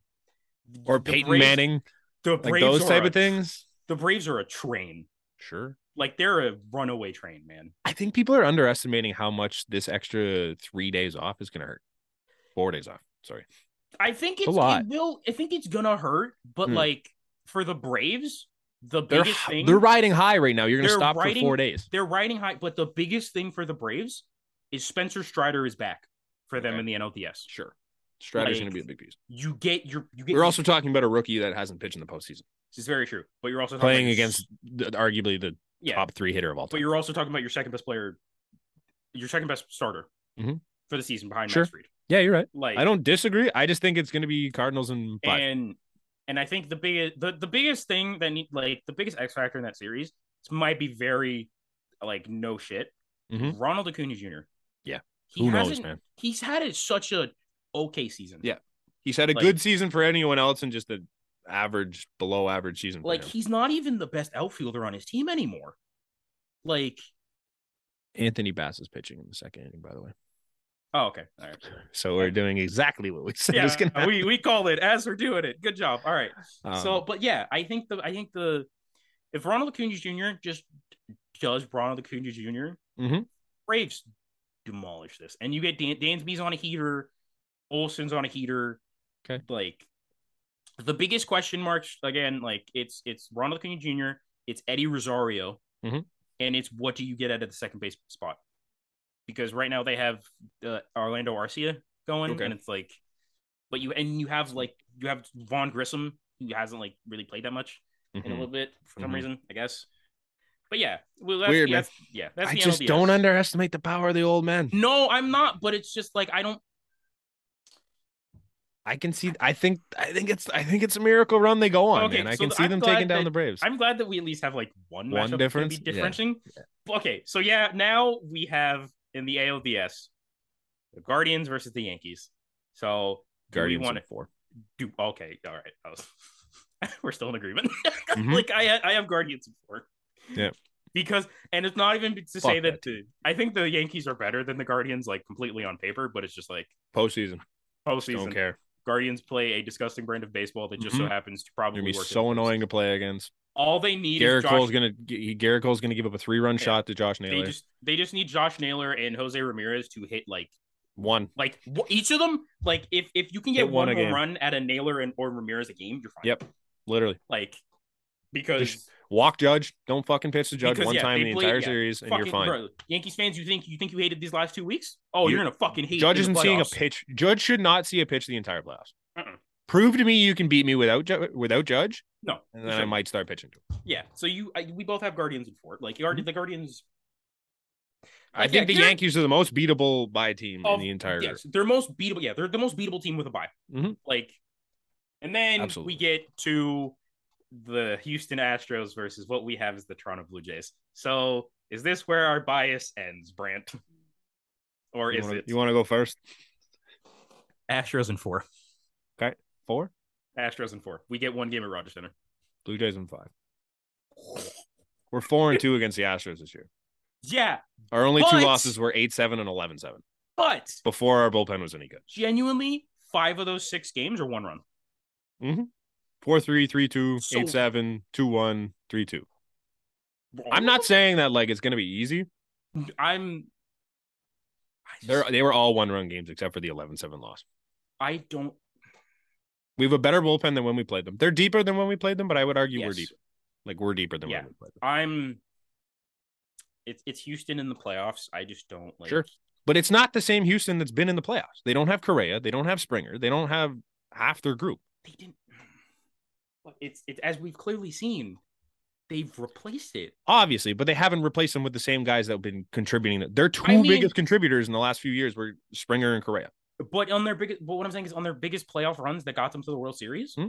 Speaker 1: or
Speaker 2: the
Speaker 1: Peyton
Speaker 2: Braves-
Speaker 1: Manning,
Speaker 2: the
Speaker 1: like
Speaker 2: Braves
Speaker 1: those
Speaker 2: are
Speaker 1: type
Speaker 2: a-
Speaker 1: of things.
Speaker 2: The Braves are a train.
Speaker 1: Sure.
Speaker 2: like they're a runaway train, man.
Speaker 1: I think people are underestimating how much this extra three days off is going to hurt. Four days off. Sorry.
Speaker 2: I think it's,
Speaker 1: lot.
Speaker 2: it will. I think it's gonna hurt, but
Speaker 1: Hmm.
Speaker 2: like for the Braves, the
Speaker 1: They're
Speaker 2: biggest
Speaker 1: hi-
Speaker 2: thing
Speaker 1: they're riding high right now. You're going to
Speaker 2: They're
Speaker 1: stop
Speaker 2: riding-
Speaker 1: for four days.
Speaker 2: they're riding high. But the biggest thing for the Braves is Spencer Strider is back for them
Speaker 1: Okay.
Speaker 2: in the NLDS.
Speaker 1: Sure. Strider's
Speaker 2: Like-
Speaker 1: going to be a big piece.
Speaker 2: You get your you get.
Speaker 1: We're also talking about a rookie that hasn't pitched in the postseason,
Speaker 2: this is very true, but you're also talking
Speaker 1: playing
Speaker 2: about your-
Speaker 1: against the, arguably the
Speaker 2: yeah,
Speaker 1: top three hitter of all
Speaker 2: but
Speaker 1: time.
Speaker 2: you're also talking about your second best player, your second best starter
Speaker 1: Mhm.
Speaker 2: for the season behind
Speaker 1: Sure.
Speaker 2: Max Fried.
Speaker 1: yeah, you're right.
Speaker 2: Like
Speaker 1: I don't disagree. I just think it's going to be Cardinals and five.
Speaker 2: and and I think the biggest the, the biggest thing that need, like the biggest X factor in that series might be very like no shit.
Speaker 1: Mhm.
Speaker 2: Ronald Acuna Jr.
Speaker 1: Yeah.
Speaker 2: he
Speaker 1: Who knows,
Speaker 2: hasn't.
Speaker 1: man?
Speaker 2: He's had it such a okay season.
Speaker 1: Yeah. He's had a
Speaker 2: like-
Speaker 1: good season for anyone else and just an average, below average season. For
Speaker 2: like
Speaker 1: him.
Speaker 2: he's not even the best outfielder on his team anymore. Like,
Speaker 1: Anthony Bass is pitching in the second inning, by the way.
Speaker 2: oh okay, all right.
Speaker 1: So we're doing exactly what we said
Speaker 2: Yeah,
Speaker 1: was going to happen.
Speaker 2: we we called it as we're doing it. Good job. All right.
Speaker 1: Um,
Speaker 2: so, but yeah, I think the I think the if Ronald Acuna Jr. just does Ronald Acuna junior
Speaker 1: Mhm.
Speaker 2: Braves demolish this, and you get Dan- Dansby's on a heater, Olson's on a heater.
Speaker 1: Okay.
Speaker 2: like the biggest question marks again, like it's it's Ronald Acuna Jr., it's Eddie Rosario,
Speaker 1: Mhm.
Speaker 2: and it's what do you get out of the second base spot? Because right now they have uh, Orlando Arcia going,
Speaker 1: Okay.
Speaker 2: and it's like, but you and you have like you have Vaughn Grissom who hasn't like really played that much in a
Speaker 1: Mhm.
Speaker 2: little bit for some
Speaker 1: Mhm.
Speaker 2: reason, I guess. But yeah, well, that's,
Speaker 1: Weird,
Speaker 2: yeah,
Speaker 1: man.
Speaker 2: that's- yeah, that's
Speaker 1: I
Speaker 2: the
Speaker 1: just
Speaker 2: NLDS.
Speaker 1: don't underestimate the power of the old men.
Speaker 2: No, I'm not. But it's just like I don't.
Speaker 1: I can see. I think. I think it's. I think it's a miracle run they go on,
Speaker 2: Okay,
Speaker 1: man. I
Speaker 2: so
Speaker 1: can
Speaker 2: th-
Speaker 1: see
Speaker 2: I'm
Speaker 1: them
Speaker 2: glad
Speaker 1: taking down
Speaker 2: that-
Speaker 1: the Braves.
Speaker 2: I'm glad that we at least have like one
Speaker 1: One
Speaker 2: matchup to
Speaker 1: difference?
Speaker 2: Be
Speaker 1: Yeah.
Speaker 2: differentiating. Okay, so yeah, now we have in the ALDS the Guardians versus the Yankees. So do we want to
Speaker 1: at four.
Speaker 2: do okay. All right, I was, we're still in agreement.
Speaker 1: Mhm.
Speaker 2: Like I, ha- I have Guardians at four.
Speaker 1: Yeah.
Speaker 2: Because and it's not even to
Speaker 1: Fuck
Speaker 2: say
Speaker 1: that
Speaker 2: that I think the Yankees are better than the Guardians, like completely on paper, but it's just like
Speaker 1: Postseason.
Speaker 2: postseason.
Speaker 1: Don't care.
Speaker 2: Guardians play a disgusting brand of baseball that just so
Speaker 1: Mhm.
Speaker 2: happens to
Speaker 1: You're
Speaker 2: probably
Speaker 1: gonna be
Speaker 2: work in
Speaker 1: so
Speaker 2: the
Speaker 1: annoying to
Speaker 2: postseason.
Speaker 1: play against.
Speaker 2: All they need
Speaker 1: Garrett
Speaker 2: is Josh
Speaker 1: Cole's gonna. he- Garrett Cole's gonna give up a three run
Speaker 2: Yeah.
Speaker 1: shot to Josh
Speaker 2: they
Speaker 1: Naylor.
Speaker 2: just they just need Josh Naylor and Jose Ramirez to hit like
Speaker 1: One.
Speaker 2: like wh- each of them like if if you can get
Speaker 1: Hit one
Speaker 2: one
Speaker 1: a
Speaker 2: home
Speaker 1: game.
Speaker 2: run at a Naylor and or Ramirez a game you're fine.
Speaker 1: Yep. Literally.
Speaker 2: Like because
Speaker 1: Just Walk Judge. Don't fucking pitch the Judge
Speaker 2: Because,
Speaker 1: one
Speaker 2: yeah,
Speaker 1: time in
Speaker 2: they
Speaker 1: the
Speaker 2: play-
Speaker 1: entire
Speaker 2: yeah,
Speaker 1: series, and you're
Speaker 2: fucking-
Speaker 1: fine.
Speaker 2: bro, Yankees fans, you think you think you hated these last two weeks? Oh, you're,
Speaker 1: You-
Speaker 2: gonna fucking hate.
Speaker 1: Judge
Speaker 2: in
Speaker 1: isn't
Speaker 2: the
Speaker 1: seeing a
Speaker 2: playoffs.
Speaker 1: pitch. Judge should not see a pitch the entire playoffs.
Speaker 2: Uh-uh.
Speaker 1: Prove to me you can beat me without Ju- without Judge,
Speaker 2: No,
Speaker 1: and
Speaker 2: you
Speaker 1: then I
Speaker 2: shouldn't.
Speaker 1: might start pitching to him.
Speaker 2: Yeah, so you I, we both have Guardians in Fort. Like
Speaker 1: Mm-hmm.
Speaker 2: Guard- the Guardians,
Speaker 1: I
Speaker 2: Like, yeah,
Speaker 1: think the
Speaker 2: Garrett-
Speaker 1: Yankees are the most beatable by team in
Speaker 2: Of-
Speaker 1: the entire.
Speaker 2: yes, they're most beatable. Yeah, they're the most beatable team with a bye.
Speaker 1: Mhm.
Speaker 2: Like, and then
Speaker 1: Absolutely.
Speaker 2: we get to the Houston Astros versus what we have is the Toronto Blue Jays. So is this where our bias ends, Brant? Or
Speaker 1: You
Speaker 2: is
Speaker 1: wanna-
Speaker 2: it
Speaker 1: you want to go first?
Speaker 2: Astros in four?
Speaker 1: Four.
Speaker 2: Astros in four. We get one game at Rogers Center.
Speaker 1: Blue Jays in five. We're four and two against the Astros this year.
Speaker 2: Yeah,
Speaker 1: Our only two
Speaker 2: But-
Speaker 1: losses were eight seven and 11-7
Speaker 2: but
Speaker 1: before our bullpen was any good.
Speaker 2: genuinely five of those six games are one run.
Speaker 1: Four three three two
Speaker 2: So-
Speaker 1: eight seven two one three two. I'm not saying that like it's gonna be easy.
Speaker 2: I'm. I,
Speaker 1: They're
Speaker 2: just-
Speaker 1: they were all one run games except for the 11-7 loss.
Speaker 2: I don't.
Speaker 1: We have a better bullpen than when we played them. They're deeper than when we played them, but I would argue we're
Speaker 2: Yes.
Speaker 1: deeper. Like we're deeper than
Speaker 2: Yeah.
Speaker 1: when we played them.
Speaker 2: I'm. It's it's Houston in the playoffs. I just don't like.
Speaker 1: Sure. But it's not the same Houston that's been in the playoffs. They don't have Correa. They don't have Springer. They don't have half their group.
Speaker 2: They didn't. But It's it's as we've clearly seen, they've replaced it.
Speaker 1: obviously, but they haven't replaced them with the same guys that have been contributing. Their two
Speaker 2: mean-
Speaker 1: biggest contributors in the last few years were Springer and Correa.
Speaker 2: But on their biggest, but what I'm saying is on their biggest playoff runs that got them to the World Series,
Speaker 1: Hmm.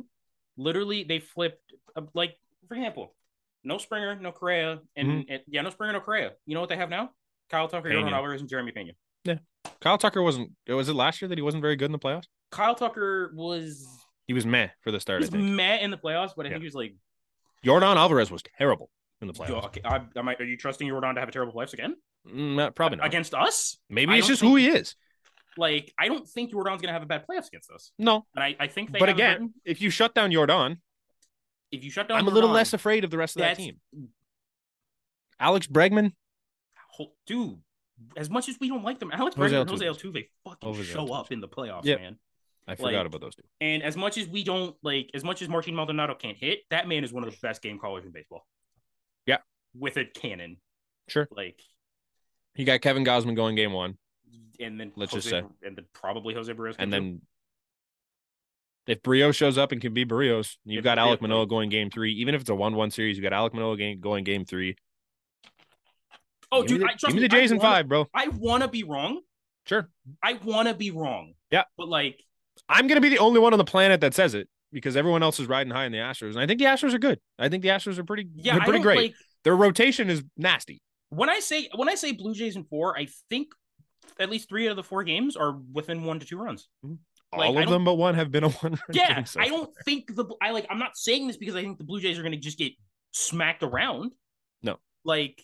Speaker 2: literally they flipped. uh, Like for example, no Springer, no Correa, and, and- yeah, no Springer, no Correa. You know what they have now? Kyle Tucker, Jordan
Speaker 1: Hmm. Pena.
Speaker 2: Alvarez, and Jeremy Pena.
Speaker 1: Kyle Tucker wasn't. Was it last year that he wasn't very good in the playoffs?
Speaker 2: Kyle Tucker was
Speaker 1: He was meh for the
Speaker 2: he
Speaker 1: start. I
Speaker 2: was
Speaker 1: think
Speaker 2: meh in the playoffs, but I
Speaker 1: Yeah.
Speaker 2: think he was like,
Speaker 1: Jordan Alvarez was terrible in the
Speaker 2: "Yo,
Speaker 1: playoffs.
Speaker 2: okay, I, am I, are you trusting Jordan to have a terrible playoffs again
Speaker 1: Mm, not- probably not.
Speaker 2: against us?
Speaker 1: Maybe
Speaker 2: I
Speaker 1: it's
Speaker 2: don't
Speaker 1: just who he is.
Speaker 2: Like, I don't think Jordan's gonna have a bad playoffs against us.
Speaker 1: No,
Speaker 2: And I, I think, they
Speaker 1: but
Speaker 2: have it
Speaker 1: again,
Speaker 2: written.
Speaker 1: if you shut down Jordan,
Speaker 2: if you shut down,
Speaker 1: I'm a little
Speaker 2: Jordan,
Speaker 1: less afraid of the rest of that
Speaker 2: That's-
Speaker 1: team. Alex Bregman,
Speaker 2: ho- dude. As much as we don't like them, Alex
Speaker 1: Jose
Speaker 2: Bregman and Jose
Speaker 1: Altuve.
Speaker 2: Altuve fucking
Speaker 1: Jose
Speaker 2: show
Speaker 1: Altuve.
Speaker 2: up in the playoffs,
Speaker 1: Yep.
Speaker 2: man.
Speaker 1: I forgot
Speaker 2: Like-
Speaker 1: about those two.
Speaker 2: And as much as we don't like, as much as Martin Maldonado can't hit, that man is one of the best game callers in baseball.
Speaker 1: Yeah.
Speaker 2: with a cannon.
Speaker 1: Sure.
Speaker 2: Like,
Speaker 1: You got Kevin Gosman going game one,
Speaker 2: and then
Speaker 1: Let's just
Speaker 2: Jose, and then probably Jose Barrios,
Speaker 1: and
Speaker 2: comes in.
Speaker 1: then. If Brio shows up and can be Barrios, you've
Speaker 2: If
Speaker 1: got
Speaker 2: Barrios
Speaker 1: Alec
Speaker 2: plays.
Speaker 1: Manoa going game three. Even if it's a one-one series, you got Alec Manoa game, going game three.
Speaker 2: oh,
Speaker 1: give me
Speaker 2: dude,
Speaker 1: the,
Speaker 2: I, trust
Speaker 1: give me
Speaker 2: me,
Speaker 1: the Jays
Speaker 2: I
Speaker 1: in
Speaker 2: wanna-
Speaker 1: five, bro.
Speaker 2: I want to be wrong.
Speaker 1: Sure,
Speaker 2: I want to be wrong.
Speaker 1: Yeah.
Speaker 2: But like,
Speaker 1: I'm gonna be the only one on the planet that says it because everyone else is riding high in the Astros, and I think the Astros are good. I think the Astros are pretty,
Speaker 2: yeah,
Speaker 1: they're
Speaker 2: I
Speaker 1: pretty
Speaker 2: don't,
Speaker 1: great.
Speaker 2: Like,
Speaker 1: Their rotation is nasty.
Speaker 2: when I say when I say Blue Jays in four, I think at least three out of the four games are within one to two runs. Like,
Speaker 1: All
Speaker 2: I
Speaker 1: of
Speaker 2: don't-
Speaker 1: them but one have been a one.
Speaker 2: Yeah, I don't think the I like. I'm not saying this because I think the Blue Jays are going to just get smacked around.
Speaker 1: No.
Speaker 2: like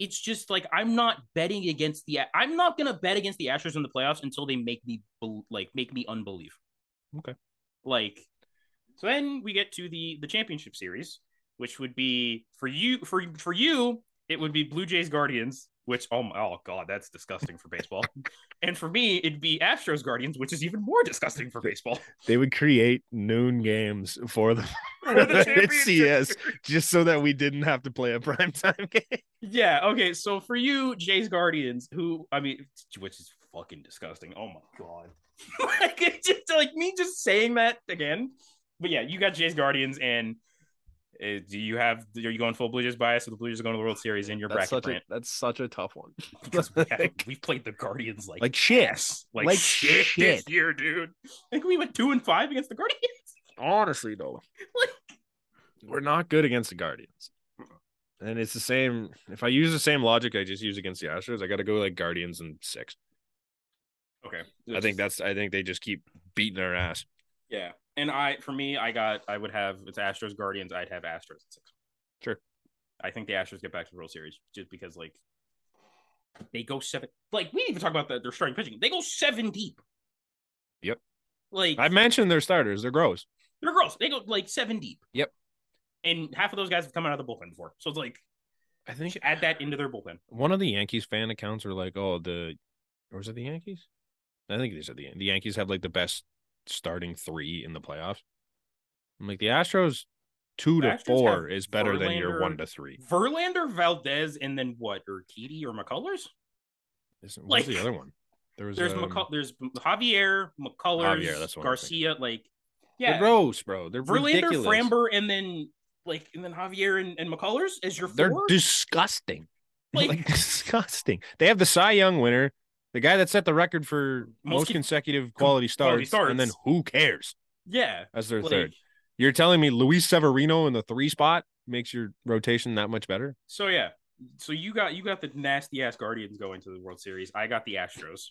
Speaker 2: it's just like I'm not betting against the. I'm not going to bet against the Astros in the playoffs until they make me bel- like make me unbelieve.
Speaker 1: Okay.
Speaker 2: like so then we get to the the championship series, which would be for you for for you it would be Blue Jays Guardians. Which oh my oh god that's disgusting for baseball, and for me it'd be Astros Guardians, which is even more disgusting for baseball.
Speaker 1: They would create noon games for the,
Speaker 2: For the championship.
Speaker 1: just so that we didn't have to play a prime time game.
Speaker 2: Yeah. Okay. So for you, Jays Guardians, who I mean, which is fucking disgusting. Oh my god. like it's just like me just saying that again. But yeah, you got Jays Guardians and uh, do you have are you going full Blue Jays bias or the Blue Jays are going to the World Series in your
Speaker 3: that's
Speaker 2: bracket
Speaker 3: such a,
Speaker 2: Brant?
Speaker 3: that's such a tough one.
Speaker 2: Because we have, we've played the Guardians like
Speaker 1: Like shit.
Speaker 2: ass, like,
Speaker 1: Like
Speaker 2: shit, this
Speaker 1: shit.
Speaker 2: year, dude. I think we went two and five against the Guardians.
Speaker 1: Honestly, though, we're not good against the Guardians. And it's the same. If I use the same logic I just use against the Astros, I got to go like Guardians and six.
Speaker 2: Okay,
Speaker 1: I think that's. I think they just keep beating our ass.
Speaker 2: yeah. And I, for me, I got I would have it's Astros Guardians. I'd have Astros at six.
Speaker 1: Sure.
Speaker 2: I think the Astros get back to the World Series just because like they go seven. Like we didn't even talk about the, their starting pitching. They go seven deep.
Speaker 1: Yep.
Speaker 2: Like
Speaker 1: I mentioned their starters. They're gross.
Speaker 2: they're girls. They go like seven deep.
Speaker 1: Yep.
Speaker 2: And half of those guys have come out of the bullpen before. So it's like
Speaker 1: I
Speaker 2: you
Speaker 1: think
Speaker 2: should add that into their bullpen.
Speaker 1: one of the Yankees fan accounts were like, "Oh, the or was it the Yankees? I think these are the the Yankees have like the best starting three in the playoffs." I'm like, the Astros two
Speaker 2: The
Speaker 1: to
Speaker 2: Astros
Speaker 1: four
Speaker 2: have
Speaker 1: is better than your
Speaker 2: Verlander.
Speaker 1: one to three.
Speaker 2: Verlander, Valdez, and then what? Urquidy or McCullers?
Speaker 1: Isn't- What's
Speaker 2: Like,
Speaker 1: the other one? There was
Speaker 2: There's
Speaker 1: um,
Speaker 2: McCull- there's Javier, McCullers,
Speaker 1: Javier, that's what I'm
Speaker 2: Garcia. Like,
Speaker 1: they're
Speaker 2: yeah,
Speaker 1: gross, bro. They're
Speaker 2: Verlander,
Speaker 1: ridiculous.
Speaker 2: Framber, and then like and then Javier and, and McCullers as your
Speaker 1: They're
Speaker 2: four.
Speaker 1: disgusting.
Speaker 2: Like-
Speaker 1: Like, disgusting. They have the Cy Young winner, the guy that set the record for
Speaker 2: Most
Speaker 1: most,
Speaker 2: con-
Speaker 1: consecutive quality starts,
Speaker 2: quality
Speaker 1: and then
Speaker 2: starts.
Speaker 1: who cares?
Speaker 2: yeah,
Speaker 1: That's their
Speaker 2: like,
Speaker 1: third. You're telling me Luis Severino in the three spot makes your rotation that much better?
Speaker 2: So yeah, so you got you got the nasty ass Guardians going to the World Series. I got the Astros,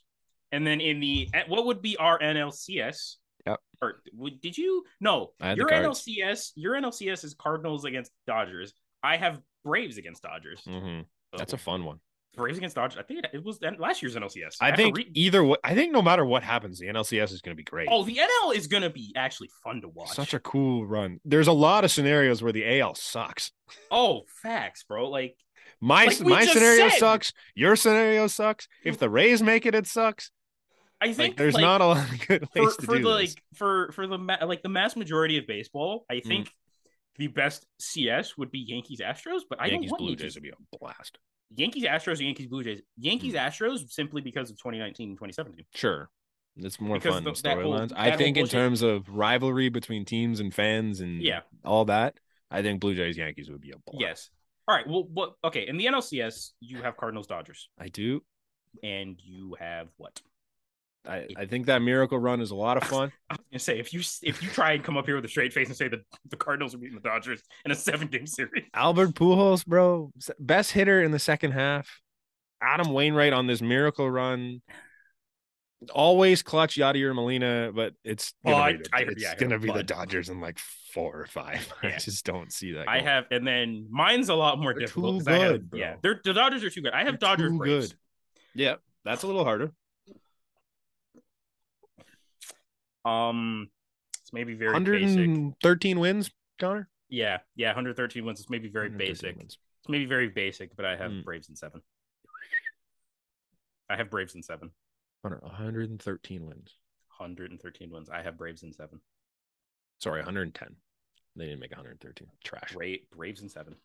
Speaker 2: and then in the at- what would be our NLCS?
Speaker 1: Yep.
Speaker 2: Or would- did you? No,
Speaker 1: I had the
Speaker 2: your
Speaker 1: Cards.
Speaker 2: NLCS. Your NLCS is Cardinals against Dodgers. I have Braves against Dodgers.
Speaker 1: Mm-hmm.
Speaker 2: So,
Speaker 1: That's a fun one.
Speaker 2: Braves against Dodgers. I think it, it was that- last year's NLCS.
Speaker 1: I
Speaker 2: have to
Speaker 1: think E
Speaker 2: re-
Speaker 1: either way, I think no matter what happens, the NLCS is going to be great.
Speaker 2: oh, the NL is gonna be actually fun to watch.
Speaker 1: Such a cool run. There's a lot of scenarios where the AL sucks.
Speaker 2: oh facts, bro. Like
Speaker 1: My
Speaker 2: Like we
Speaker 1: my
Speaker 2: just
Speaker 1: scenario
Speaker 2: said.
Speaker 1: sucks. Your scenario sucks. If the Rays make it, it sucks.
Speaker 2: I think
Speaker 1: Like there's
Speaker 2: like,
Speaker 1: not a lot of good
Speaker 2: for,
Speaker 1: ways to
Speaker 2: for
Speaker 1: do
Speaker 2: the
Speaker 1: this. Mm.
Speaker 2: like for for the ma- like the mass majority of baseball, I think the best CS would be Yankees Astros, but I
Speaker 1: Yankees
Speaker 2: don't want
Speaker 1: Blue
Speaker 2: Yankees
Speaker 1: Jays would be a blast.
Speaker 2: Yankees Astros or Yankees Blue Jays. Yankees
Speaker 1: Mm.
Speaker 2: Astros simply because of 2019 and 2017.
Speaker 1: Sure. It's more
Speaker 2: Because
Speaker 1: fun
Speaker 2: the-
Speaker 1: with
Speaker 2: that whole-
Speaker 1: storylines.
Speaker 2: that
Speaker 1: I
Speaker 2: whole
Speaker 1: think in
Speaker 2: bullshit-
Speaker 1: terms of rivalry between teams and fans and
Speaker 2: Yeah.
Speaker 1: all that, I think Blue Jays Yankees would be a blast.
Speaker 2: Yes. All right. Well, what? Okay. In the NLCS, you have Cardinals Dodgers,
Speaker 1: I do.
Speaker 2: and you have what?
Speaker 1: I, I think that miracle run is a lot of fun.
Speaker 2: I was gonna say if you if you try and come up here with a straight face and say that the Cardinals are beating the Dodgers in a seven game series,
Speaker 1: Albert Pujols, bro, s- best hitter in the second half. Adam Wainwright on this miracle run. Always clutch Yadier Molina, but it's gonna
Speaker 2: Oh, I-
Speaker 1: be the,
Speaker 2: I heard-
Speaker 1: it's
Speaker 2: yeah, I heard
Speaker 1: gonna be the
Speaker 2: Bud.
Speaker 1: Dodgers in like four or five.
Speaker 2: Yeah.
Speaker 1: I just don't see that.
Speaker 2: I
Speaker 1: going.
Speaker 2: have, and then mine's a lot more
Speaker 1: They're
Speaker 2: difficult.
Speaker 1: too
Speaker 2: 'cause I have-
Speaker 1: good, bro.
Speaker 2: Yeah, they're, the Dodgers are too good. I have Dodgers.
Speaker 1: too
Speaker 2: Braves.
Speaker 1: good. Yeah, that's a little harder.
Speaker 2: Um, it's maybe very basic.
Speaker 1: 113 wins, Connor.
Speaker 2: Yeah, yeah, 113 wins. It's maybe very
Speaker 1: 113
Speaker 2: basic.
Speaker 1: wins.
Speaker 2: It's maybe very basic, but I have
Speaker 1: Mm.
Speaker 2: Braves in seven. I have Braves in seven.
Speaker 1: Connor, 113 wins.
Speaker 2: 113 wins. I have Braves in seven.
Speaker 1: Sorry, 110. They didn't make 113. Trash.
Speaker 2: Bra- Braves in seven.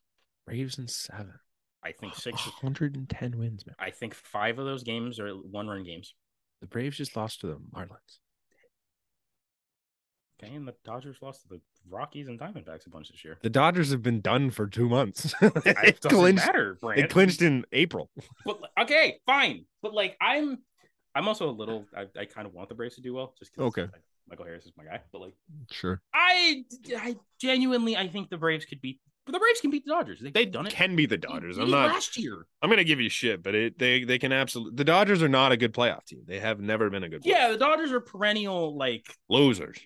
Speaker 1: Braves and seven.
Speaker 2: I think six.
Speaker 1: 110 wins, man.
Speaker 2: I think five of those games are one run games.
Speaker 1: The Braves just lost to the Marlins.
Speaker 2: Okay, and the Dodgers lost to the Rockies and Diamondbacks a bunch this year.
Speaker 1: The Dodgers have been done for two months.
Speaker 2: It
Speaker 1: it
Speaker 2: doesn't
Speaker 1: clinched.
Speaker 2: matter, Brand.
Speaker 1: It clinched in April.
Speaker 2: But like, okay, fine. But like, I'm, I'm also a little. I, I kind of want the Braves to do well, just 'cause,
Speaker 1: Okay.
Speaker 2: like, Michael Harris is my guy. But like,
Speaker 1: Sure,
Speaker 2: I, I genuinely, I think the Braves could beat. But the Braves can beat the Dodgers. They've
Speaker 1: they've
Speaker 2: done it.
Speaker 1: Can be the
Speaker 2: They
Speaker 1: Dodgers.
Speaker 2: did
Speaker 1: I'm
Speaker 2: it
Speaker 1: not.
Speaker 2: Last year,
Speaker 1: I'm gonna give you shit, but it they they can absolutely. The Dodgers are not a good playoff team. They have never been a good. playoff-
Speaker 2: yeah, the Dodgers are perennial like
Speaker 1: losers,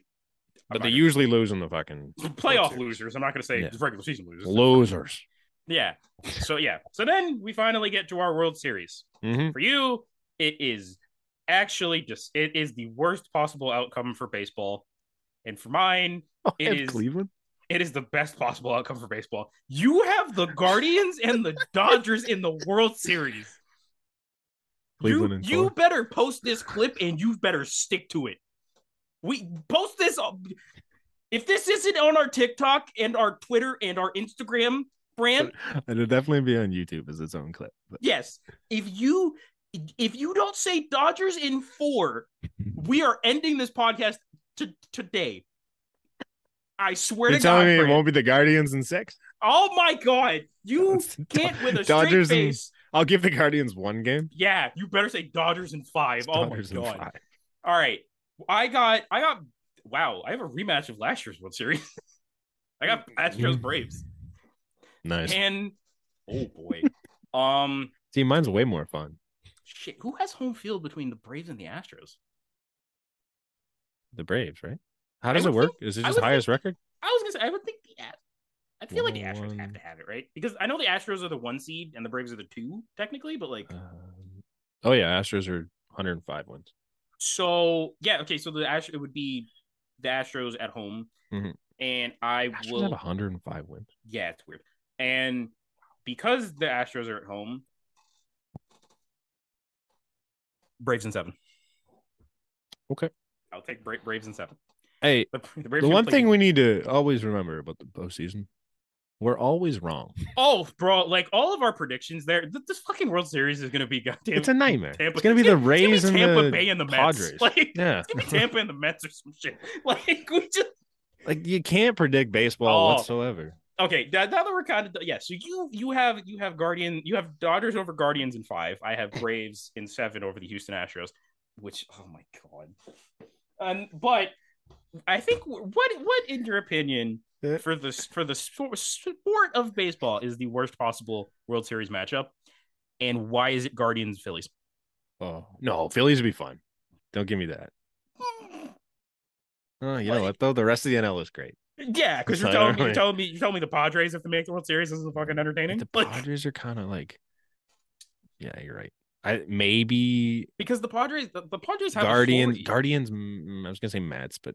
Speaker 1: but they usually lose in the fucking World
Speaker 2: playoff
Speaker 1: Series.
Speaker 2: losers. I'm not going to say
Speaker 1: Yeah.
Speaker 2: regular season losers.
Speaker 1: losers.
Speaker 2: Yeah. So yeah. So then we finally get to our World Series.
Speaker 1: Mm-hmm.
Speaker 2: For you, it is actually just it is the worst possible outcome for baseball, and for mine, It is-
Speaker 1: Oh, Cleveland.
Speaker 2: It is the best possible outcome for baseball. You have the Guardians and the Dodgers in the World Series. You,
Speaker 1: Cleveland and
Speaker 2: you
Speaker 1: four.
Speaker 2: better post this clip and you better stick to it. We post this. on- If this isn't on our TikTok and our Twitter and our Instagram brand,
Speaker 1: It'll definitely be on YouTube as its own clip. But
Speaker 2: yes. If you if you don't say Dodgers in four, we are ending this podcast t- today. I swear
Speaker 1: You're
Speaker 2: to God.
Speaker 1: telling me it
Speaker 2: Fran.
Speaker 1: won't be the Guardians in six?
Speaker 2: Oh my God. You can't with a
Speaker 1: Dodgers
Speaker 2: straight
Speaker 1: in-
Speaker 2: face.
Speaker 1: I'll give the Guardians one game.
Speaker 2: Yeah, you better say Dodgers in five.
Speaker 1: It's
Speaker 2: Oh
Speaker 1: Dodgers in
Speaker 2: my God.
Speaker 1: five.
Speaker 2: All right. I got I got wow, I have a rematch of last year's World Series. I got Astros Braves.
Speaker 1: Nice.
Speaker 2: And oh boy. um
Speaker 1: See, mine's way more fun.
Speaker 2: shit, who has home field between the Braves and the Astros?
Speaker 1: The Braves, right? How does it
Speaker 2: would
Speaker 1: work? Is it
Speaker 2: I
Speaker 1: just
Speaker 2: would
Speaker 1: highest record?
Speaker 2: I was gonna say I would think the Ast- I feel like the Astros have
Speaker 1: One.
Speaker 2: to have it, right? Because I know the Astros are the one seed and the Braves are the two, technically, but like
Speaker 1: Um, oh yeah, Astros are 105 wins.
Speaker 2: so yeah, okay, so the Ash it would be the Astros at home.
Speaker 1: Mhm.
Speaker 2: And I
Speaker 1: Astros
Speaker 2: will
Speaker 1: have 105 wins.
Speaker 2: Yeah, it's weird. And because the Astros are at home, Braves in seven.
Speaker 1: Okay.
Speaker 2: I'll take Bra- Braves in seven.
Speaker 1: Hey,
Speaker 2: The, the Braves
Speaker 1: the
Speaker 2: are
Speaker 1: one
Speaker 2: playing-
Speaker 1: thing we need to always remember about the postseason, we're always wrong.
Speaker 2: oh, bro, like all of our predictions there, th- this fucking World Series is gonna be goddamn.
Speaker 1: It's a nightmare.
Speaker 2: Tampa-
Speaker 1: It's gonna be the
Speaker 2: it's gonna be
Speaker 1: Rays and
Speaker 2: Tampa
Speaker 1: the
Speaker 2: Bay and the Mets.
Speaker 1: Padres.
Speaker 2: Like,
Speaker 1: Yeah,
Speaker 2: it's gonna be Tampa and the Mets or some shit. Like we just
Speaker 1: like you can't predict baseball
Speaker 2: Oh.
Speaker 1: whatsoever.
Speaker 2: okay. Now, now that we're kind of yeah. So you you have you have Guardian you have Dodgers over Guardians in five. I have Braves in seven over the Houston Astros. Which oh my god. Um, but I think what what in your opinion
Speaker 1: Uh,
Speaker 2: for the for the sport, sport of baseball is the worst possible World Series matchup, and why is it Guardians Phillies?
Speaker 1: Oh no, Phillies would be fun. Don't give me that. Oh, you know what though? The rest of the NL is great.
Speaker 2: Yeah, because you're
Speaker 1: I
Speaker 2: telling
Speaker 1: don't
Speaker 2: me you're
Speaker 1: really-
Speaker 2: telling me you're telling me the Padres have to make the World Series isn't fucking entertaining.
Speaker 1: The
Speaker 2: Like-
Speaker 1: Padres are kind of like, yeah, you're right. I maybe
Speaker 2: because the Padres the, the Padres have a
Speaker 1: Guardians.
Speaker 2: 40.
Speaker 1: Guardians. mm, I was gonna say Mets, but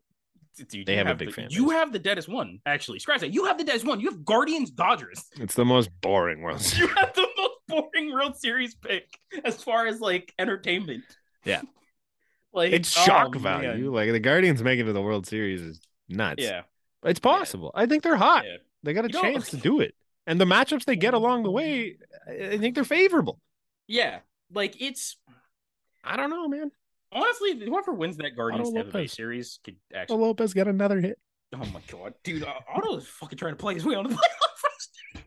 Speaker 2: Dude,
Speaker 1: They
Speaker 2: you
Speaker 1: have a big
Speaker 2: the,
Speaker 1: fan
Speaker 2: You
Speaker 1: base.
Speaker 2: have the deadest one, actually. Scratch that. You have the deadest one. You have Guardians Dodgers.
Speaker 1: it's the most boring World Series.
Speaker 2: You have the most boring World Series pick as far as like entertainment.
Speaker 1: Yeah.
Speaker 2: like
Speaker 1: It's
Speaker 2: oh,
Speaker 1: shock
Speaker 2: man.
Speaker 1: value. Like the Guardians making it to the World Series is nuts.
Speaker 2: Yeah,
Speaker 1: It's possible. I think they're hot.
Speaker 2: yeah.
Speaker 1: They got a
Speaker 2: You know-
Speaker 1: chance to do it. And the matchups they get along the way, I I think they're favorable.
Speaker 2: Yeah. Like it's
Speaker 1: I don't know, man.
Speaker 2: honestly whoever wins that Guardians Tampa Bay
Speaker 1: Oh, Lopez.
Speaker 2: series could
Speaker 1: Oh,
Speaker 2: actually
Speaker 1: Lopez got another hit.
Speaker 2: Oh my god. Dude, uh, Otto is fucking trying to play his way on the playoffs.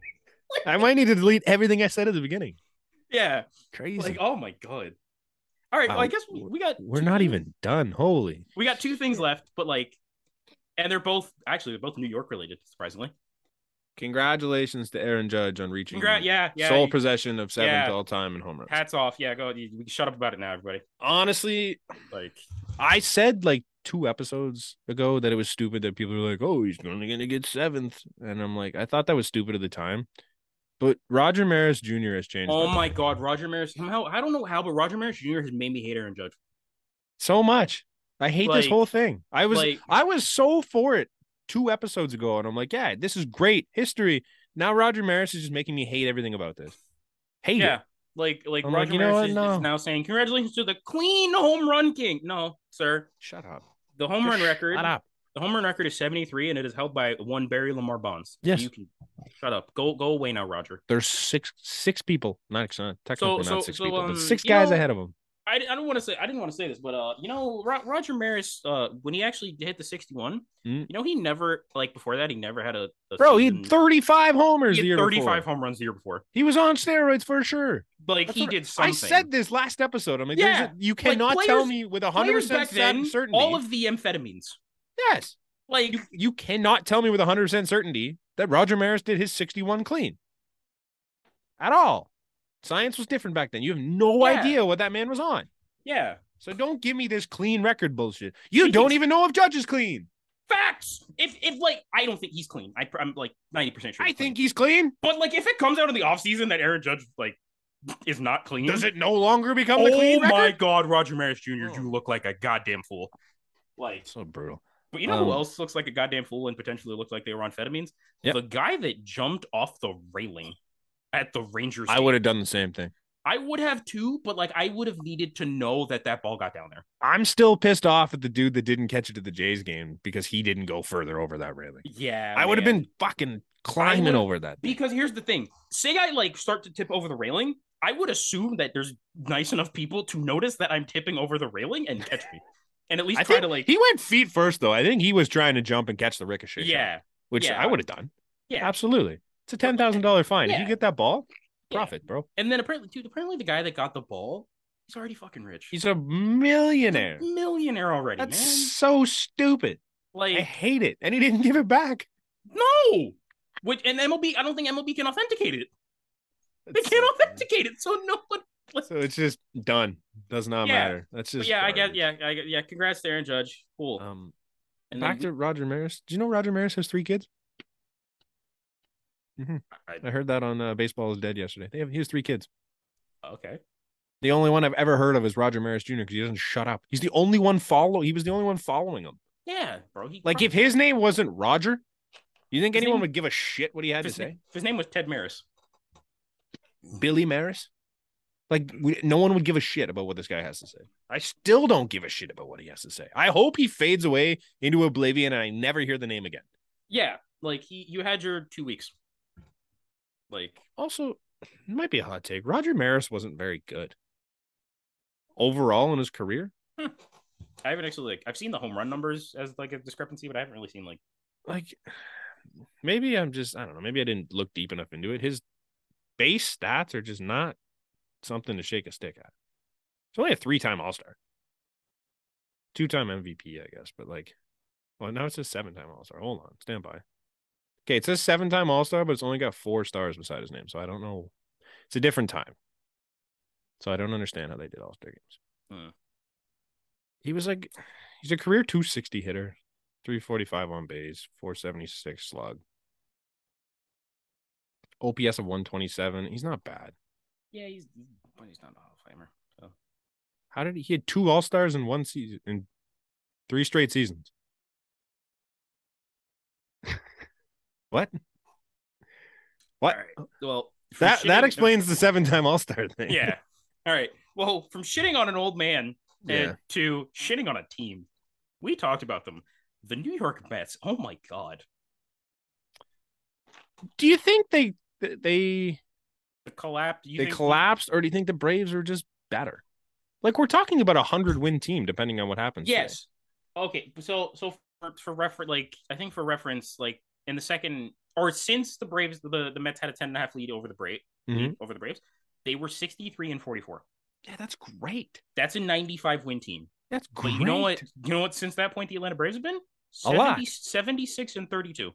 Speaker 1: I might need to delete everything I said at the beginning.
Speaker 2: yeah.
Speaker 1: Crazy.
Speaker 2: Like, oh my god. All right, well,
Speaker 1: Wow.
Speaker 2: I guess we, we got
Speaker 1: We're
Speaker 2: two-
Speaker 1: not even done. Holy.
Speaker 2: We got two things left, but like, and they're both actually they're both New York related, surprisingly.
Speaker 1: Congratulations to Aaron Judge on reaching
Speaker 2: Congrats, yeah, yeah.
Speaker 1: sole
Speaker 2: you-
Speaker 1: possession of seventh
Speaker 2: yeah.
Speaker 1: all time in home runs.
Speaker 2: hats off, yeah. Go, you, we can shut up about it now, everybody.
Speaker 1: Honestly,
Speaker 2: Like,
Speaker 1: I said like two episodes ago that it was stupid that people were like, "Oh, he's only gonna get seventh. and I'm like, I thought that was stupid at the time, but Roger Maris Jr. has changed.
Speaker 2: oh
Speaker 1: my-
Speaker 2: my god, Roger Maris. Somehow, I don't know how, but Roger Maris Jr. has made me hate Aaron Judge.
Speaker 1: so much. I hate
Speaker 2: Like-
Speaker 1: this whole thing. I was
Speaker 2: like-
Speaker 1: I was so for it two episodes ago, and I'm like, yeah, this is great history. Now Roger Maris is just making me hate everything about this. Hate
Speaker 2: Yeah,
Speaker 1: it.
Speaker 2: like, like
Speaker 1: I'm like,
Speaker 2: Roger
Speaker 1: you know
Speaker 2: Maris
Speaker 1: what?
Speaker 2: is,
Speaker 1: No.
Speaker 2: is now saying, "Congratulations to the Queen Home Run King." No, sir,
Speaker 1: Shut up.
Speaker 2: the home
Speaker 1: Just
Speaker 2: run record,
Speaker 1: Shut up.
Speaker 2: the home run record is seventy three, and it is held by one Barry Lamar Bonds.
Speaker 1: Yes.
Speaker 2: you can shut up. Go, go away now, Roger.
Speaker 1: There's six six people. Not it's not- technically
Speaker 2: so-
Speaker 1: not six
Speaker 2: so,
Speaker 1: people,
Speaker 2: um,
Speaker 1: but six
Speaker 2: you
Speaker 1: guys
Speaker 2: know-
Speaker 1: ahead of him.
Speaker 2: I, I don't want to say I didn't want to say this, but uh, you know, Ro- Roger Maris, uh, when he actually hit the sixty-one,
Speaker 1: Mm.
Speaker 2: you know, he never like before that he never had a, a
Speaker 1: Bro, he
Speaker 2: season-
Speaker 1: had 35 homers the
Speaker 2: he had
Speaker 1: year before.
Speaker 2: thirty-five home runs the year before.
Speaker 1: He was on steroids for sure.
Speaker 2: Like
Speaker 1: That's
Speaker 2: he
Speaker 1: what-
Speaker 2: did something.
Speaker 1: I said this last episode. I'm like, there's
Speaker 2: Yeah.
Speaker 1: a, you cannot tell
Speaker 2: players-
Speaker 1: me with 100%
Speaker 2: Players back then,
Speaker 1: cer- certainty.
Speaker 2: all of the amphetamines.
Speaker 1: yes.
Speaker 2: Like
Speaker 1: You, you cannot tell me with 100% certainty that Roger Maris did his 61 clean at all. Science was different back then. You have no
Speaker 2: Yeah.
Speaker 1: idea what that man was on.
Speaker 2: yeah,
Speaker 1: So don't give me this clean record bullshit. You
Speaker 2: Speaking-
Speaker 1: don't even know if Judge is clean.
Speaker 2: facts. If if like I don't think he's clean. I, pr- I'm like ninety percent sure.
Speaker 1: I
Speaker 2: he's clean.
Speaker 1: think he's clean.
Speaker 2: but like if it comes out in the offseason that Aaron Judge like is not clean,
Speaker 1: Does it no longer become
Speaker 2: Hmm? Oh
Speaker 1: the clean
Speaker 2: my
Speaker 1: record?
Speaker 2: God, Roger Maris Jr.
Speaker 1: Oh.
Speaker 2: You look like a goddamn fool. Like
Speaker 1: So brutal.
Speaker 2: But you know who
Speaker 1: Um,
Speaker 2: else looks like a goddamn fool and potentially looked like they were on amphetamines?
Speaker 1: Yep.
Speaker 2: The guy that jumped off the railing at the Rangers.
Speaker 1: I
Speaker 2: game.
Speaker 1: would have done the same thing.
Speaker 2: I would have too, but like I would have needed to know that that ball got down there.
Speaker 1: I'm still pissed off at the dude that didn't catch it at the Jays game because he didn't go further over that railing.
Speaker 2: Yeah,
Speaker 1: I would have
Speaker 2: man.
Speaker 1: been fucking
Speaker 2: I
Speaker 1: climbing
Speaker 2: would've-
Speaker 1: over that.
Speaker 2: because here's the thing: say I like start to tip over the railing, I would assume that there's nice enough people to notice that I'm tipping over the railing and catch me, and at least
Speaker 1: I
Speaker 2: try
Speaker 1: think
Speaker 2: to like,
Speaker 1: he went feet first though. I think he was trying to jump and catch the ricochet. shot,
Speaker 2: yeah,
Speaker 1: which
Speaker 2: yeah.
Speaker 1: I would have done.
Speaker 2: Yeah.
Speaker 1: absolutely. It's a ten thousand dollar fine. If
Speaker 2: Yeah.
Speaker 1: you get that ball,
Speaker 2: Yeah.
Speaker 1: profit, bro.
Speaker 2: And then apparently, dude, apparently the guy that got the ball, he's already fucking rich.
Speaker 1: He's a millionaire.
Speaker 2: millionaire already,
Speaker 1: That's
Speaker 2: man.
Speaker 1: so stupid. I
Speaker 2: Like,
Speaker 1: hate it. And he didn't give it back.
Speaker 2: no. Which and MLB, I don't think MLB can authenticate it. They
Speaker 1: That's
Speaker 2: can't
Speaker 1: so bad.
Speaker 2: authenticate it, so no one.
Speaker 1: So it's just done. Does not
Speaker 2: Yeah.
Speaker 1: matter. That's
Speaker 2: But
Speaker 1: just
Speaker 2: yeah, I guess.
Speaker 1: garbage.
Speaker 2: Yeah, I, get- yeah. Congrats to Aaron Judge. Cool.
Speaker 1: Um,
Speaker 2: and
Speaker 1: back
Speaker 2: then,
Speaker 1: to Roger Maris. Do you know Roger Maris has three kids? I heard that on uh, Baseball is Dead yesterday. They have he has three kids.
Speaker 2: Oh, okay.
Speaker 1: The only one I've ever heard of is Roger Maris Jr. because he doesn't shut up. He's the only one follow. He was the only one following him.
Speaker 2: Yeah, bro. He
Speaker 1: Like if his name wasn't Roger, you think
Speaker 2: His
Speaker 1: anyone
Speaker 2: name-
Speaker 1: would give a shit what he had
Speaker 2: if
Speaker 1: to
Speaker 2: his,
Speaker 1: say?
Speaker 2: name, if his name was Ted Maris.
Speaker 1: Billy Maris? Like we, no one would give a shit about what this guy has to say. I still don't give a shit about what he has to say. I hope he fades away into oblivion and I never hear the name again.
Speaker 2: Yeah, like he, you had your two weeks. Like
Speaker 1: Also, it might be a hot take. Roger Maris wasn't very good overall in his career.
Speaker 2: hmm. I haven't actually like I've seen the home run numbers as like a discrepancy, but I haven't really seen like
Speaker 1: Like maybe I'm just I don't know, maybe I didn't look deep enough into it. His base stats are just not something to shake a stick at. He's only a three-time All-Star. Two-time MVP, I guess, but like well, now it says seven-time All-Star. Hold on, stand by. Okay, it says seven-time All-Star, but it's only got four stars beside his name, so I don't know. It's a different time. So I don't understand how they did All-Star games.
Speaker 2: Hmm.
Speaker 1: He was like he's a career 260 hitter, 345 on base, 476 slug. OPS of 127. He's not bad.
Speaker 2: yeah, he's but he's not a Hall of Famer. So
Speaker 1: How did he, he had two All Stars in one season in three straight seasons? what? What?
Speaker 2: All right. Well, from
Speaker 1: That that
Speaker 2: shitting-
Speaker 1: explains the seven time All Star thing.
Speaker 2: Yeah. All right. Well, from shitting on an old man uh,
Speaker 1: Yeah.
Speaker 2: to shitting on a team, we talked about them. The New York Mets. Oh my god.
Speaker 1: Do you think they they
Speaker 2: The collapse. You
Speaker 1: they
Speaker 2: think-
Speaker 1: collapsed, or do you think the Braves are just better? Like we're talking about a hundred win team, depending on what happens. today.
Speaker 2: Yes. Okay. So so for, for reference, like I think for reference, like in the second or since the Braves, the the Mets had a ten and a half lead over the Brave
Speaker 1: Mhm.
Speaker 2: over the Braves, they were sixty three and forty four.
Speaker 1: Yeah, that's great.
Speaker 2: That's a ninety five win team.
Speaker 1: That's
Speaker 2: But
Speaker 1: great.
Speaker 2: you know what? You know what? Since that point, the Atlanta Braves have been
Speaker 1: A lot.
Speaker 2: 76 and 32.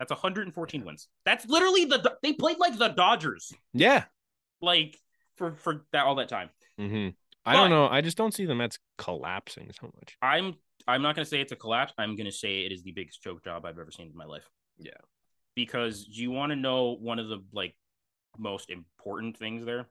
Speaker 2: That's 114 wins. That's literally the Do- they played like the Dodgers,
Speaker 1: Yeah.
Speaker 2: like for for that all that time.
Speaker 1: hmm I don't
Speaker 2: But-
Speaker 1: know. I just don't see the Mets collapsing so much.
Speaker 2: I'm I'm not gonna say it's a collapse. I'm gonna say it is the biggest choke job I've ever seen in my life.
Speaker 1: Yeah.
Speaker 2: Because you want to know one of the like most important things there,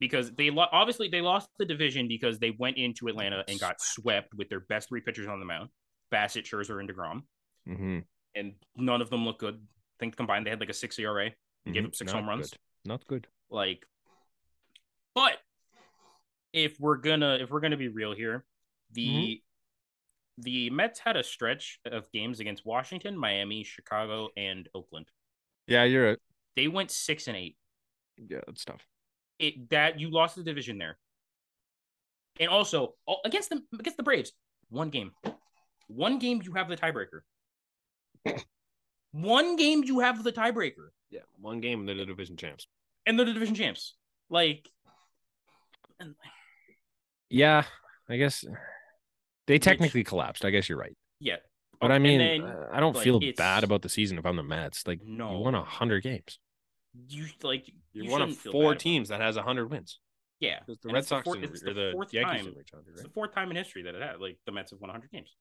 Speaker 2: because they lo- obviously they lost the division because they went into Atlanta and got swept with their best three pitchers on the mound, Bassett, Scherzer, and Degrom,
Speaker 1: Mm-hmm.
Speaker 2: and none of them look good. I think combined they had like a six ERA. Gave up six home runs.
Speaker 1: Mm-hmm. Not good.
Speaker 2: like but if we're gonna if we're gonna be real here the
Speaker 1: Mm-hmm.
Speaker 2: the mets had a stretch of games against washington miami chicago and oakland
Speaker 1: Yeah, you're right.
Speaker 2: they went six and eight
Speaker 1: Yeah, that's tough.
Speaker 2: it that you lost the division there and also oh, against them against the braves one game one game you have the tiebreaker one game you have the tiebreaker
Speaker 1: Yeah, one game and they're the division champs.
Speaker 2: and they're the division champs like and-
Speaker 1: Yeah, I guess they technically collapsed. I guess you're right.
Speaker 2: yeah
Speaker 1: But I
Speaker 2: And
Speaker 1: mean,
Speaker 2: then-
Speaker 1: uh, I don't
Speaker 2: like,
Speaker 1: feel
Speaker 2: it's-
Speaker 1: bad about the season if I'm the Mets. Like,
Speaker 2: No.
Speaker 1: you won hundred games.
Speaker 2: you like
Speaker 1: You're
Speaker 2: you
Speaker 1: one of
Speaker 2: shouldn't feel bad
Speaker 1: four
Speaker 2: about it.
Speaker 1: teams that has hundred wins.
Speaker 2: Yeah,
Speaker 1: Because the
Speaker 2: And
Speaker 1: Red
Speaker 2: it's the
Speaker 1: Sox
Speaker 2: four-
Speaker 1: didn't
Speaker 2: it's
Speaker 1: re- or
Speaker 2: the
Speaker 1: the,
Speaker 2: fourth
Speaker 1: Yankees
Speaker 2: time.
Speaker 1: didn't reach hundred,
Speaker 2: it's the
Speaker 1: right?
Speaker 2: fourth time in history that it had like the Mets have won 100 games.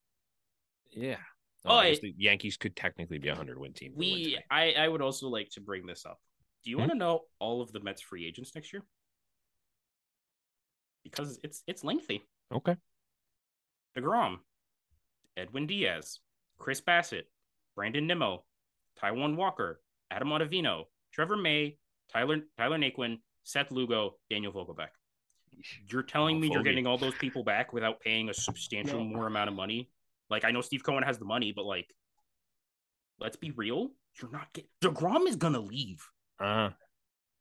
Speaker 1: Yeah.
Speaker 2: Oh,
Speaker 1: I guess
Speaker 2: it-
Speaker 1: the Yankees could technically be a hundred win team. if it went
Speaker 2: We,
Speaker 1: today.
Speaker 2: I, I would also like to bring this up. Do you
Speaker 1: Hmm?
Speaker 2: want to know all of the Mets free agents next year? Because it's it's lengthy.
Speaker 1: okay.
Speaker 2: Degrom, Edwin Diaz, Chris Bassett, Brandon Nimmo, Taiwan Walker, Adam Ottavino, Trevor May, Tyler Tyler Naquin, Seth Lugo, Daniel Vogelback. You're telling
Speaker 1: Oh,
Speaker 2: me you're
Speaker 1: Fogey.
Speaker 2: getting all those people back without paying a substantial
Speaker 1: No.
Speaker 2: more amount of money? Like I know Steve Cohen has the money, but like, let's be
Speaker 1: Uh-huh.
Speaker 2: real. You're not getting Degrom is gonna leave.
Speaker 1: Uh,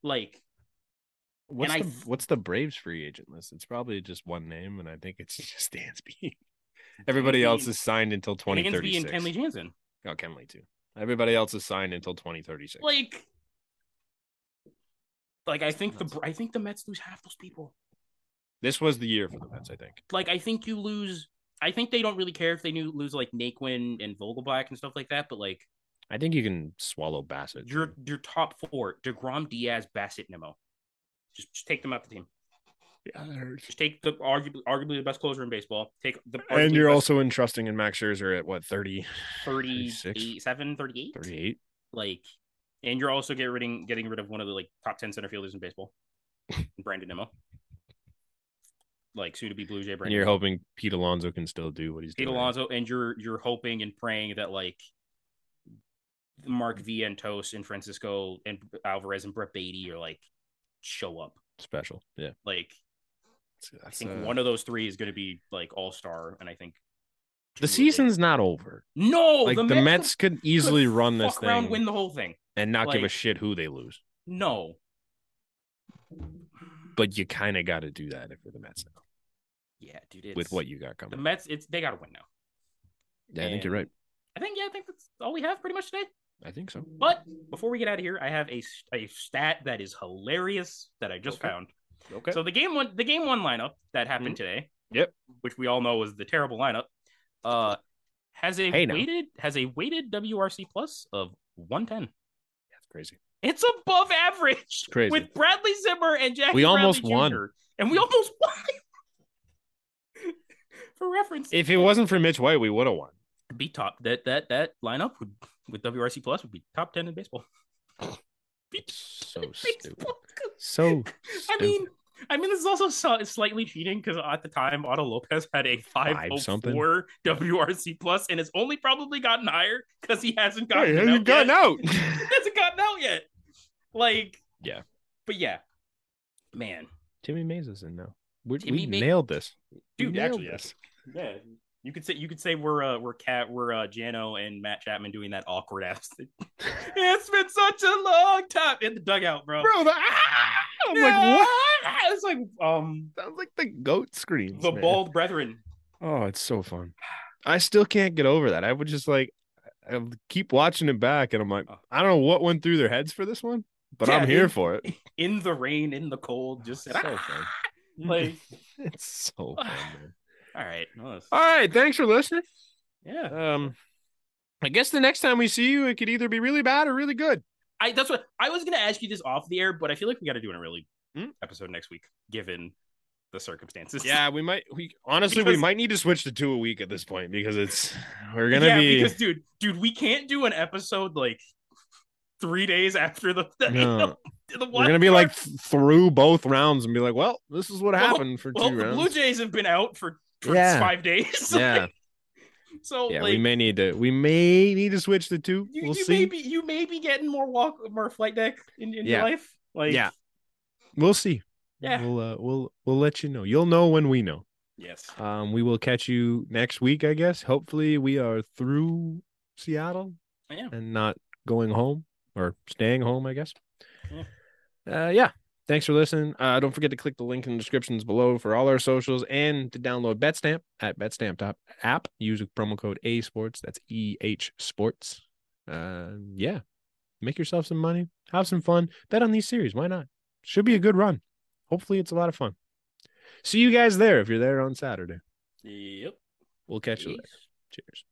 Speaker 2: Like,
Speaker 1: What's
Speaker 2: I
Speaker 1: the
Speaker 2: th-
Speaker 1: what's the Braves free agent list? It's probably just one name, and I think it's just Dansby. Everybody
Speaker 2: Dansby
Speaker 1: else
Speaker 2: and-
Speaker 1: is signed until twenty
Speaker 2: Dansby
Speaker 1: thirty
Speaker 2: and
Speaker 1: six.
Speaker 2: Kenley Jansen.
Speaker 1: Oh, Kenley too. Everybody else is signed until twenty thirty six.
Speaker 2: Like, like I think the
Speaker 1: Nuts.
Speaker 2: I think the Mets lose half those people.
Speaker 1: This was the year for the Mets, I think.
Speaker 2: Like I think you lose. I think they don't really care if they knew, lose like Naquin and Vogelbach and stuff like that. But like
Speaker 1: I think you can swallow Bassett.
Speaker 2: your your top four: Degrom, Diaz, Bassett, Nemo. Just, just take them out the team.
Speaker 1: yeah, that hurts.
Speaker 2: Just take the arguably arguably the best closer in baseball. Take the arguably
Speaker 1: And
Speaker 2: the
Speaker 1: you're
Speaker 2: best
Speaker 1: also entrusting in Max Scherzer at what 30,
Speaker 2: 38, 7, 38?
Speaker 1: 38?
Speaker 2: Like, and you're also getting rid getting rid of one of the like top ten center fielders in baseball, Brandon Nimmo. Like soon to be Blue Jay
Speaker 1: And
Speaker 2: Brandon.
Speaker 1: you're hoping Pete Alonso can still do what he's
Speaker 2: Pete
Speaker 1: doing.
Speaker 2: Alonso, and you're you're hoping and praying that like Mark Vientos and Francisco and Alvarez and Brett Beatty are like show up.
Speaker 1: special. Yeah.
Speaker 2: Like I
Speaker 1: That's,
Speaker 2: think
Speaker 1: uh,
Speaker 2: one of those three is going to be like all star, and I think two
Speaker 1: the
Speaker 2: of them-
Speaker 1: season's not over.
Speaker 2: No,
Speaker 1: like the, Mets, could easily run this
Speaker 2: fuck around,
Speaker 1: thing
Speaker 2: win the whole thing.
Speaker 1: and not give a
Speaker 2: like-
Speaker 1: shit who they lose.
Speaker 2: No,
Speaker 1: But you kind of got to do that if you're the Mets now,
Speaker 2: yeah, dude. It's,
Speaker 1: with what you got
Speaker 2: the
Speaker 1: coming.
Speaker 2: Mets, it's they got to win now.
Speaker 1: yeah, I think you're
Speaker 2: and-
Speaker 1: right.
Speaker 2: I think yeah, I think that's all we have pretty much today.
Speaker 1: I think so.
Speaker 2: But before we get out of here, I have a, st- a stat that is hilarious that I just
Speaker 1: Okay.
Speaker 2: found.
Speaker 1: Okay.
Speaker 2: So the game one, the game one lineup that happened
Speaker 1: Mhm.
Speaker 2: today,
Speaker 1: Yep.
Speaker 2: which we all know was the terrible lineup, uh, has a
Speaker 1: Hey, now.
Speaker 2: weighted has a weighted WRC plus of one ten.
Speaker 1: That's crazy.
Speaker 2: It's above average
Speaker 1: crazy.
Speaker 2: with Bradley Zimmer and Jackie.
Speaker 1: We almost
Speaker 2: Bradley
Speaker 1: won.
Speaker 2: Jr., and we almost won. For reference,
Speaker 1: If it wasn't for Mitch White, we would have won.
Speaker 2: be top that that that lineup would with WRC plus would be top ten in baseball.
Speaker 1: So
Speaker 2: In
Speaker 1: stupid.
Speaker 2: baseball.
Speaker 1: So
Speaker 2: I
Speaker 1: stupid.
Speaker 2: mean, I mean, this is also so- slightly cheating because at the time, Otto Lopez had a
Speaker 1: Five something?
Speaker 2: 504 WRC plus, and it's only probably gotten higher because he hasn't
Speaker 1: Yeah,
Speaker 2: gotten,
Speaker 1: he hasn't
Speaker 2: out, yet.
Speaker 1: gotten out.
Speaker 2: hasn't gotten out yet. Like,
Speaker 1: Yeah.
Speaker 2: but yeah, man,
Speaker 1: Timmy Mays is in now. We,
Speaker 2: Timmy
Speaker 1: we
Speaker 2: May-
Speaker 1: nailed this. We
Speaker 2: dude,
Speaker 1: nailed
Speaker 2: actually, yes.
Speaker 1: this.
Speaker 2: Yeah, you could say you could say we're uh, we're cat we're uh, Jano and Matt Chapman doing that awkward ass. thing. it's been such a long time in the dugout, bro.
Speaker 1: Bro, the, ah! I'm like, what?
Speaker 2: what? It's like um
Speaker 1: Sounds like the goat screams.
Speaker 2: the
Speaker 1: man.
Speaker 2: bald brethren.
Speaker 1: Oh, it's so fun. I still can't get over that. I would just like I I'll keep watching it back, and I'm like, I don't know what went through their heads for this one, but
Speaker 2: Uh. Yeah,
Speaker 1: I'm here
Speaker 2: it-
Speaker 1: for it.
Speaker 2: in the rain, in the cold, just said,
Speaker 1: So
Speaker 2: "Ah!"
Speaker 1: fun.
Speaker 2: like,
Speaker 1: It's so fun, man.
Speaker 2: all right, well, that's-
Speaker 1: All right, thanks for listening.
Speaker 2: yeah.
Speaker 1: Um, I guess the next time we see you, it could either be really bad or really good.
Speaker 2: I that's what I was gonna ask you this off the air, but I feel like we got to do an early
Speaker 1: Hmm?
Speaker 2: episode next week, given the circumstances.
Speaker 1: Yeah, we might. We honestly, we
Speaker 2: Because-
Speaker 1: might need to switch to two a week at this point because it's we're gonna
Speaker 2: yeah,
Speaker 1: be.
Speaker 2: because dude, dude, we can't do an episode like three days after the, the,
Speaker 1: No.
Speaker 2: the, the
Speaker 1: We're gonna be like th- through both rounds and be like, well, this is what
Speaker 2: Well,
Speaker 1: happened for
Speaker 2: well,
Speaker 1: two
Speaker 2: the
Speaker 1: rounds.
Speaker 2: Blue Jays have been out for, for
Speaker 1: Yeah.
Speaker 2: five days.
Speaker 1: yeah,
Speaker 2: so
Speaker 1: yeah,
Speaker 2: like,
Speaker 1: we may need to. We may need to switch the two.
Speaker 2: you,
Speaker 1: we'll
Speaker 2: you
Speaker 1: see.
Speaker 2: may be you may be getting more walk more flight deck in, in
Speaker 1: Yeah.
Speaker 2: your life. Like
Speaker 1: Yeah. We'll see.
Speaker 2: Yeah.
Speaker 1: we'll uh, we'll we'll let you know. You'll know when we know.
Speaker 2: Yes.
Speaker 1: Um, we will catch you next week, I guess. Hopefully, we are through Seattle
Speaker 2: Yeah.
Speaker 1: and not going home or staying home, I guess.
Speaker 2: Yeah.
Speaker 1: Uh, yeah. Thanks for listening. Uh, don't forget to click the link in the descriptions below for all our socials and to download Betstamp at Betstamp app. Use the promo code A Sports. That's E H Sports. Uh, yeah. Make yourself some money. Have some fun. Bet on these series. Why not? Should be a good run. Hopefully, it's a lot of fun. See you guys there if you're there on Saturday.
Speaker 2: Yep.
Speaker 1: We'll catch you later.
Speaker 2: Peace.
Speaker 1: Cheers.